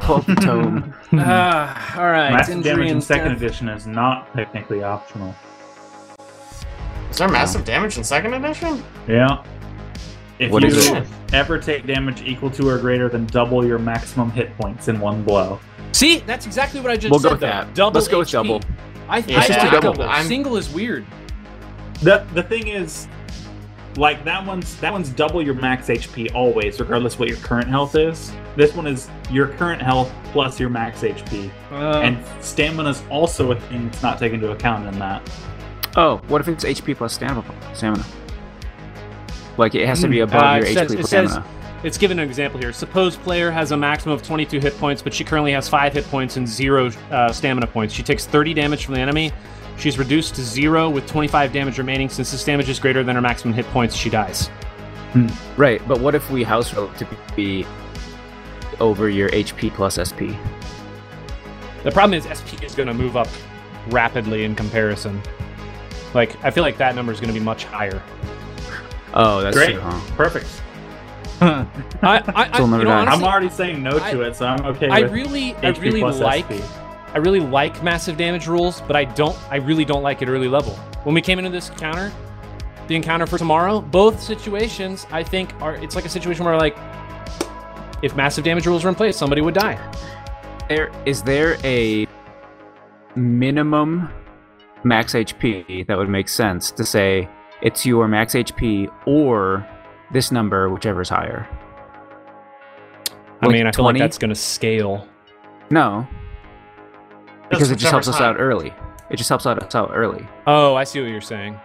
Pull up the tome.
Hmm.
Ah, all right.
Hmm. Massive
injury
damage in
and
second
death.
edition is not technically optional.
Is there massive damage in second edition?
Yeah. If
What
you
is
it?
ever take damage equal to or greater than double your maximum hit points in one blow,
See, that's exactly what I just
We'll
said.
go with
though.
that.
Double.
Let's go with
HP.
double.
I,
Yeah,
I
just
like
do double.
double.
I'm-
Single is weird.
the the thing is, like that one's that one's double your max HP always, regardless of what your current health is. This one is your current health plus your max HP,
Uh,
and stamina's also a thing that's not taken into account in that.
Oh, what if it's HP plus stamina? Stamina. Like it has to be above
Uh,
your
it says-
HP
it
per
says-
mana.
It's given an example here. Suppose player has a maximum of 22 hit points, but she currently has 5 hit points and 0 uh, stamina points. She takes 30 damage from the enemy. She's reduced to 0 with 25 damage remaining. Since this damage is greater than her maximum hit points, she dies.
Right, but what if we house rule to be over your HP plus SP?
The problem is SP is going to move up rapidly in comparison. Like, I feel like that number is going to be much higher.
Oh, that's
Great.
true. Huh?
Perfect.
I, I, I,
Still
you
never
know,
done.
honestly,
I'm already saying no to it, so I'm okay
I
with
really, I
HP
really
plus
like
SP.
I really like massive damage rules, but I don't. I really don't like it early level. When we came into this encounter, the encounter for tomorrow, both situations, I think are. It's like a situation where like, if massive damage rules were in place, somebody would die.
There is there a minimum max HP that would make sense to say it's your max HP or this number, whichever is higher.
I
Like
mean, I feel
20?
like that's gonna scale.
No, because it just helps
whichever's
us
high.
out early. It just helps out- us out early.
Oh, I see what you're saying.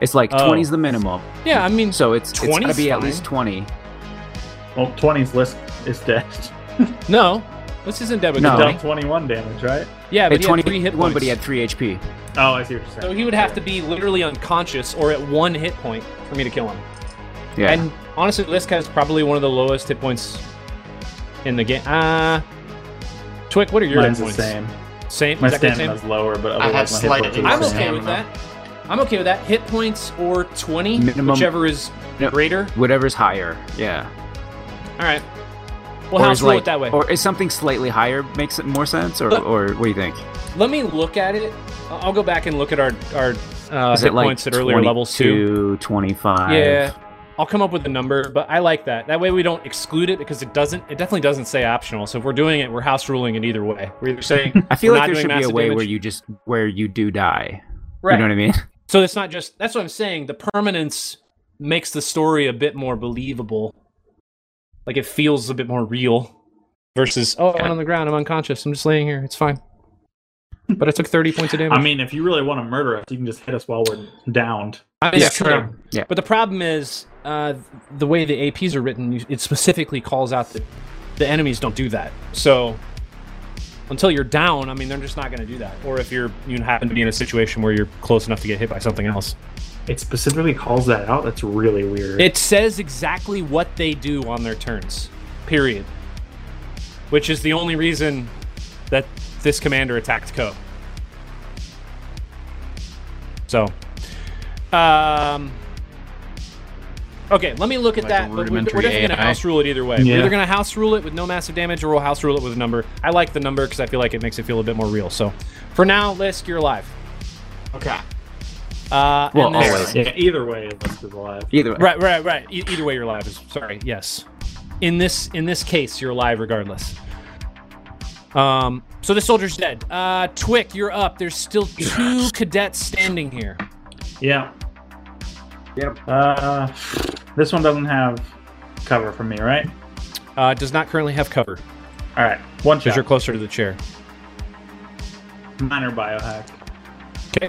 It's like
Oh.
20 is the minimum,
Yeah, I mean,
so it's it's
20
gotta
is
be at
fine.
least 20.
Well, 20's list is dead.
no, this isn't Debit.
Oh.
No.
Done 21 damage, right?
Yeah, but
At
he
20,
had three hit
one,
points.
but he had three HP.
Oh, I see what you're saying.
so he would have to be literally unconscious or at one hit point for me to kill him.
Yeah,
And honestly, Lisk has probably one of the lowest hit points in the game. Uh, Twick, what are your
Mine's
hit
the
points?
same.
Same?
My
exactly the
stamina's lower, but
I have
otherwise my hit
slight
points
same?
are
increase.
I'm
the
okay
same.
with that. I'm okay with that. Hit points or 20,
Minimum-
whichever is
No.
greater.
whatever's higher. Yeah.
All right. We'll
Or
house
is
rule
like-
it that way.
Or is something slightly higher makes it more sense, or,
Look. Uh,
or what do you think?
Let me look at it. I- I'll go back and look at our, our uh,
Is
hit
it like
points at earlier levels too.
22, 25?
Yeah. I'll come up with a number, but I like that. That way we don't exclude it because it doesn't. It definitely doesn't say optional. So if we're doing it, we're house ruling it either way. We're either saying
I feel
We're not
like there
doing
should be a
massive
way where
damage.
you just where you do die.
right.
You know what I mean?
So it's not just that's what I'm saying. The permanence makes the story a bit more believable. Like it feels a bit more real versus oh I
Yeah.
went on the ground, I'm unconscious, I'm just laying here, it's fine. But I took thirty points of damage.
I mean, if you really want to murder us, you can just hit us while we're downed.
I mean,
Yeah,
it's
true.
Yeah.
But the problem is uh, the way the APs are written, you- it specifically calls out that the enemies don't do that. So until you're down, I mean, they're just not going to do that. Or if you're you happen to be in a situation where you're close enough to get hit by something else.
It specifically calls that out. That's really weird.
It says exactly what they do on their turns, period. Which is the only reason that this commander attacked Ko. So, um, okay, let me look at
Like
that. But we're, we're
rudimentary
definitely gonna
AI.
house rule it either way.
Yeah.
We're either gonna house rule it with no massive damage, or we'll house rule it with a number. I like the number because I feel like it makes it feel a bit more real. So, for now, Lisk, you're alive.
Okay.
Uh,
Well,
and then-
always.
yeah, either way, List is alive.
Either way.
Right, right, right. E- either way, you're alive. Is, sorry, yes. In this in this case, you're alive regardless. Um. So the soldier's dead. Uh, Twick, you're up. There's still two cadets standing here.
Yeah. Yep. Uh, this one doesn't have cover for me, right?
Uh, does not currently have cover
All right. One
because
shot.
you're closer to the chair.
Minor biohack.
Okay.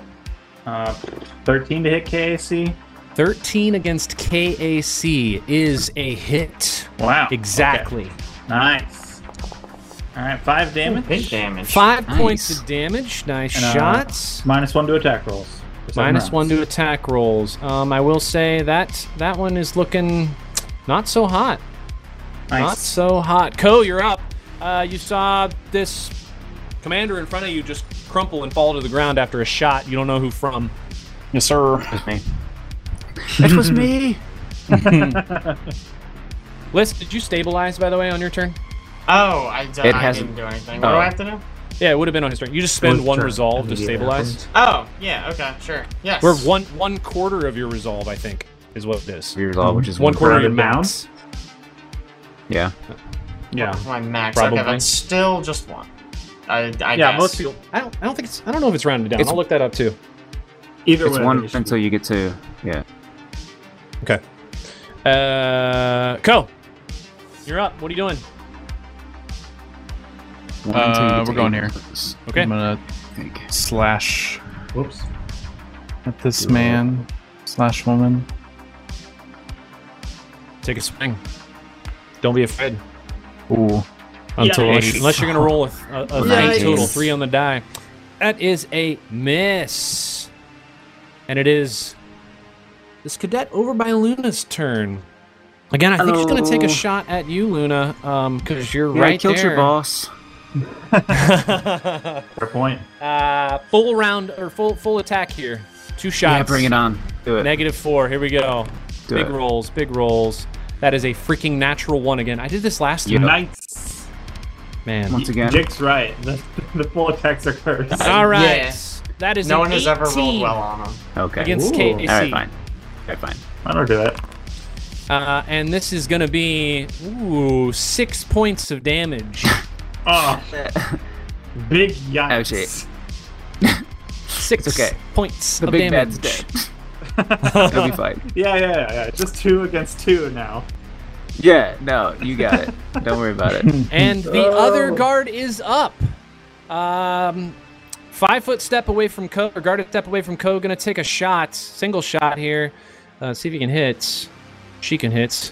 Uh, 13 to hit KAC.
Thirteen against KAC is a hit.
Wow.
Exactly.
Okay. Nice. All right, five damage.
Big damage.
Five
Nice.
points of damage. Nice
And, uh,
shots.
Minus one to attack rolls. for seven
Minus
rounds.
one to attack rolls. Um, I will say that that one is looking not so hot. Not
Nice.
so hot. Co, you're up. Uh, you saw this commander in front of you just crumple and fall to the ground after a shot. You don't know who from.
Yes, sir.
That was me.
Liz, did you stabilize, by the way, on your turn?
Oh, I, don't,
It
I
hasn't-
didn't do anything. What do
oh.
I have to do?
Yeah, it would have been on his turn. You just spend
Whose
one
turn?
resolve to
Yeah.
stabilize.
Oh, yeah, okay, sure. Yes.
We're one one quarter of your resolve, I think, is what it is.
Your resolve, which is
One quarter of your
rounded down?
max.
Yeah.
Yeah.
That's my max.
Probably.
Okay, that's still just one. I, I
Yeah,
guess.
most people.
I don't, I don't think it's. I don't know if it's rounded down.
It's-
I'll look that up too.
Either
It's
way.
one
it should
until
be-
you get to yeah.
Okay. Uh, Co, you're up. What are you doing?
One until you
Uh,
get to
we're going
eight,
here.
I
Okay.
I'm gonna
think.
slash
Whoops.
at this man slash woman.
Take a swing. Don't be afraid.
Ooh.
Until unless,
Yikes.
unless you're gonna roll a, a, a
Yikes.
three total three on the die. That is a miss, and it is this cadet over by Luna's turn. Again, I think she's gonna take a
Hello.
shot at you, Luna, because you're
Yeah,
right
I killed
there.
your boss.
Fair point.
uh, full round or full full attack here. Two shots.
Yeah, bring it on. Do it.
Negative four. Here we go.
Do
big
it.
rolls. Big rolls. That is a freaking natural one again. I did this last
Yeah.
time.
Nice.
Man.
Once again.
Jake's right. The, the full attacks are cursed.
All right.
Yeah.
That is
No
an
one has ever
18
rolled well on them.
Okay.
against
All
KAC.
right, fine. All right, fine.
I don't do it.
Uh, and this is gonna be ooh six points of damage.
Oh, big
Oh,
yikes.
shit.
Six
It's okay.
points
The
of
big
damage.
bad's dead. It'll be fine.
Yeah, yeah, yeah, yeah. Just two against two now.
Yeah, no, you got it. Don't worry about it.
And the other guard is up. Um, five foot step away from Ko, or guard step away from Ko. Gonna take a shot, single shot here. Uh, see if he can hit. She can hit.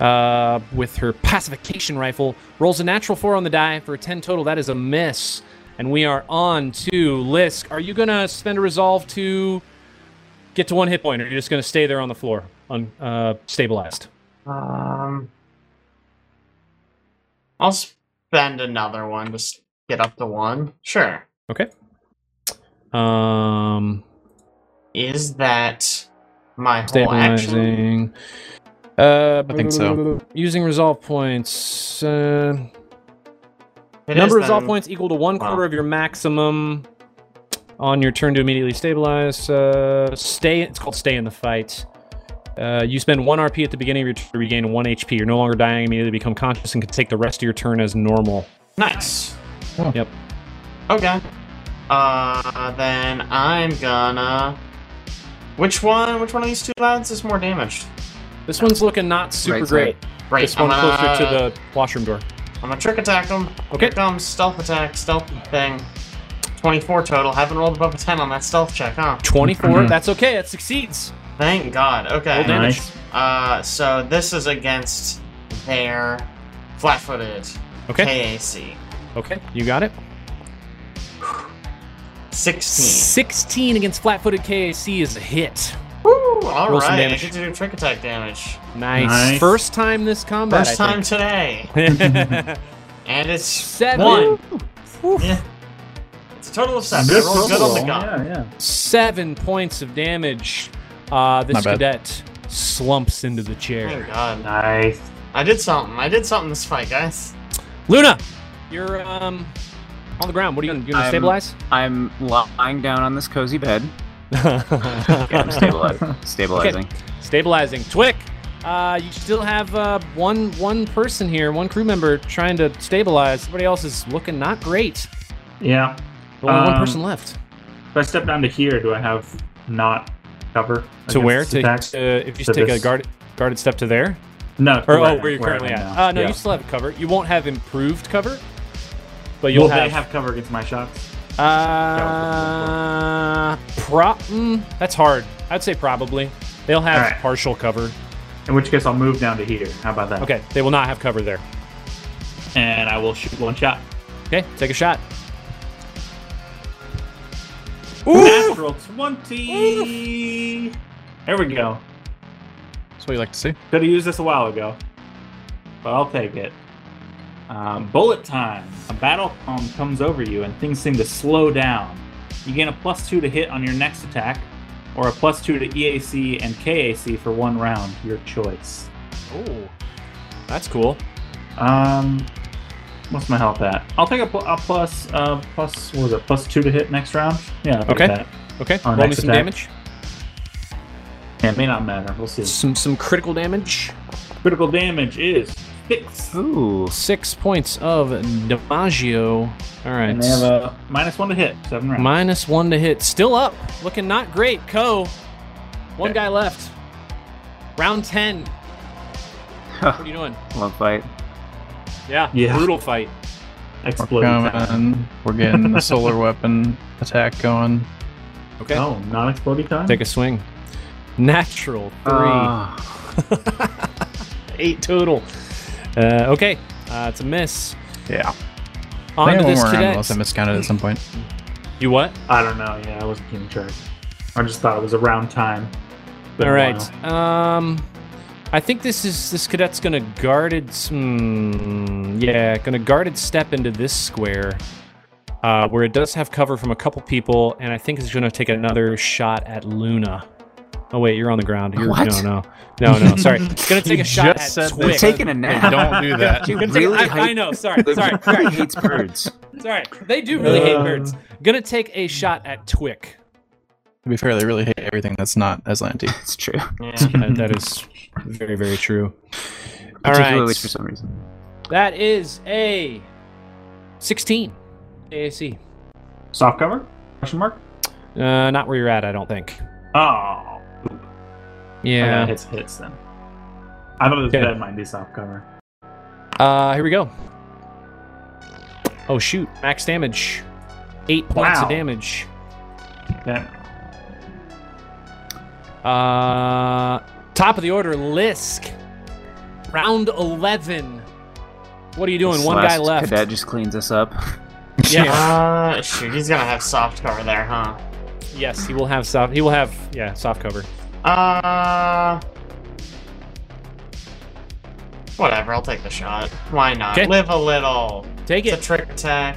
Uh, with her pacification rifle, rolls a natural four on the die for a ten total. That is a miss, and we are on to Lisk. Are you gonna spend a resolve to get to one hit point, or are you just gonna stay there on the floor, un, uh, stabilized?
Um, I'll spend another one to s- get up to one. Sure.
Um,
Is that my whole action?
Stabilizing. Uh,
Oh, I think so.
using resolve points. Uh,
It
number
is
of resolve
then-
points equal to one
Wow.
quarter of your maximum on your turn to immediately stabilize. Uh, stay. It's called stay in the fight. Uh, you spend one RP at the beginning of your turn to regain one HP. You're no longer dying. Immediately become conscious and can take the rest of your turn as normal.
Nice.
Oh.
Yep.
Okay. Uh, then I'm gonna. Which one? Which one of these two lads is more damaged?
This one's looking not super
Right
great.
side.
Right.
This one
I'm uh,
closer
gonna,
to the washroom door.
I'm gonna trick attack him.
Okay.
Here comes stealth attack, stealth thing. 24 total. Haven't rolled above a 10 on that stealth check, huh?
24.
Mm-hmm.
That's okay. That succeeds.
Thank God. Okay.
Roll damage.
Nice.
Uh, so this is against their flat-footed
Okay.
KAC.
Okay. You got it.
16.
16 against flat-footed KAC is a hit.
Woo! All
Roll some
right, I
damage.
get to do trick attack damage.
Nice.
Nice.
First time this combat.
First time today,
time.
and it's
Seven.
One.
Oof.
Yeah. It's a total of seven. I rolled good on the gun.
Yeah, yeah.
Seven points of damage. Uh, this
Not bad.
cadet slumps into the chair.
Thank God.
Nice.
I did something. I did something this fight, guys.
Luna, you're um on the ground. What are you gonna, you gonna
I'm-
stabilize?
I'm lying down on this cozy bed. Yeah, I'm stabilizing. Stabilizing.
Stabilizing. Twick. Uh, you still have uh, one one person here, one crew member trying to stabilize. Everybody else is looking not great.
Yeah.
Only one
Um,
person left.
If I step down to here, do I have not cover?
To
against
where? To,
attacks?
to if you
to
take a
this.
guard, guarded step to there.
no. to
Uh, Or oh,
I'm-
where you're currently
I'm
at.
now.
Uh, no,
Yeah.
you still have cover. You won't have improved cover, but
Will
you'll
they
have,
have cover against my shots?
uh prop. Mm, that's hard. I'd say probably they'll have
All right.
partial cover.
In which case, I'll move down to here. How about that?
Okay, they will not have cover there.
And I will shoot one shot.
Okay, take a shot.
Natural 20. There we go.
That's what you like to see.
Could have used this a while ago, but I'll take it. Um, bullet time. A battle calm comes over you, and things seem to slow down. You gain a plus two to hit on your next attack, or a plus two to EAC and KAC for one round, your choice.
Oh, that's cool.
Um, what's my health at? I'll take a, pl- a plus, uh, plus what was it? Plus two to hit next round. Yeah. I'll take
Okay.
That.
Okay,
Our
roll me
next
some
attack.
damage.
Yeah, it may not matter. We'll see.
Some some critical damage.
Critical damage is six.
Ooh.
Six points of damaggio. All right.
And they have a minus one to hit. Seven rounds.
Minus one to hit. Still up. Looking not great. Co. One guy left. Round 10. what are you doing?
Love fight.
Yeah.
Yeah.
Brutal fight.
We're
Exploding time.
coming. We're getting the solar weapon attack going.
Okay.
Oh, not exploding time?
Uh.
Take a swing. Natural three.
Ah.
eight total. Uh, okay, uh, it's a miss.
Yeah.
On to
one
this
more round
cadet.
unless I miscounted at some point.
You what?
I don't know. Yeah, I wasn't keeping track. I just thought it was around time. Been a
All right.
while.
Um, I think this is this cadet's gonna guarded. Hmm, yeah, gonna guarded step into this square, uh, where it does have cover from a couple people, and I think it's gonna take another shot at Luna. Oh wait, you're on the ground. You're,
What?
No, no, no, no. Sorry, it's gonna take
You
a shot
just
at
said
Twig.
that-
Taking a
Hey,
nap.
don't do that.
You
Gonna take-
really
I, I
hate.
know. Sorry, sorry,
He
sorry,
hates birds.
sorry. They do really hate
Um,
birds. Gonna take a shot at Twick.
To be fair, they really hate everything that's not Aslanti.
It's true.
Yeah.
That- that is very, very true. All
Particularly
right.
for some reason.
That is a 16 AAC.
Soft cover? Question mark?
Uh, not where you're at, I don't think.
Oh. Yeah.
Yeah.
It's hits then. I thought this
Yeah.
bed might be soft cover.
Uh, here we go. Oh shoot! Max damage, eight points
Wow.
of damage.
Okay.
Uh, top of the order, Lisk. Round eleven. What are you doing?
This
One
last
guy left.
Cadet just cleans us up.
Yeah.
Uh, shoot, he's gonna have soft cover there, huh?
yes, he will have soft. He will have yeah soft cover.
Uh. Whatever, I'll take the shot. Why not?
'Kay.
Live a little.
Take
It's a
it.
trick attack.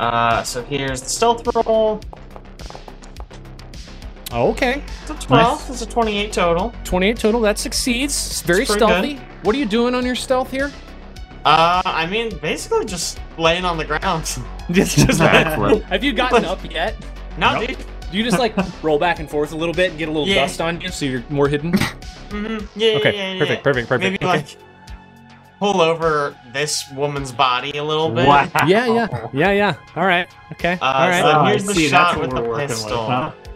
Uh, so here's the stealth roll.
Okay.
It's a 12. It's a 28 total.
28 total. That succeeds. It's very
It's pretty
stealthy. What are you doing on your stealth here?
Uh, I mean, basically just laying on the ground.
Just, just
Backflip.
have you gotten up yet?
No,
Nope.
dude.
Do you just like roll back and forth a little bit and get a little
Yeah.
dust on you so you're more hidden?
Mhm. Yeah, yeah, yeah,
Okay,
yeah,
perfect, perfect, perfect.
Maybe,
okay.
like, pull over this woman's body a little bit.
Wow.
yeah, yeah, yeah, yeah. All right, okay,
Uh,
all right.
so-
Oh, I
here's the
see,
shot
that's what
with the
we're working
pistol.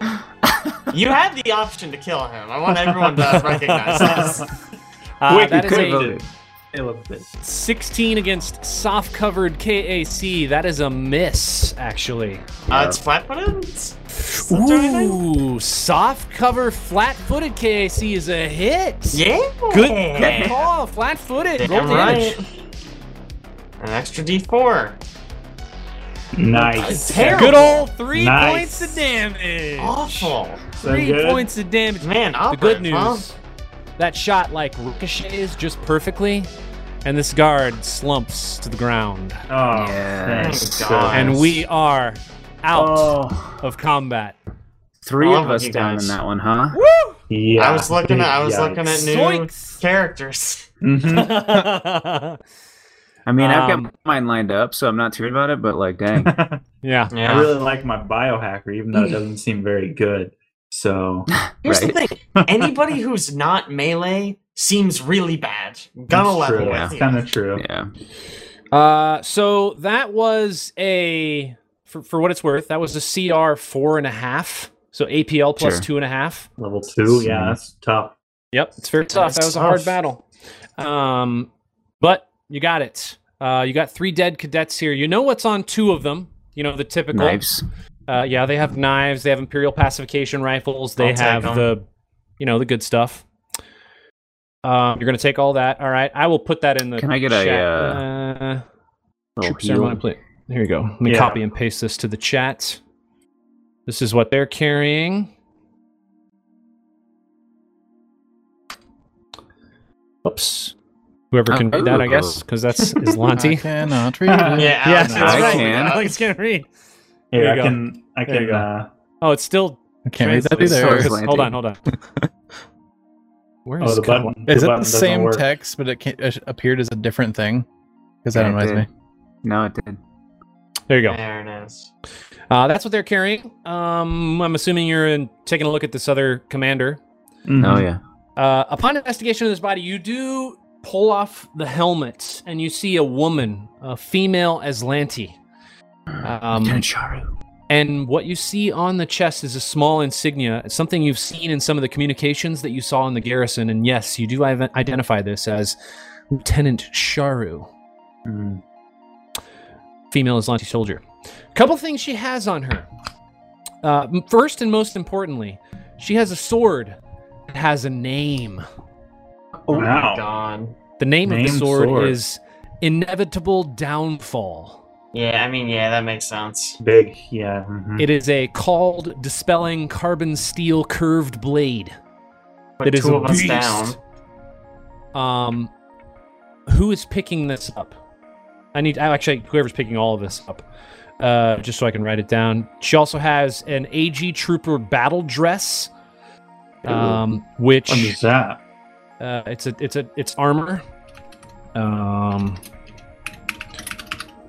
With, huh?
You had the option to kill him. I want everyone to recognize this.
Uh,
Quick,
that
you
is
could
a
vote. I love this.
16 against soft covered KAC. That is a miss, actually.
Uh, it's flat footed. Does that do anything?
Ooh, soft cover flat footed KAC is a hit.
Yeah.
Good, good call. Flat footed. Roll
Damn
damage.
right. An extra D4.
Nice.
Terrible.
Good old three
Nice.
points of damage.
Awful.
So
Three
good.
points of damage.
Man,
the good
operative,
news
huh?
that shot like ricochets just perfectly and this guard slumps to the ground
Oh,
Yes.
thank
Thank
God.
God.
and we are out
Oh,
of combat
Three
All
of
of
us
you
down
guys.
in that one, huh?
yeah.
I was looking at I was looking at new
Zoinks.
characters.
Mhm.
I mean, I've
Um,
got mine lined up, so I'm not too worried about it. But like, dang,
Mm-hmm.
yeah
Yeah.
I really like my biohacker, even though it doesn't seem very good. So
Here's
right?
the thing. Uh, Anybody who's not melee seems really bad. Gonna
That's
level
true.
with
Yeah.
you.
kind of true.
yeah.
uh so that was a for, for what it's worth that was a cr four and a half so apl plus
Sure.
two and a half
Level two, yeah, that's tough.
Yep, it's very tough. That was a hard battle. Um, but you got it. Uh, you got three dead cadets here. You know what's on two of them. You know the typical.
Knives.
Uh, yeah, they have knives. They have imperial pacification rifles. They
I'll take
have
'em.
the, you know, the good stuff. Um, you're gonna take all that. All right, I will put that in the.
Can I get a,
chat.
uh,
Uh,
Little
Troop
heel.
ceremony plate. There you go. Let me
Yeah.
copy and paste this to the chat. This is what they're carrying. Oops. Whoever can read that, I guess, because that's
I
Islanti.
cannot read it.
Yeah,
Yeah,
Alex,
that's
I
right.
can.
Alex can't read.
Here,
There you
I
go.
can, I
There you
can,
go.
uh,
Oh, it's still.
I can't read that
Translate.
either.
Sorry.
Hold on, hold on. Where
oh,
is
the
it?
button.
Is it
button
the
doesn't
same
work.
text, but it, can, it appeared as a different thing? Because that
Yeah, it
reminds me.
did. No, it did.
There you go.
There it is.
Uh, that's what they're carrying. Um, I'm assuming you're in, taking a look at this other commander. Mm-hmm.
Oh
Mhm.
yeah.
Uh, upon investigation of this body, you do pull off the helmet and you see a woman, a female Aslanti. Um,
Lieutenant Sharu.
and what you see on the chest is a small insignia, It's something you've seen in some of the communications that you saw in the garrison. And yes, you do i- identify this as Lieutenant Sharu,
Mm.
female Aslanti soldier. Couple things she has on her. Uh, m- first and most importantly, she has a sword that has a name.
Oh my
Wow.
god.
The name, of the
Name
sword,
sword.
is Inevitable Downfall.
Yeah, I mean, yeah, that makes sense.
Big, yeah.
Mm-hmm.
mhm.
It is a called dispelling carbon steel curved blade.
Put
It is
two
a
of us
beast.
down.
Um, who is picking this up? I need oh, actually whoever's picking all of this up, uh, just so I can write it down. She also has an AG Trooper battle dress, um, which
What is that?
uh, it's a it's a it's armor. Um,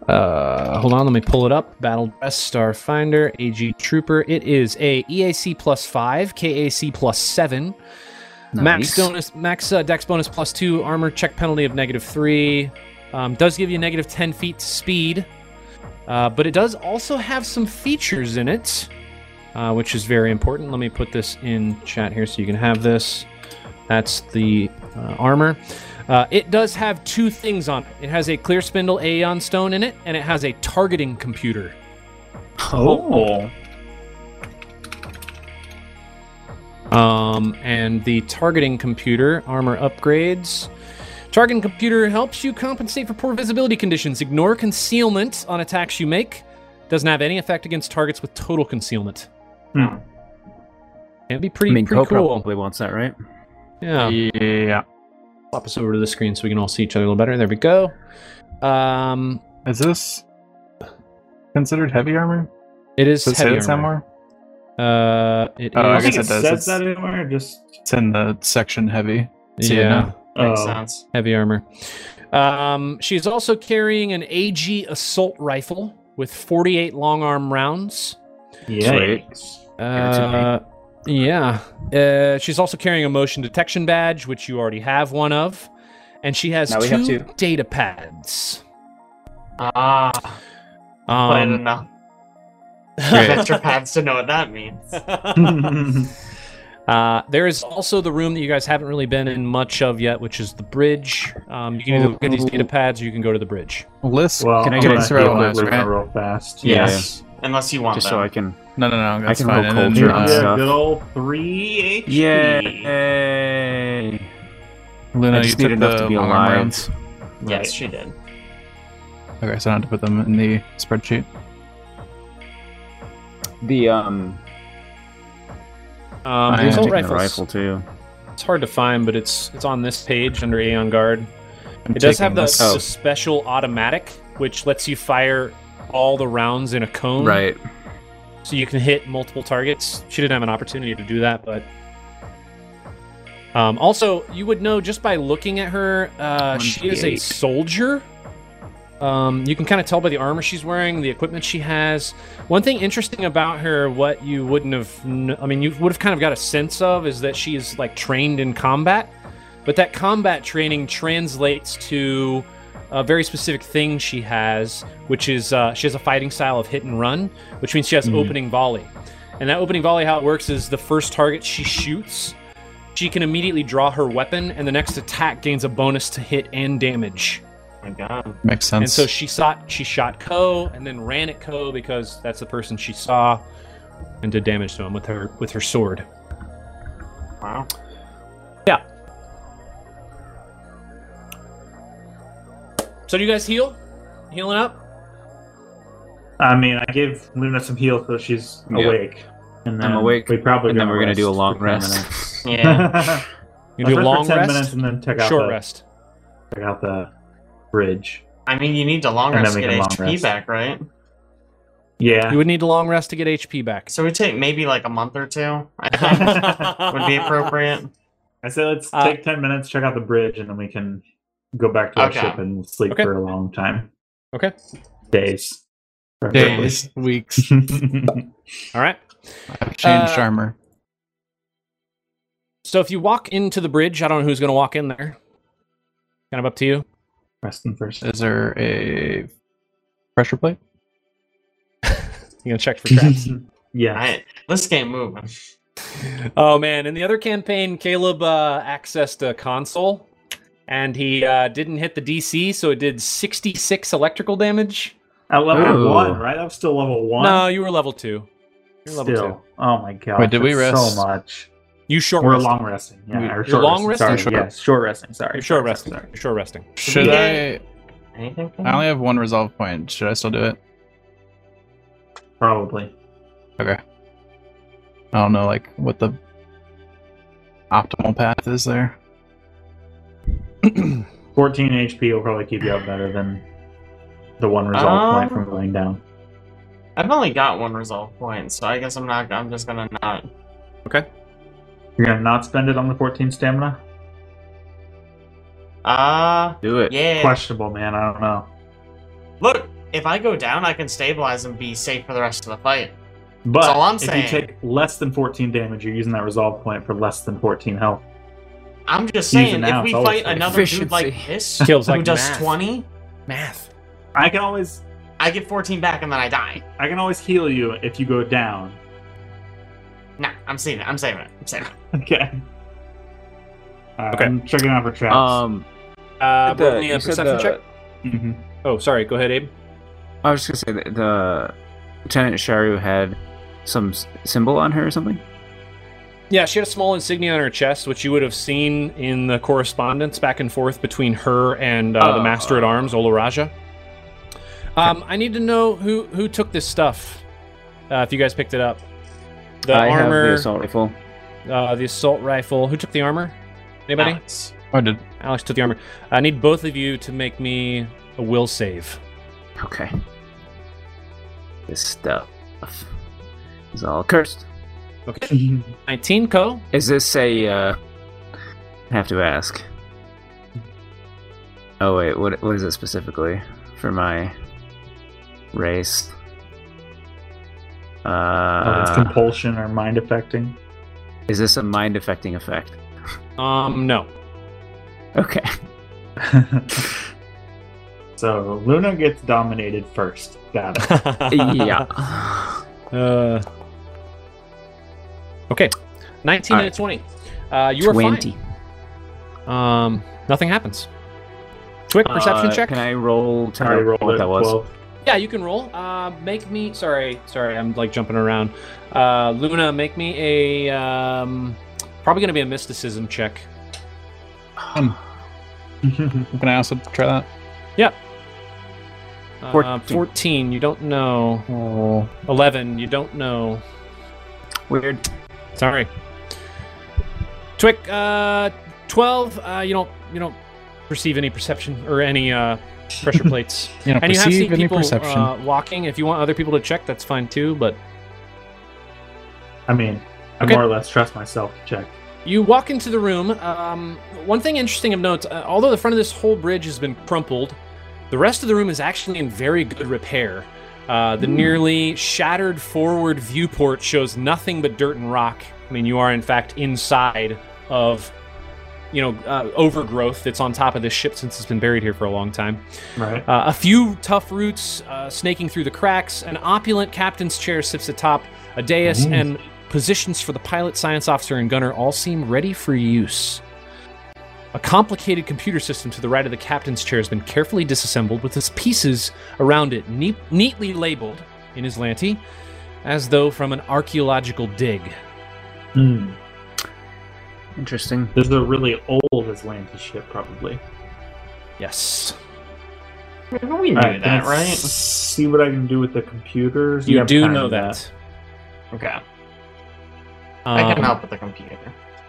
uh, hold on, let me pull it up. Battle dress, Starfinder, AG Trooper. It is a EAC plus five, KAC plus seven. Max
Nice.
bonus, max uh, dex bonus plus two, armor check penalty of negative three. Um, does give you negative ten feet speed, uh, but it does also have some features in it, uh, which is very important. Let me put this in chat here so you can have this. That's the uh, armor. Uh, it does have two things on it. It has a clear spindle Aeon stone in it, and it has a targeting computer.
Oh,
Um, and the targeting computer armor upgrades. Targeting computer helps you compensate for poor visibility conditions. Ignore concealment on attacks you make. Doesn't have any effect against targets with total concealment.
Hmm.
It'd be
I
pretty,
mean,
pretty
Cole
cool.
probably wants that, right?
Yeah.
Oh.
Yeah.
Pop us over to the screen so we can all see each other a little better. There we go. Um,
Is this considered heavy armor?
it is
Does it say
heavy
that
armor.
somewhere?
Uh, it
Oh, I
is-
guess it does.
says
It's-
that anywhere. or Just
It's in the section heavy. So
yeah.
no.
Makes
oh.
sense.
heavy armor. Um, she's also carrying an AG assault rifle with 48 long arm rounds.
Yikes.
it's an
Uh, yeah. Uh, she's also carrying a motion detection badge, which you already have one of, and she has
Now
two,
we have two.
data pads.
Ah, but
Um,
enough adventure paths to know what that means.
uh, there is also the room that you guys haven't really been in much of yet, which is the bridge. Um, you can either look at these data pads or you can go to the bridge.
List.
Well,
Can I
I'm
get
gonna
a
throw
deal
on
with
this,
Luna
right?
real fast.
Yeah.
Yes. Unless you want
Just
them.
so I can.
No, no, no. That's
can
fine.
roll
And then,
culture on
uh,
stuff.
Yeah, good old three HP.
Yay!
Luna,
I just
you
need
took
enough
the
to be
long
alive.
arm rounds.
Yes, she did.
Okay, so I don't have to put them in the spreadsheet.
The um,
Um,
I
the
am
assault
taking
rifles.
the rifle too.
It's hard to find, but it's it's on this page under Aeon Guard.
I'm
It does have
taking
the,
this.
Oh.
the special automatic, which lets you fire all the rounds in a cone.
Right.
So you can hit multiple targets. She didn't have an opportunity to do that, but. Um, also, you would know just by looking at her, uh, she is a
1d8.
soldier. Um, you can kind of tell by the armor she's wearing, the equipment she has. One thing interesting about her, what you wouldn't have, kn- I mean, you would have kind of got a sense of, is that she is like trained in combat, but that combat training translates to a very specific thing she has, which is uh, she has a fighting style of hit and run, which means she has
Mhm.
opening volley. And that opening volley, how it works is the first target she shoots, she can immediately draw her weapon, and the next attack gains a bonus to hit and damage.
Oh my god.
Makes sense.
And so she shot she shot Ko and then ran at Ko because that's the person she saw and did damage to him with her with her sword.
Wow.
So do you guys heal? Healing up?
I mean, I gave Luna some heal so she's
Yeah.
awake. And then
I'm awake,
We probably
And then we're gonna do a long
for 10 minutes.
rest.
Yeah.
You can do a
Let's
long
rest for 10
rest,
minutes and then check out
short
the,
rest.
Check out the bridge.
I mean, you need to long
And then
rest to
we
get
can long
HP
rest.
back, right?
Yeah.
You would need a long rest to get HP back.
So we take maybe like a month or two. I think would be appropriate.
I say let's
Uh,
take 10 minutes, check out the bridge, and then we can go back to our
Okay.
ship and sleep
Okay.
for a long time.
Okay.
Days.
days, weeks.
All right.
I've changed
Uh,
armor.
So if you walk into the bridge, I don't know who's going to walk in there. Kind of up to you.
Resting first.
Is there a pressure plate?
You're going to check for traps.
yeah.
I, let's get moving.
oh man, in the other campaign, Caleb uh, accessed a console and he uh, didn't hit the DC, so it did 66 electrical damage.
At level
Ooh.
one, right? That was still level one.
No, you were level two. You're level
Still. Oh my god.
Wait, did we
that's
rest?
So much.
two. You short
Or a
rest.
long resting. Yeah,
You're
or short
long
Sorry,
resting?
yeah, short resting. Sorry,
You're short resting. You're short resting.
Should I?
Anything?
I only have one resolve point. Should I still do it?
Probably.
Okay. I don't know, like what the optimal path is there.
14 HP will probably keep you up better than the one resolve point
Um,
from laying down.
I've only got one resolve point, so I guess I'm not. I'm just gonna not.
You're gonna not spend it on the 14 stamina?
Ah, uh,
Do it.
yeah.
Questionable, man. I don't know.
Look, if I go down, I can stabilize and be safe for the rest of the fight.
But
That's all I'm
if
saying.
you take less than 14 damage, you're using that resolve point for less than 14 health.
I'm just
Use it
saying,
now,
if we
it's always
fight
safe.
another dude like
Efficiency.
this,
Kills
who
like
does
math.
20,
Math.
I can always
I get 14 back and then I die.
I can always heal you if you go down.
Nah, I'm saving it. I'm saving it. I'm saving it.
Okay. Alright,
Okay.
I'm checking out for traps.
Um,
Uh,
the-
roll me a
you said
perception
the-
check.
Mm-hmm.
Oh, sorry. Go ahead, Abe.
I was just gonna say that the Lieutenant Sharu had some s- symbol on her or something.
Yeah, she had a small insignia on her chest, which you would have seen in the correspondence back and forth between her and uh, the
Oh.
Master at Arms, Olaraja. Um, I need to know who who took this stuff. Uh, if you guys picked it up, the
I
armor,
have the assault rifle.
uh, the assault rifle. Who took the armor? Anybody?
Ah.
Alex,
Alex.
I Oh, did.
took the armor. I need both of you to make me a will save.
Okay. This stuff is all cursed.
Okay. Nineteen, Co.
Is this a? Uh, I have to ask. Oh wait, what what is it specifically for my race?
Oh,
Whether it's
Uh,
compulsion or mind affecting.
is this a mind affecting effect?
Um, no.
Okay.
so Luna gets dominated first. Got it.
yeah.
Uh, okay, nineteen
All
and a twenty. Uh, you are fine. Um, nothing happens. Quick perception
Uh,
check.
Can I roll?
I already rolled
what
it.
that was.
12.
Yeah, you can roll. Uh, make me. Sorry, sorry, I'm like jumping around. Uh, Luna, make me a. Um, probably gonna be a mysticism check.
Can I also try that?
Uh,
14.
14, you don't know.
Oh,
11, you don't know.
Weird.
Sorry. Twick, uh, twelve. Uh, you don't you don't perceive any perception or any uh, pressure plates.
you know,
and you have
perceive
seen
any
people
perception.
uh, walking. If you want other people to check, that's fine too. But
I mean, I
Okay.
more or less trust myself to check.
you walk into the room. Um, one thing interesting of note: uh, although the front of this whole bridge has been crumpled, the rest of the room is actually in very good repair. Uh, the nearly shattered forward viewport shows nothing but dirt and rock. I mean, you are in fact inside of, you know, uh, overgrowth that's on top of this ship since it's been buried here for a long time.
Right.
Uh, a few tough roots uh, snaking through the cracks. An opulent captain's chair sits atop a dais,
Ooh.
and positions for the pilot, science officer, and gunner all seem ready for use. A complicated computer system to the right of the captain's chair has been carefully disassembled, with its pieces around it neat- neatly labeled in Islanti, as though from an archaeological dig.
Hmm.
Interesting.
This is a really old Atlantis ship, probably.
Yes.
Remember we knew
Alright,
that,
let's
right?
See what I can do with the computers.
You
have
do
time
know
for
that.
Okay.
Um,
I can help with the computer.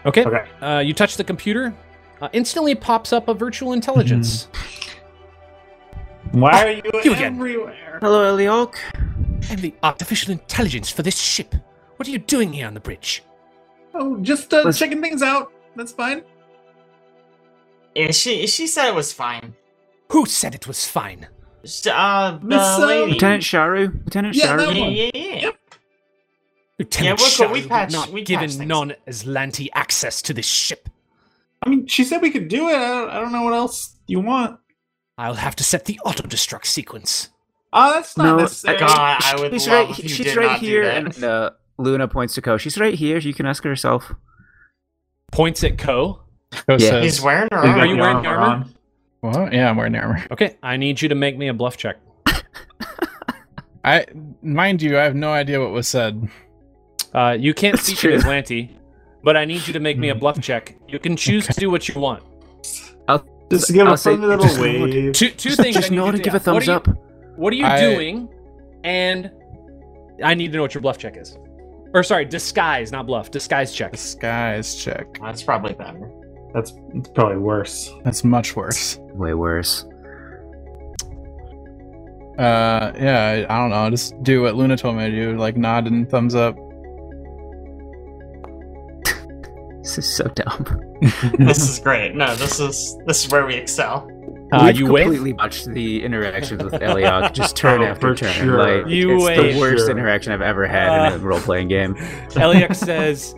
Okay.
Okay.
Uh, you touch the computer, uh, instantly pops up a virtual intelligence.
Why are you,
you again.
everywhere?
Hello, Eliok.
I'm the artificial intelligence for this ship. What are you doing here on the bridge?
Oh, just uh,
Let's-
checking things out. That's fine.
Yeah, she she said it was fine.
Who said it was fine?
Just, Uh, the
Miss, uh,
lady.
Lieutenant Sharu. Lieutenant
Yeah,
Sharu.
that
yeah,
one.
yeah, yeah.
Yep.
Lieutenant
Yeah, we're cool.
Sharu
We
would
patched-
not
we patched
given
things.
non-Aslanti access to this ship.
I mean, she said we could do it. I don't, I don't know what else you want.
I'll have to set the auto-destruct sequence.
Oh, that's not
No,
necessary.
God, I would
She's
love
right.
if you
She's
did
right
not do
here.
that.
And uh, Luna points to Ko. She's right here. You can ask her yourself.
Points at Ko.
Go
Yeah.
says-
He's wearing her
Are
armor.
you wearing armor?
on?
What? Yeah, I'm wearing armor.
Okay, I need you to make me a bluff check.
I mind you, I have no idea what was said.
Uh, you can't
That's
speak
true. Hmm.
in Aslanti. but I need you to make me a bluff check. You can choose to do what you want.
Just give
I'll
a
say-
funny little
just-
wave.
Two two things.
Just
I need
know
you
to
do.
give a
What are
thumbs
you-
up.
What are you
I-
doing? And I need to know what your bluff check is. Or sorry, disguise, not bluff. Disguise check.
Disguise check.
That's probably better.
That's it's probably worse.
That's much worse.
Way worse.
Uh, yeah, I, I don't know. Just do what Luna told me to do, like nod and thumbs up.
This is so dumb.
this is great. No, this is this is where we excel.
Uh,
We've
you wave.
completely botched the interactions with Eliog, just turn
Oh, for
after turn.
sure.
Like
You
it's
wave.
the worst
Sure.
interaction I've ever had
Uh,
in a role-playing game.
Eliak says,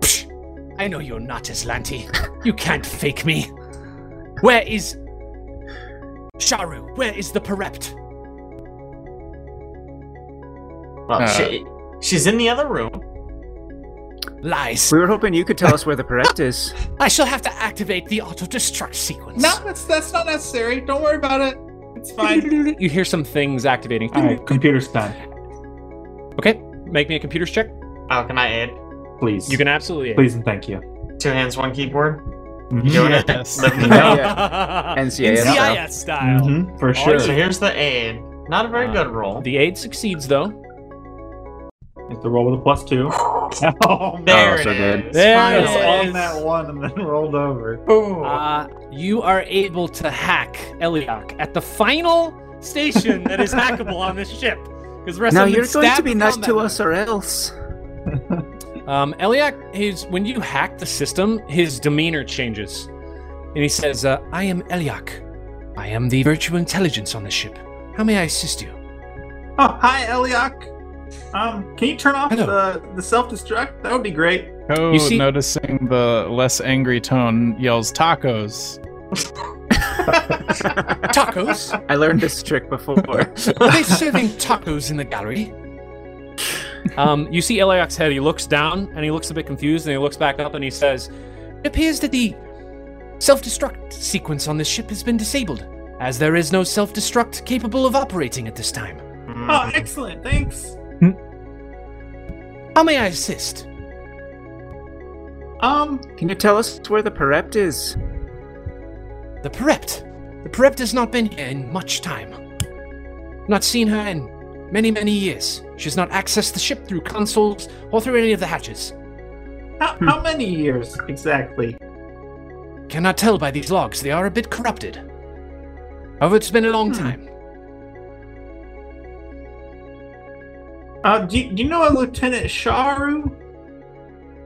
"Psh, "I know you're not Aslanti. You can't fake me. Where is Sharu? Where is the Perept?
Well,
Uh.
she, she's in the other room.
Lies.
We were hoping you could tell us where the Perect is.
I shall have to activate the auto destruct sequence."
No, that's that's not necessary. Don't worry about it. It's fine.
You hear some things activating.
All right, computer's time,
Okay, make me a computer's check.
Oh, can I aid?
please.
You can absolutely.
please and thank you.
Two hands, one keyboard.
Mhm.
Doing it.
Yes.
Living the
Yeah.
dream.
NCIS style.
NCIS style.
Mhm, for
All
sure.
right.
So here's the aid. Not a very
Uh,
good roll.
The aid succeeds though.
It's the roll with a plus two. oh, man.
There
Oh, so
it
good.
is.
There
I
it
was
is.
on that one and then rolled over.
Ooh.
Uh, you are able to hack Eliak at the final station that is hackable on this ship. Because the rest
Now
of them
you're going to
stabbed
be nice
combat
to
with
us or else.
it. Um, Eliak, his when you hack the system, his demeanor changes, and he says, uh, "I am Eliak. I am the virtual intelligence on the ship. How may I assist you?"
Oh, hi, Eliok. Um, can you turn off
Hello.
the, the self destruct? That would be great. Oh,
Co
You see-
noticing the less angry tone yells tacos.
Tacos?
I learned this trick before.
Are they serving tacos in the gallery? Um, you see Eliak's head. He looks down and he looks a bit confused and he looks back up and he says, It appears that the self destruct sequence on this ship has been disabled, as there is no self destruct capable of operating at this time.
Oh,
Mm-hmm.
Mm.
excellent. Thanks.
How may I assist?
Um,
Can you tell us where the Perect is?
The Prept. The Prept has not been here in much time. Not seen her in many, many years. She has not accessed the ship through consoles or through any of the hatches.
how,
Hmm.
how many years exactly?
Cannot tell by these logs, they are a bit corrupted. However, it's been a long time.
Uh, do, you- do you know a Lieutenant Sharu?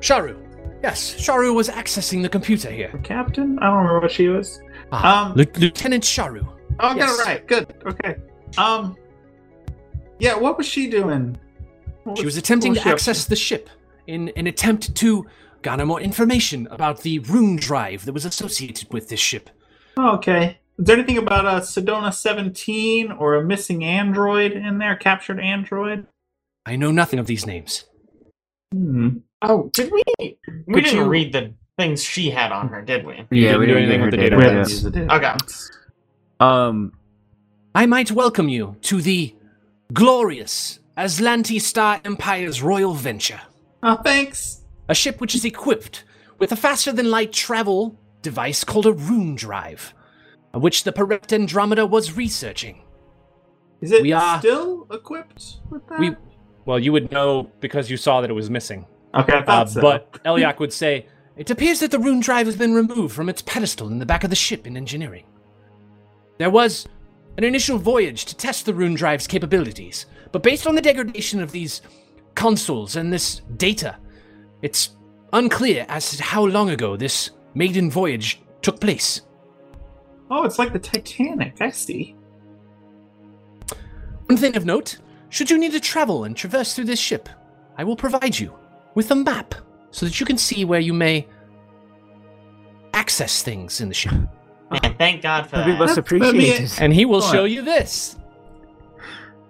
Sharu. Yes, Sharu was accessing the computer here.
Captain? I don't remember what she was.
Ah,
Um,
Lieu- Lieutenant Sharu.
Oh, I got
Yes.
it right. Good. Okay. Um. Yeah, what was she doing? What
She was attempting
what
to
up
access the ship in an attempt to garner more information about the rune drive that was associated with this ship.
Oh, okay. Is there anything about a Sedona 17 or a missing android in there? Captured android?
I know nothing of these names.
Hmm.
Oh, did we? We
Could
didn't
you-
read the things she had on her, did we?
You didn't do
didn't
anything with
get her
the data
data.
points.
Yeah.
Okay.
Um,
I might welcome you to the glorious Aslanti Star Empire's royal venture.
Oh, thanks.
a ship which is equipped with a faster than light travel device called a rune drive, which the Perect Andromeda was researching.
Is it
We are-
still equipped with that?
We- Well, you would know because you saw that it was missing.
Okay, I
Uh,
thought so.
But Eliak would say, It appears that the rune drive has been removed from its pedestal in the back of the ship in engineering. There was an initial voyage to test the rune drive's capabilities, but based on the degradation of these consoles and this data, it's unclear as to how long ago this maiden voyage took place.
Oh, it's like the Titanic. I see.
One thing of note should you need to travel and traverse through this ship, I will provide you with a map so that you can see where you may access things in the ship.
Man, thank God for that.
we must
Man,
appreciate it.
And he will
Sure.
show you this.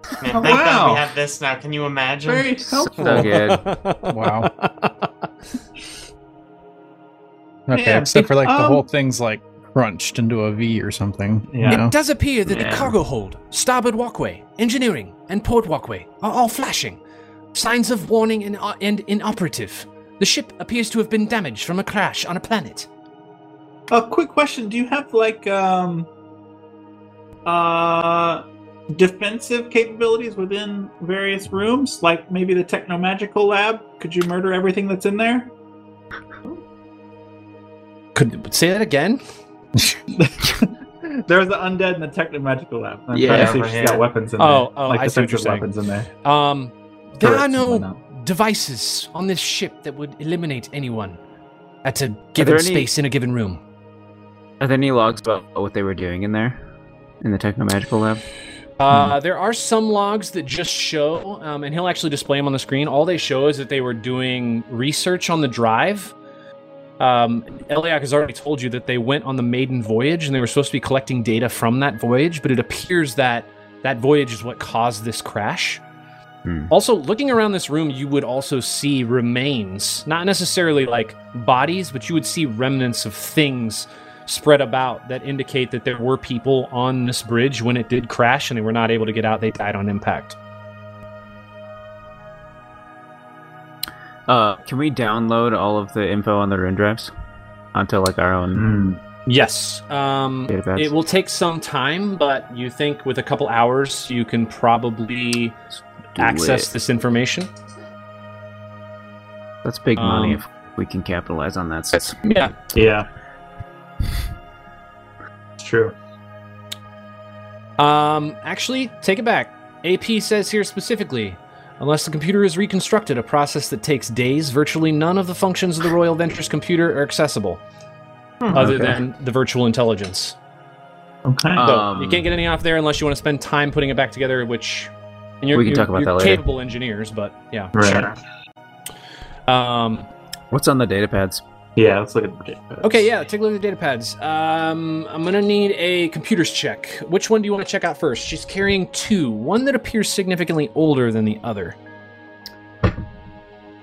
thank God
Wow.
we have this now. Can you imagine?
Very
So
helpful.
good.
Wow. Okay,
Yeah,
except
it-
for like the
um,
whole thing's like crunched into a V or something.
Yeah.
You know?
It does appear that the
Yeah.
cargo hold, starboard walkway, engineering, and port walkway are all flashing. Signs of warning and, and uh, inoperative. The ship appears to have been damaged from a crash on a planet.
A quick question: Do you have like um, uh, defensive capabilities within various rooms? Like maybe the technomagical lab? Could you murder everything that's in there?
Could say that again?
There's the undead in the technomagical lab. I'm
Yeah,
trying to see if
right
she's got
here.
weapons in
Oh,
there.
oh,
like
I see what you're
defensive
saying.
weapons in there.
Um, there are
Turrets and
no
whatnot.
devices on this ship that would eliminate anyone at a
there
given
any-
space in a given room.
Are there any logs about what they were doing in there? In the technomagical lab?
Uh, There are some logs that just show, um, and he'll actually display them on the screen. All they show is that they were doing research on the drive. Um, Eliak has already told you that they went on the maiden voyage and they were supposed to be collecting data from that voyage, but it appears that that voyage is what caused this crash.
Hmm.
Also, looking around this room, you would also see remains, not necessarily like bodies, but you would see remnants of things spread about that indicate that there were people on this bridge when it did crash and they were not able to get out. They died on impact.
Uh, can we download all of the info on the rune drives onto like our own?
Yes. Um,
Yeah, that's-
it will take some time, but you think with a couple hours, you can probably
Do
access
it.
this information.
That's big money
um,
if we can capitalize on that. That's
Yeah.
Yeah. It's true.
Um, actually, take it back. AP says here specifically, unless the computer is reconstructed, a process that takes days, virtually none of the functions of the Royal Ventures computer are accessible, other
Hmm. okay.
than the virtual intelligence.
Okay.
Uh,
So
Um,
you can't get any off there unless you want to spend time putting it back together, which and you're,
We can
you're-
talk about
you're
that later.
capable engineers, but yeah.
Sure.
Um,
What's on the data pads?
Yeah, let's look at the
okay, yeah, take a look at the data pads. Um, I'm gonna need a computers check. Which one do you want to check out first? She's carrying two, one that appears significantly older than the other.
We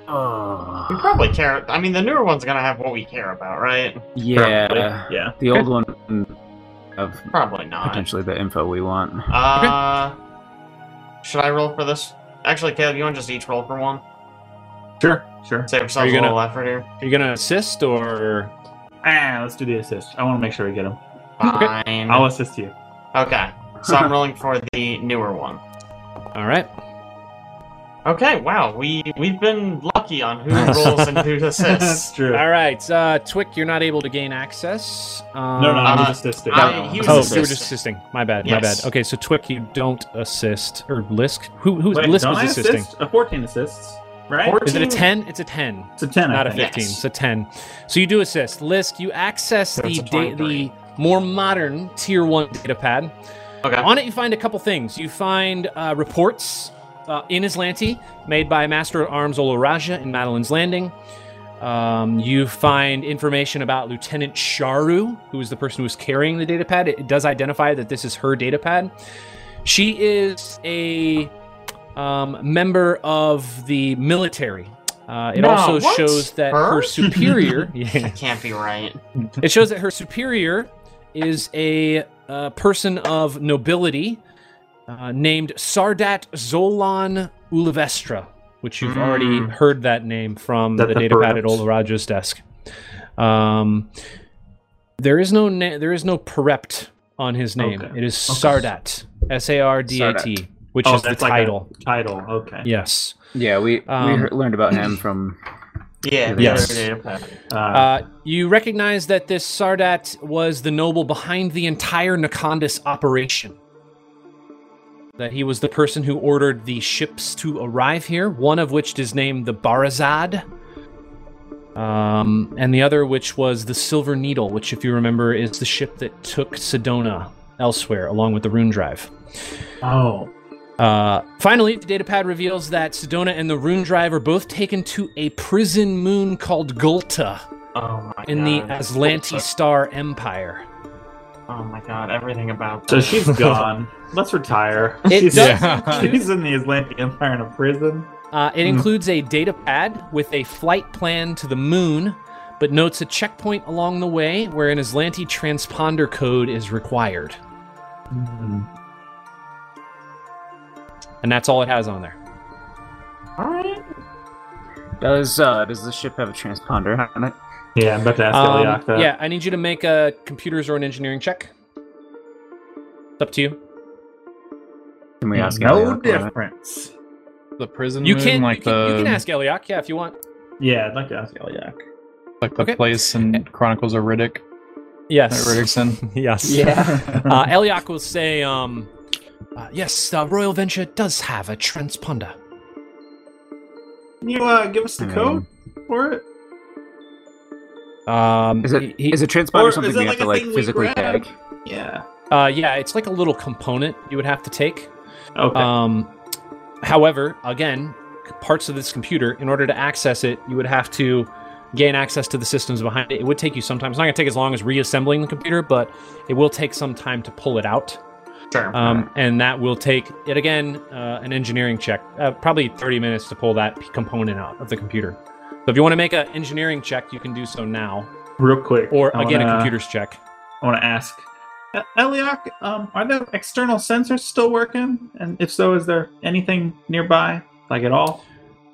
Oh,
probably care. I mean, the newer one's gonna have what we care about, right?
yeah.
Probably, Yeah.
The old one of
Probably not.
potentially the info we want.
Uh, should I roll for this? Actually, Caleb, you want to just each roll for one?
Sure. Sure.
Save
you
ourselves a
gonna-
little effort here.
Are you gonna assist or
Ah, let's do the assist. I want to make sure we get him.
Fine.
I'll assist you.
Okay. So I'm rolling for the newer one.
all right?
Okay. Wow. We we've been lucky on who rolls and who assists.
true.
All right, uh, Twick, you're not able to gain access. Um,
No, no, I'm
Uh,
just assisting.
I- he was
Oh,
assisting.
you were just assisting. My bad. My
Yes.
bad. Okay, so Twick, you don't assist or Lisk. Who who's
Wait,
Lisk
don't
was
I
assisting?
Assist? A 14 assists, right?
Four-
Is it a
14?
ten? It's a ten,
It's a 10,
not
I
a
think.
fifteen.
Yes.
It's a ten. So you do assist. Lisk, you access
So
the
it's a
da-
23.
the more modern tier one data pad.
Okay.
On it, you find a couple things. You find uh, reports uh, in Islanti made by Master at Arms Oloraja in Madeline's Landing. Um, you find information about Lieutenant Sharu, who is the person who is carrying the data pad. It does identify that this is her data pad. She is a um, member of the military. Uh, it
No,
also
what?
shows that her,
Her?
superior. Yeah.
That can't be right.
It shows that her superior is a uh, person of nobility uh, named Sardat Zolan Ulivestra, which you've already
Mm.
heard that name from
Hmm. That
the
the
data pad at
Perep's.
Olaraja's desk. Um, there is no na- there is no prept on his name.
Okay.
It is Sardat, S A R D A T, which
Oh,
is the
that's like a-
title.
Title, okay.
Yes.
Yeah, we we
Um,
heard, learned about him from.
Yeah. the
Yes.
other data pattern.
Uh,
Uh, you recognize that this Sardat was the noble behind the entire Nakandis operation. That he was the person who ordered the ships to arrive here, one of which is named the Barazad, um, and the other which was the Silver Needle, which, if you remember, is the ship that took Sedona elsewhere along with the Rune Drive.
oh,
Uh, finally, the datapad reveals that Sedona and the Rune Drive are both taken to a prison moon called Gulta
Oh my
in the
god.
Aslanti Star Empire.
Oh my god. Everything about.
so
this.
she's gone. Let's retire.
It
she's,
does
Yeah.
include-
she's in the Atlantic Empire in a prison.
uh, it
Mm.
Hmm.
includes a data pad with a flight plan to the moon, but notes a checkpoint along the way where an Aslanti transponder code is required.
Mm.
And that's all it has on there.
All right.
Does uh, does the ship have a transponder on it?
Yeah, I'm about to ask
Um,
Eliak that.
yeah, I need you to make a computers or an engineering check. It's up to you.
Can we ask
no
Elliot about it?
difference.
The prison
You
moon,
can,
Mm, like
you can,
the
you can ask Eliak, yeah, if you want.
Yeah, I'd like to ask Eliak.
like the
Okay.
place in Chronicles of Riddick. That
Yes.
Riddickson.
yes.
Yeah.
Uh,
Uh-huh.
Eliak will say, um, uh, yes, uh, Royal Venture does have a transponder.
Can you uh, give us the
Hmm.
code for it?
Um,
Is it
he-
is a
Or
transponder
is
something
that
we
like
have to
a
like
thing we
physically
grab?
tag?
Yeah.
uh, yeah, it's like a little component you would have to take.
Okay.
Um, however, again, c- parts of this computer, in order to access it, you would have to gain access to the systems behind it. It would take you sometimes. It's not going to take as long as reassembling the computer, but it will take some time to pull it out.
Sure.
Um, and that will take it again uh, an engineering check, uh, probably 30 minutes to pull that p- component out of the computer. So if you want to make an engineering check, you can do so now,
Real quick.
or
I
again a
wanna-
computer's check.
I want to ask E- Eliak, um, are the external sensors still working? And if so, is there anything nearby, like at all?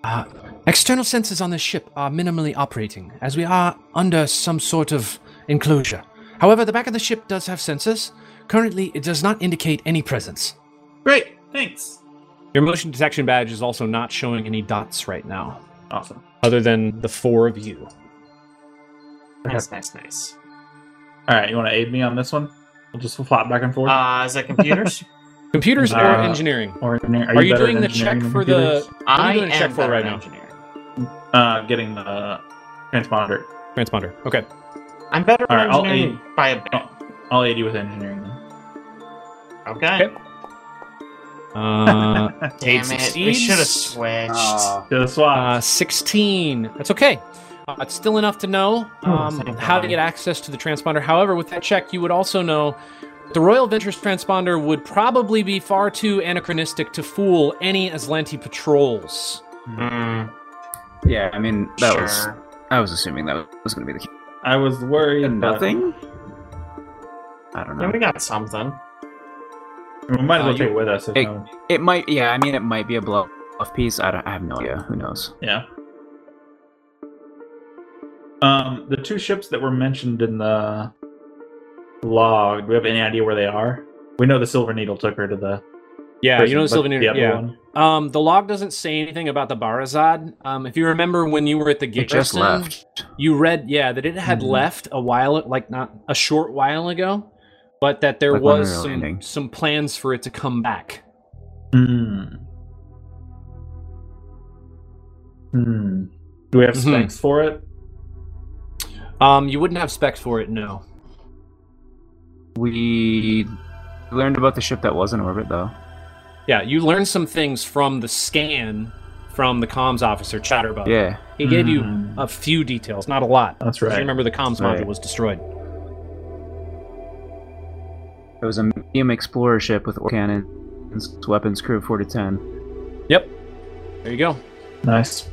Uh, external sensors on this ship are minimally operating, as we are under some sort of enclosure. However, the back of the ship does have sensors. Currently, it does not indicate any presence.
Great. Thanks.
Your motion detection badge is also not showing any dots right now,
Awesome.
other than the four of you.
nice, nice, nice.
All right, you want to aid me on this one? We'll just flop back and forth.
Uh, is that computers?
Computers or
Uh,
engineering?
or engineer-
Are you
better at
doing the
engineering
check
than
for the
computers?
What are
I
you doing a check
am
for
better
right
at
now?
engineering.
uh, getting the transponder?
transponder? Okay.
I'm better at
All right, I'll
engineering by a bit.
I'll aid you with engineering. Then.
Okay.
Uh,
Damn
Eight
it. We
succeeds.
should have switched.
To the swap.
uh, 16. That's okay. Uh, it's still enough to know um,
thank
how to
God.
get access to the transponder. However, with that check, you would also know that the Royal Ventures transponder would probably be far too anachronistic to fool any Aslanti patrols.
Mm,
Yeah, I mean that was
sure.
I was assuming that was going to be the key.
I was worried. but
Nothing. I don't
Then
know.
we got something.
We might as
Uh,
well take
you-
it with us. If
Hey.
no-
It might. Yeah, I mean it might be a bluff piece. I don't. I have no idea. Who knows?
Yeah. Um, the two ships that were mentioned in the log. Do we have any idea where they are? We know the Silver Needle took her to the.
Yeah,
prison,
you know the
but
Sylvan
other
yeah.
one-
Um, the log doesn't say anything about the Barazad. Um, if you remember when you were at the
It
garrison,
just left.
you read yeah that it had
Mhm.
left a while like not a short while ago but that there
Like when we
was
were
some
landing.
some plans for it to come back
Hmm. Hmm. Do we have
Mhm.
specs for it?
um you wouldn't have specs for it no
We learned about the ship that was in orbit, though.
yeah you learned some things from the scan from the comms officer chatterbug
Yeah.
he gave you
Hmm.
a few details not a lot
That's
'cause
right.
you remember the comms module
Right.
was destroyed
It was a medium explorer ship with orc cannons, weapons, crew of 4 to 10.
there you go
Nice.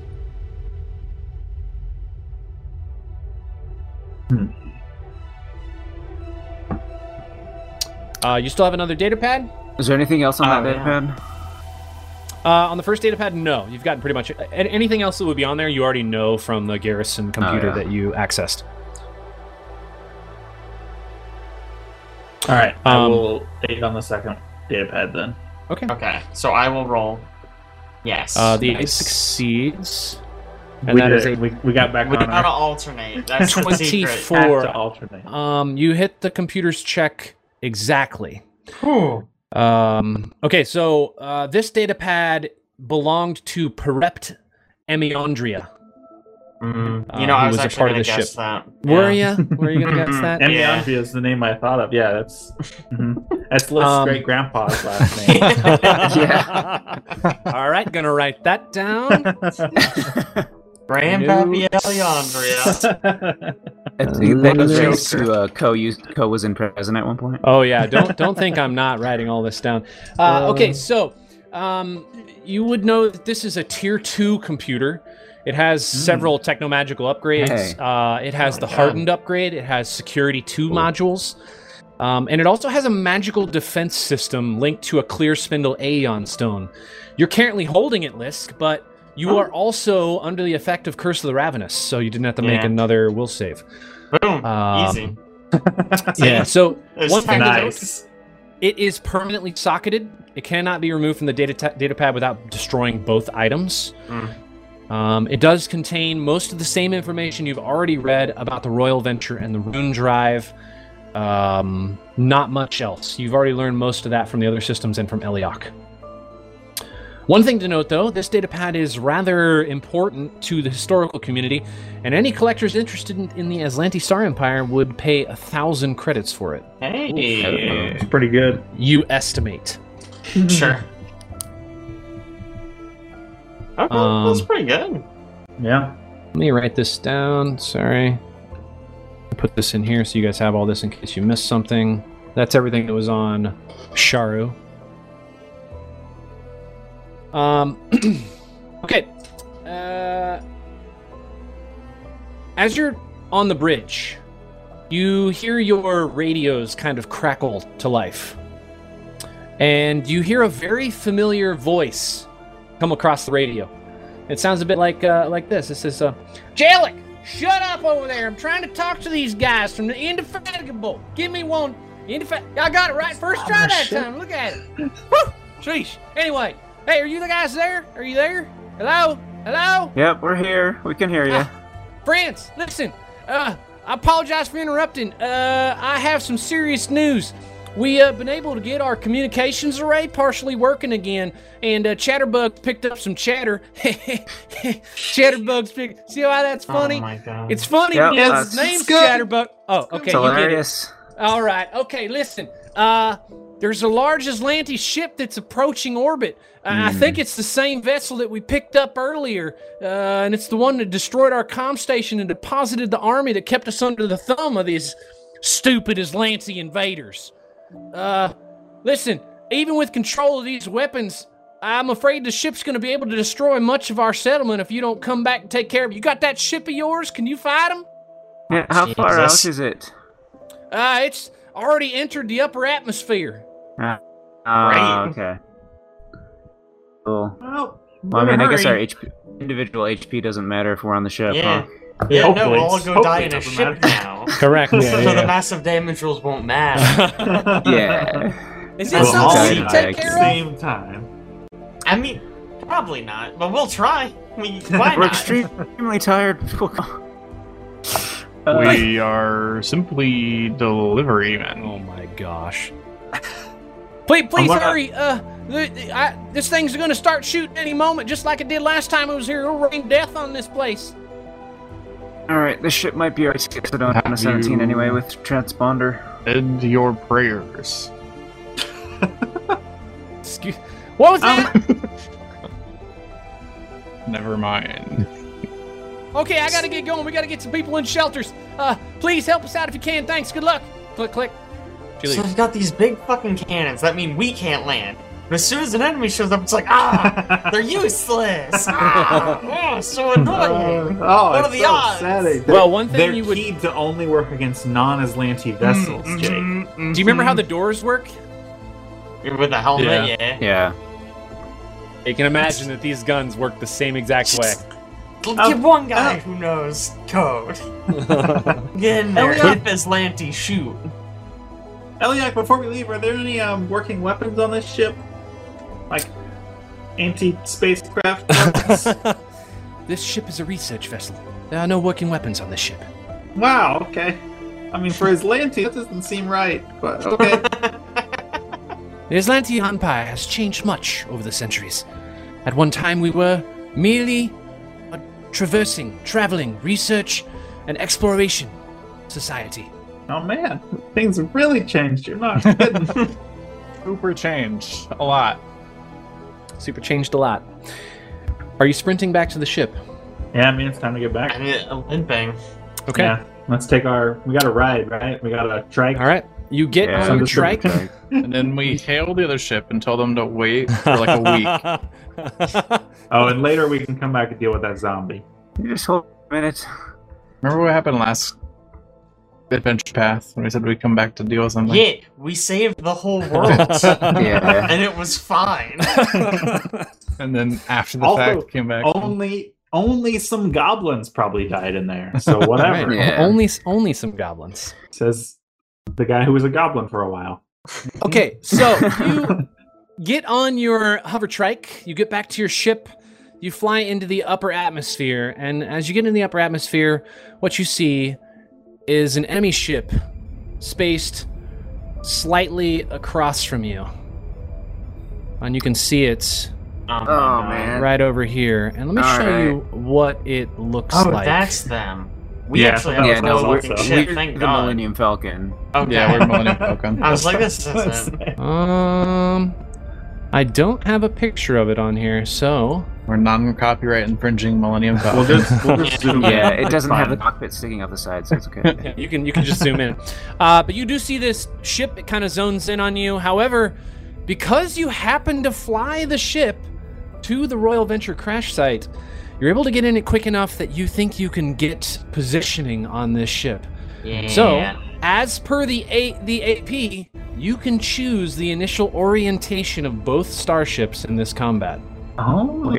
uh, you still have another data pad
Is there anything else on
Oh,
that
yeah.
datapad?
uh, on the first data pad no you've gotten pretty much a- anything else that would be on there you already know from the garrison computer
yeah.
that you accessed
All right. I
Um,
will aid on the second data pad then.
okay
Okay, so I will roll. Yes.
Uh, the eight
nice.
succeeds, and
we,
that
did
is
it. we we got back
we
on
Gotta
our
alternate.
a
That's the secret.
have to
twenty-four.
alternate.
Um, you hit the computer's check exactly.
Ooh.
Um, okay, so uh, this data pad belonged to Perept Emiondria.
Mm,
Uh,
you know,
who
I was,
was a
actually
part of
gonna
the
guess
ship.
that.
Were
Yeah.
you? Were you gonna guess that?
And
Yeah.
Leontia is the name I thought of. Yeah, that's mhm. that's Liz's
Um,
great grandpa's last name.
Yeah.
All right, gonna write that down.
Grandpappy
Nope.
Eliandria.
That's- that goes back to uh, Co, used, Co was in prison at one point.
Oh yeah, don't don't think I'm not writing all this down. Uh, okay, so um, you would know that this is a tier two computer. It has several technomagical upgrades.
Hey.
Uh, it has
Hmm.
the
Oh my God.
hardened upgrade. It has security two modules, um, and it also has a magical defense system linked to a clear spindle aeon stone. You're currently holding it, Lisk, but
Oh.
You are also under the effect of Curse of the Ravenous, so you didn't have to make
Yeah.
another will save.
Boom.
Um,
Easy.
Yeah. So
There's
one thing to
tiny
note,
notes.
it is permanently socketed. It cannot be removed from the data, ta- data pad without destroying both items. Um, it does contain most of the same information you've already read about the Royal Venture and the Rune Drive. Um, not much else. You've already learned most of that from the other systems and from Eliok. One thing to note, though, this data pad is rather important to the historical community, and any collectors interested in, in the Aslanti Star Empire would pay a thousand credits for it.
Hey.
It's pretty good.
You estimate.
Sure. Okay, Oh, that's
Um,
pretty good.
Yeah.
Let me write this down. Sorry. Put this in here so you guys have all this in case you missed something. That's everything that was on Sharu. Um, okay. Uh, as you're on the bridge, you hear your radios kind of crackle to life. And you hear a very familiar voice come across the radio. It sounds a bit like uh, like this. It says, uh, Jalik, shut up over there. I'm trying to talk to these guys from the Indefatigable. Give me one. Indefat- I got it right first try that time. Look at it. Woo! Sheesh. Anyway, hey, are you the guys there? Are you there? Hello? Hello?
Yep, we're here. We can hear you.
Friends, listen. Uh, I apologize for interrupting. Uh, I have some serious news. We uh, been able to get our communications array partially working again, and uh, Chatterbug picked up some chatter. Chatterbug's pick. See why that's funny?
Oh my god.
it's funny
Yep,
because
that's-
his name's
it's good.
Chatterbug. Oh, okay,
It's
you get it.
hilarious.
All right. Okay. Listen. Uh, there's a large Aslanti ship that's approaching orbit. Uh, I I think it's the same vessel that we picked up earlier, uh, and it's the one that destroyed our comm station and deposited the army that kept us under the thumb of these stupid Aslanti invaders. Uh, listen. Even with control of these weapons, I'm afraid the ship's going to be able to destroy much of our settlement if you don't come back and take care of it. You got that ship of yours? Can you fight them?
Yeah, how
Jesus.
far out is it?
Uh, it's already entered the upper atmosphere.
Oh,
Right.
okay. Cool.
Well,
Well, I mean, I guess our HP, individual HP doesn't matter if we're on the ship,
yeah.
huh?
Yeah, no,
Hopefully-
we'll all go
hopefully
die
it
in a
doesn't
ship
matter.
now.
Correct.
so the massive damage rules won't matter.
Yeah.
Is
Well,
this something you
I'll
can take
die
care of?
Same time.
I mean, probably not, but we'll try. We, why
we're
not?
extremely tired. people. Uh,
We are simply delivery men.
Oh my gosh. Please, please
not-
hurry. Uh, th- th- I, this thing's gonna start shooting any moment, just like it did last time I was here. It'll rain death on this place.
all right, this ship might be our six, so don't
Have
on a 17
you-
anyway with transponder.
End your prayers.
Excuse- what was that?
Never mind.
okay, I gotta get going. We gotta get some people in shelters. Uh, please help us out if you can. Thanks. Good luck. Click, click. She
So
leaves.
they've got these big fucking cannons. That mean we can't land. But as soon as an enemy shows up, it's like, ah, they're useless. Ah, oh, so annoying.
oh,
What
it's
are the
so
odds?
Sad. They're,
Well, one thing
they're
you would-
keyed to only work against non-Aslanti vessels,
Mm,
Jake.
mm, mm,
Do you remember how
mm.
the doors work?
with the helmet?
Yeah.
Yeah.
Yeah.
You can imagine that these guns work the same exact way.
Give
Oh,
one guy
oh.
who knows code. Get in there. Hip Aslanti shoot.
Eliak, before we leave, are there any um, working weapons on this ship? Like anti-spacecraft weapons?
This ship is a research vessel. There are no working weapons on this ship.
wow, okay. I mean, for Aslanti, that doesn't seem right, but okay.
The Islanti Empire has changed much over the centuries. At one time, we were merely a traversing, traveling, research, and exploration society.
oh man, things have really changed. You're not kidding.
Super change. A lot.
Super changed a lot. Are you sprinting back to the ship?
yeah, I mean, it's time to get
I
back.
mean, a limping.
Okay.
Yeah, let's take our. We got a ride, right? We got a trike.
All right. You get
Yeah.
on your
Sounds
trike.
And then we hail the other ship and tell them to wait for like a week.
week.
Oh, and later we can come back and deal with that zombie.
You just hold a minute.
Remember what happened last adventure path when we said we'd come back to deal with
Oh
something?
Yeah, we saved the whole world.
Yeah.
and it was fine.
and then after the
Also, oh
fact came back.
Only only some goblins probably died in there. So whatever.
Right. Yeah.
Only only some goblins.
Says the guy who was a goblin for a while.
Okay, so you get on your hover trike, you get back to your ship, you fly into the upper atmosphere, and as you get in the upper atmosphere, what you see is an enemy ship spaced slightly across from you. And you can see it
Oh,
Oh,
no.
man.
right over here. And let me
All
show
right.
you what it looks
Oh,
like.
that's them. We
Yeah,
actually
so
have
that
a
yeah,
was
cool
no, we're,
looking
awesome.
ship,
we're
thank
the
God.
Millennium Falcon.
Okay.
Yeah, we're Millennium Falcon.
I was like, this
That's
isn't.
it.
Um I don't have a picture of it on here, so
We're non-copyright infringing Millennium Falcon.
We'll just, we'll just zoom in.
Yeah, it doesn't
It's
have the
fine.
cockpit sticking out the side, so it's okay.
Yeah, you can you can just zoom in. Uh, but you do see this ship. It kind of zones in on you. However, because you happen to fly the ship to the Royal Venture crash site, you're able to get in it quick enough that you think you can get positioning on this ship.
Yeah.
So, as per the A- the AP, you can choose the initial orientation of both starships in this combat.
Oh.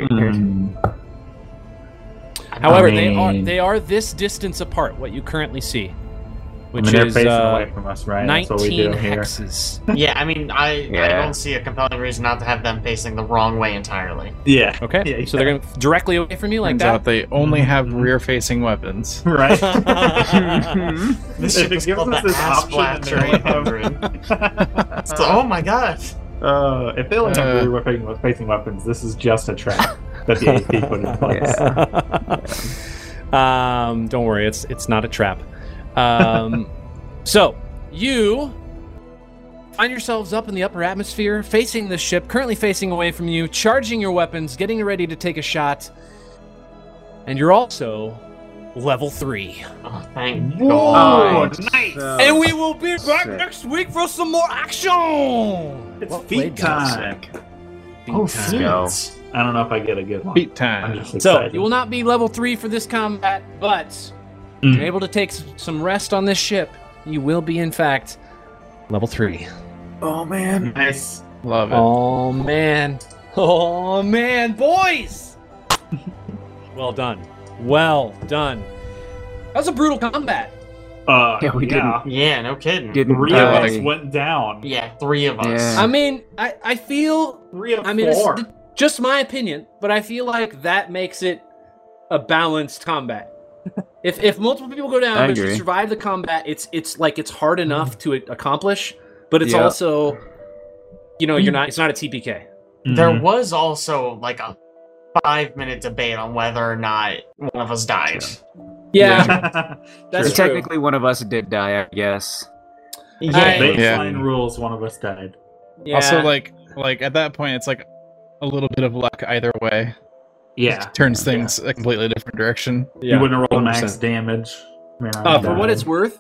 However, they are
mean-
they are this distance apart. What you currently see,
I
which
mean, they're
is
facing
uh,
away from us, right? That's what we do
nineteen
here.
hexes.
yeah, I mean, I, I
Yeah.
don't see a compelling reason not to have them facing the wrong way entirely.
Yeah.
Okay.
Yeah,
So they're going directly away from you like
Turns out they only have rear-facing weapons.
Right. Mm-hmm.
that.
This
If
ship
it
is
gives
called
us
the
this
Ass
option in
Blaster
the middle of-
800. So, oh my god.
Uh, if they only
Uh.
have rear weapon- facing weapons, this is just a trap that the AP put in place.
um, don't worry, it's it's not a trap. Um, so you find yourselves up in the upper atmosphere, facing the ship, currently facing away from you, charging your weapons, getting ready to take a shot, and you're also level three.
Oh, thank
Whoa,
god.
Nice.
nice!
So-
And we will be back
Sick.
next week for some more action.
it's
Well
feet
played, guys.
time.
Oh,
Let's go.
feet.
I don't know if I get a good one.
Beat time.
I'm just
So
excited.
you will not be level three for this combat, but
Mm.
you're able to take s- some rest on this ship. You will be, in fact, level three.
Oh,
nice.
Love it.
Oh man! Oh man, boys! well done. Well done. That was a brutal combat.
Uh,
Yeah, we
Yeah, no kidding.
Didn't
Three
uh,
of us went down.
Yeah, three of us.
Yeah.
I mean, I I feel
Three of
I mean, it's
four.
th- just my opinion, but I feel like that makes it a balanced combat. if if multiple people go down
I
but you
agree.
survive the combat, it's it's like it's hard enough to a- accomplish, but it's
Yeah.
also you know, you're not it's not a TPK.
Mm-hmm.
There was also like a five minute debate on whether or not one of us died.
Yeah,
So
that's true.
technically one of us did die, I guess.
Yeah.
I-
Baseline rules. One of us died.
Yeah.
Also, like, like at that point, it's like a little bit of luck either way.
Yeah.
It turns things a completely different direction.
You wouldn't roll max
100%.
damage. I mean, I
Uh, for what
died.
it's worth,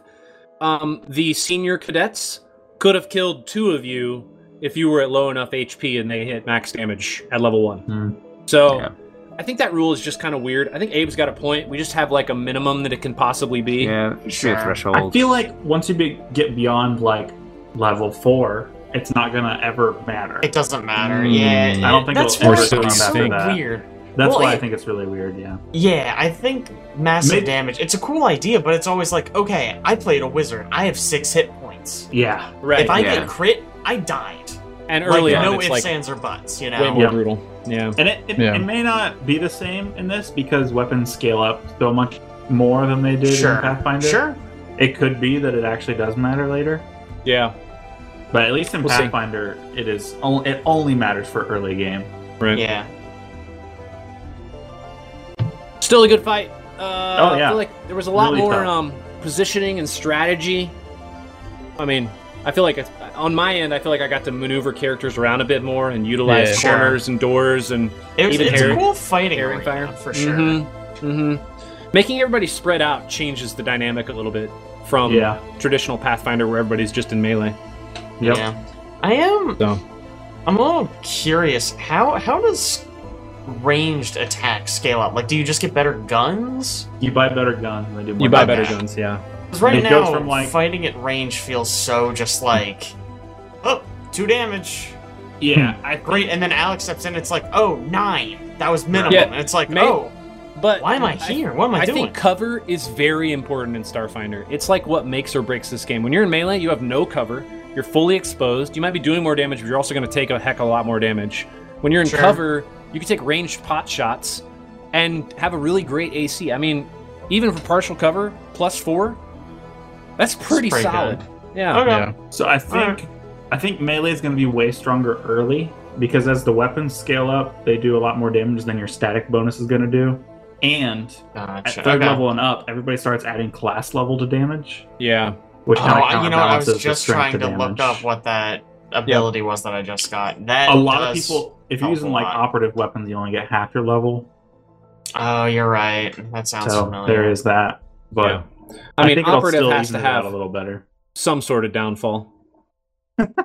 um, the senior cadets could have killed two of you if you were at low enough HP and they hit max damage at level one.
Hmm.
So
Yeah.
I think that rule is just kind of weird. I think Abe's got a point. We just have like a minimum that it can possibly be.
Yeah, it should be a
Sure.
threshold.
I feel like once you be- get beyond like level four, it's not gonna ever matter.
It doesn't matter.
Mm.
Yeah.
I don't think
that's
it'll
why
ever
it's
come
so
back to
that.
weird.
That's
Well,
why I
it-
think it's really weird. Yeah.
Yeah, I think massive
Mid-
damage. It's a cool idea, but it's always like, okay, I played a wizard. I have six hit points.
Yeah.
Right.
if I
Yeah.
get crit, I died.
and early
like,
on,
no
it's
ifs,
like
ands, or buts. You
way
know.
more
Yeah.
brutal. Yeah.
And it, it,
Yeah.
it may not be the same in this because weapons scale up so much more than they did
Sure.
in Pathfinder.
Sure.
It could be that it actually does matter later.
Yeah.
But at least in
We'll see.
Pathfinder, it is only, it only matters for early game.
Right.
Yeah.
Still a good fight. Uh,
Oh,
I
yeah.
feel like there was a lot
Really
more
tough.
um, positioning and strategy. I mean, I feel like it's, on my end, I feel like I got to maneuver characters around a bit more and utilize
Yeah. Sure.
corners and doors and
It was,
Even
it's
Harry-
a cool fighting
Harry
arena,
fire.
for sure.
Mm-hmm. Mm-hmm. Making everybody spread out changes the dynamic a little bit
Um,
from
yeah.
traditional Pathfinder where everybody's just in melee.
Yep.
Yeah. I am.
So.
I'm a little curious. How how does ranged attack scale up? Like, do you just get better guns?
You buy better guns. and They do more
You buy
damage.
better guns, yeah.
Because right
It
now,
goes from, like-
fighting at range feels so just like, oh, two damage.
Yeah, I think
Great, and then Alex steps in. It's like, oh, nine. That was minimum.
Yeah.
and it's like,
May-
oh,
But
why am I here? What am I,
I
doing?
think cover is very important in Starfinder. It's like what makes or breaks this game. When you're in melee, you have no cover. You're fully exposed. You might be doing more damage, but you're also going to take a heck of a lot more damage. When you're in
Sure.
cover, you can take ranged pot shots and have a really great AC. I mean, even for partial cover, plus four, that's pretty,
pretty
solid.
good. Oh.
Yeah.
okay.
Yeah.
so. I think
Alright.
I think melee is going to be way stronger early because as the weapons scale up, they do a lot more damage than your static bonus is going to do. And at
Gotcha.
third
Okay.
level and up, everybody starts adding class level to damage,
Yeah.
which
Oh,
kind of
I- you know, I was
counterbalances the
just
strength
trying to
damage.
look up what that ability was that I just got. That
a lot of
does-
people, if you're
help a
using like
lot.
operative weapons, you only get half your level.
Oh, you're right. That sounds
so
familiar.
there is that. But
Yeah. I, mean,
think it'll
operative
still
has
even
to
it out
have
a little better.
some sort of downfall,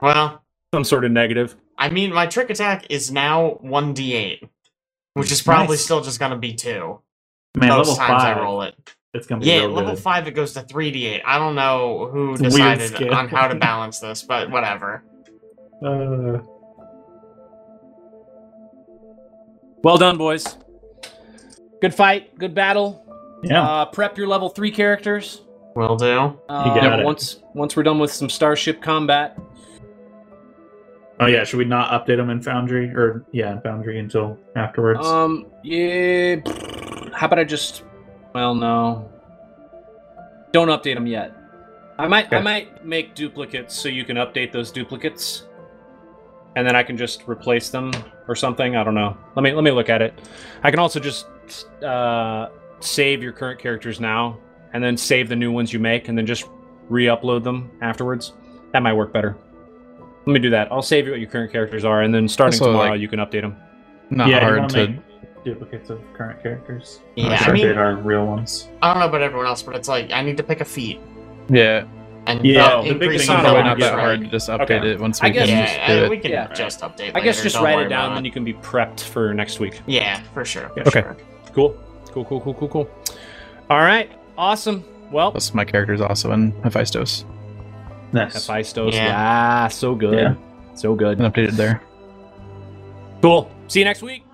Well,
some sort of negative.
I mean, my trick attack is now one d8, which is probably
Nice.
still just gonna be two.
Man, level
Most times
five,
I roll it.
it's gonna be
Yeah,
real
level
good.
five it goes to three d8. I don't know who
It's a weird
decided
scale.
on how to balance this, but whatever.
Uh,
Well done, boys. Good fight. Good battle.
yeah,
Uh, prep your level three characters.
Will do.
Uh,
got it.
Once once we're done with some starship combat,
Oh yeah, should we not update them in Foundry or yeah, in Foundry until afterwards?
um, yeah. How about I just? Well, no. Don't update them yet. I might I
Okay.
might make duplicates so you can update those duplicates, and then I can just replace them or something. I don't know. Let me let me look at it. I can also just uh, save your current characters now, and then save the new ones you make, and then just re-upload them afterwards. That might work better. Let me do that. I'll save you what your current characters are, and then starting
Also,
tomorrow
like-
you can update them.
Not
yeah, you
hard
wanna
to.
make duplicates of current characters.
Yeah,
Which
I mean,
update our real ones.
I don't know about everyone else, but it's like I need to pick a feat
Yeah,
and
Yeah,
that'll
the big
increase
thing
my
is
probably
Yeah.
level
not that
up,
hard
right?
to just update
Okay.
it once
I
we
guess
can
just
Yeah,
just do
I- we
it.
can
Yeah.
just update.
I guess
later,
just
don't
write
worry
it
about
down, then you can be prepped for next week.
Yeah, for sure. for
Okay.
sure.
Cool. Cool, cool, cool, cool, cool. All right. Awesome. Well,
Plus, my character's also in Hephaestus
Nice.
Hephaestos.
Yeah.
Yeah. so good.
Yeah.
So good.
and updated there.
Cool. See you next week.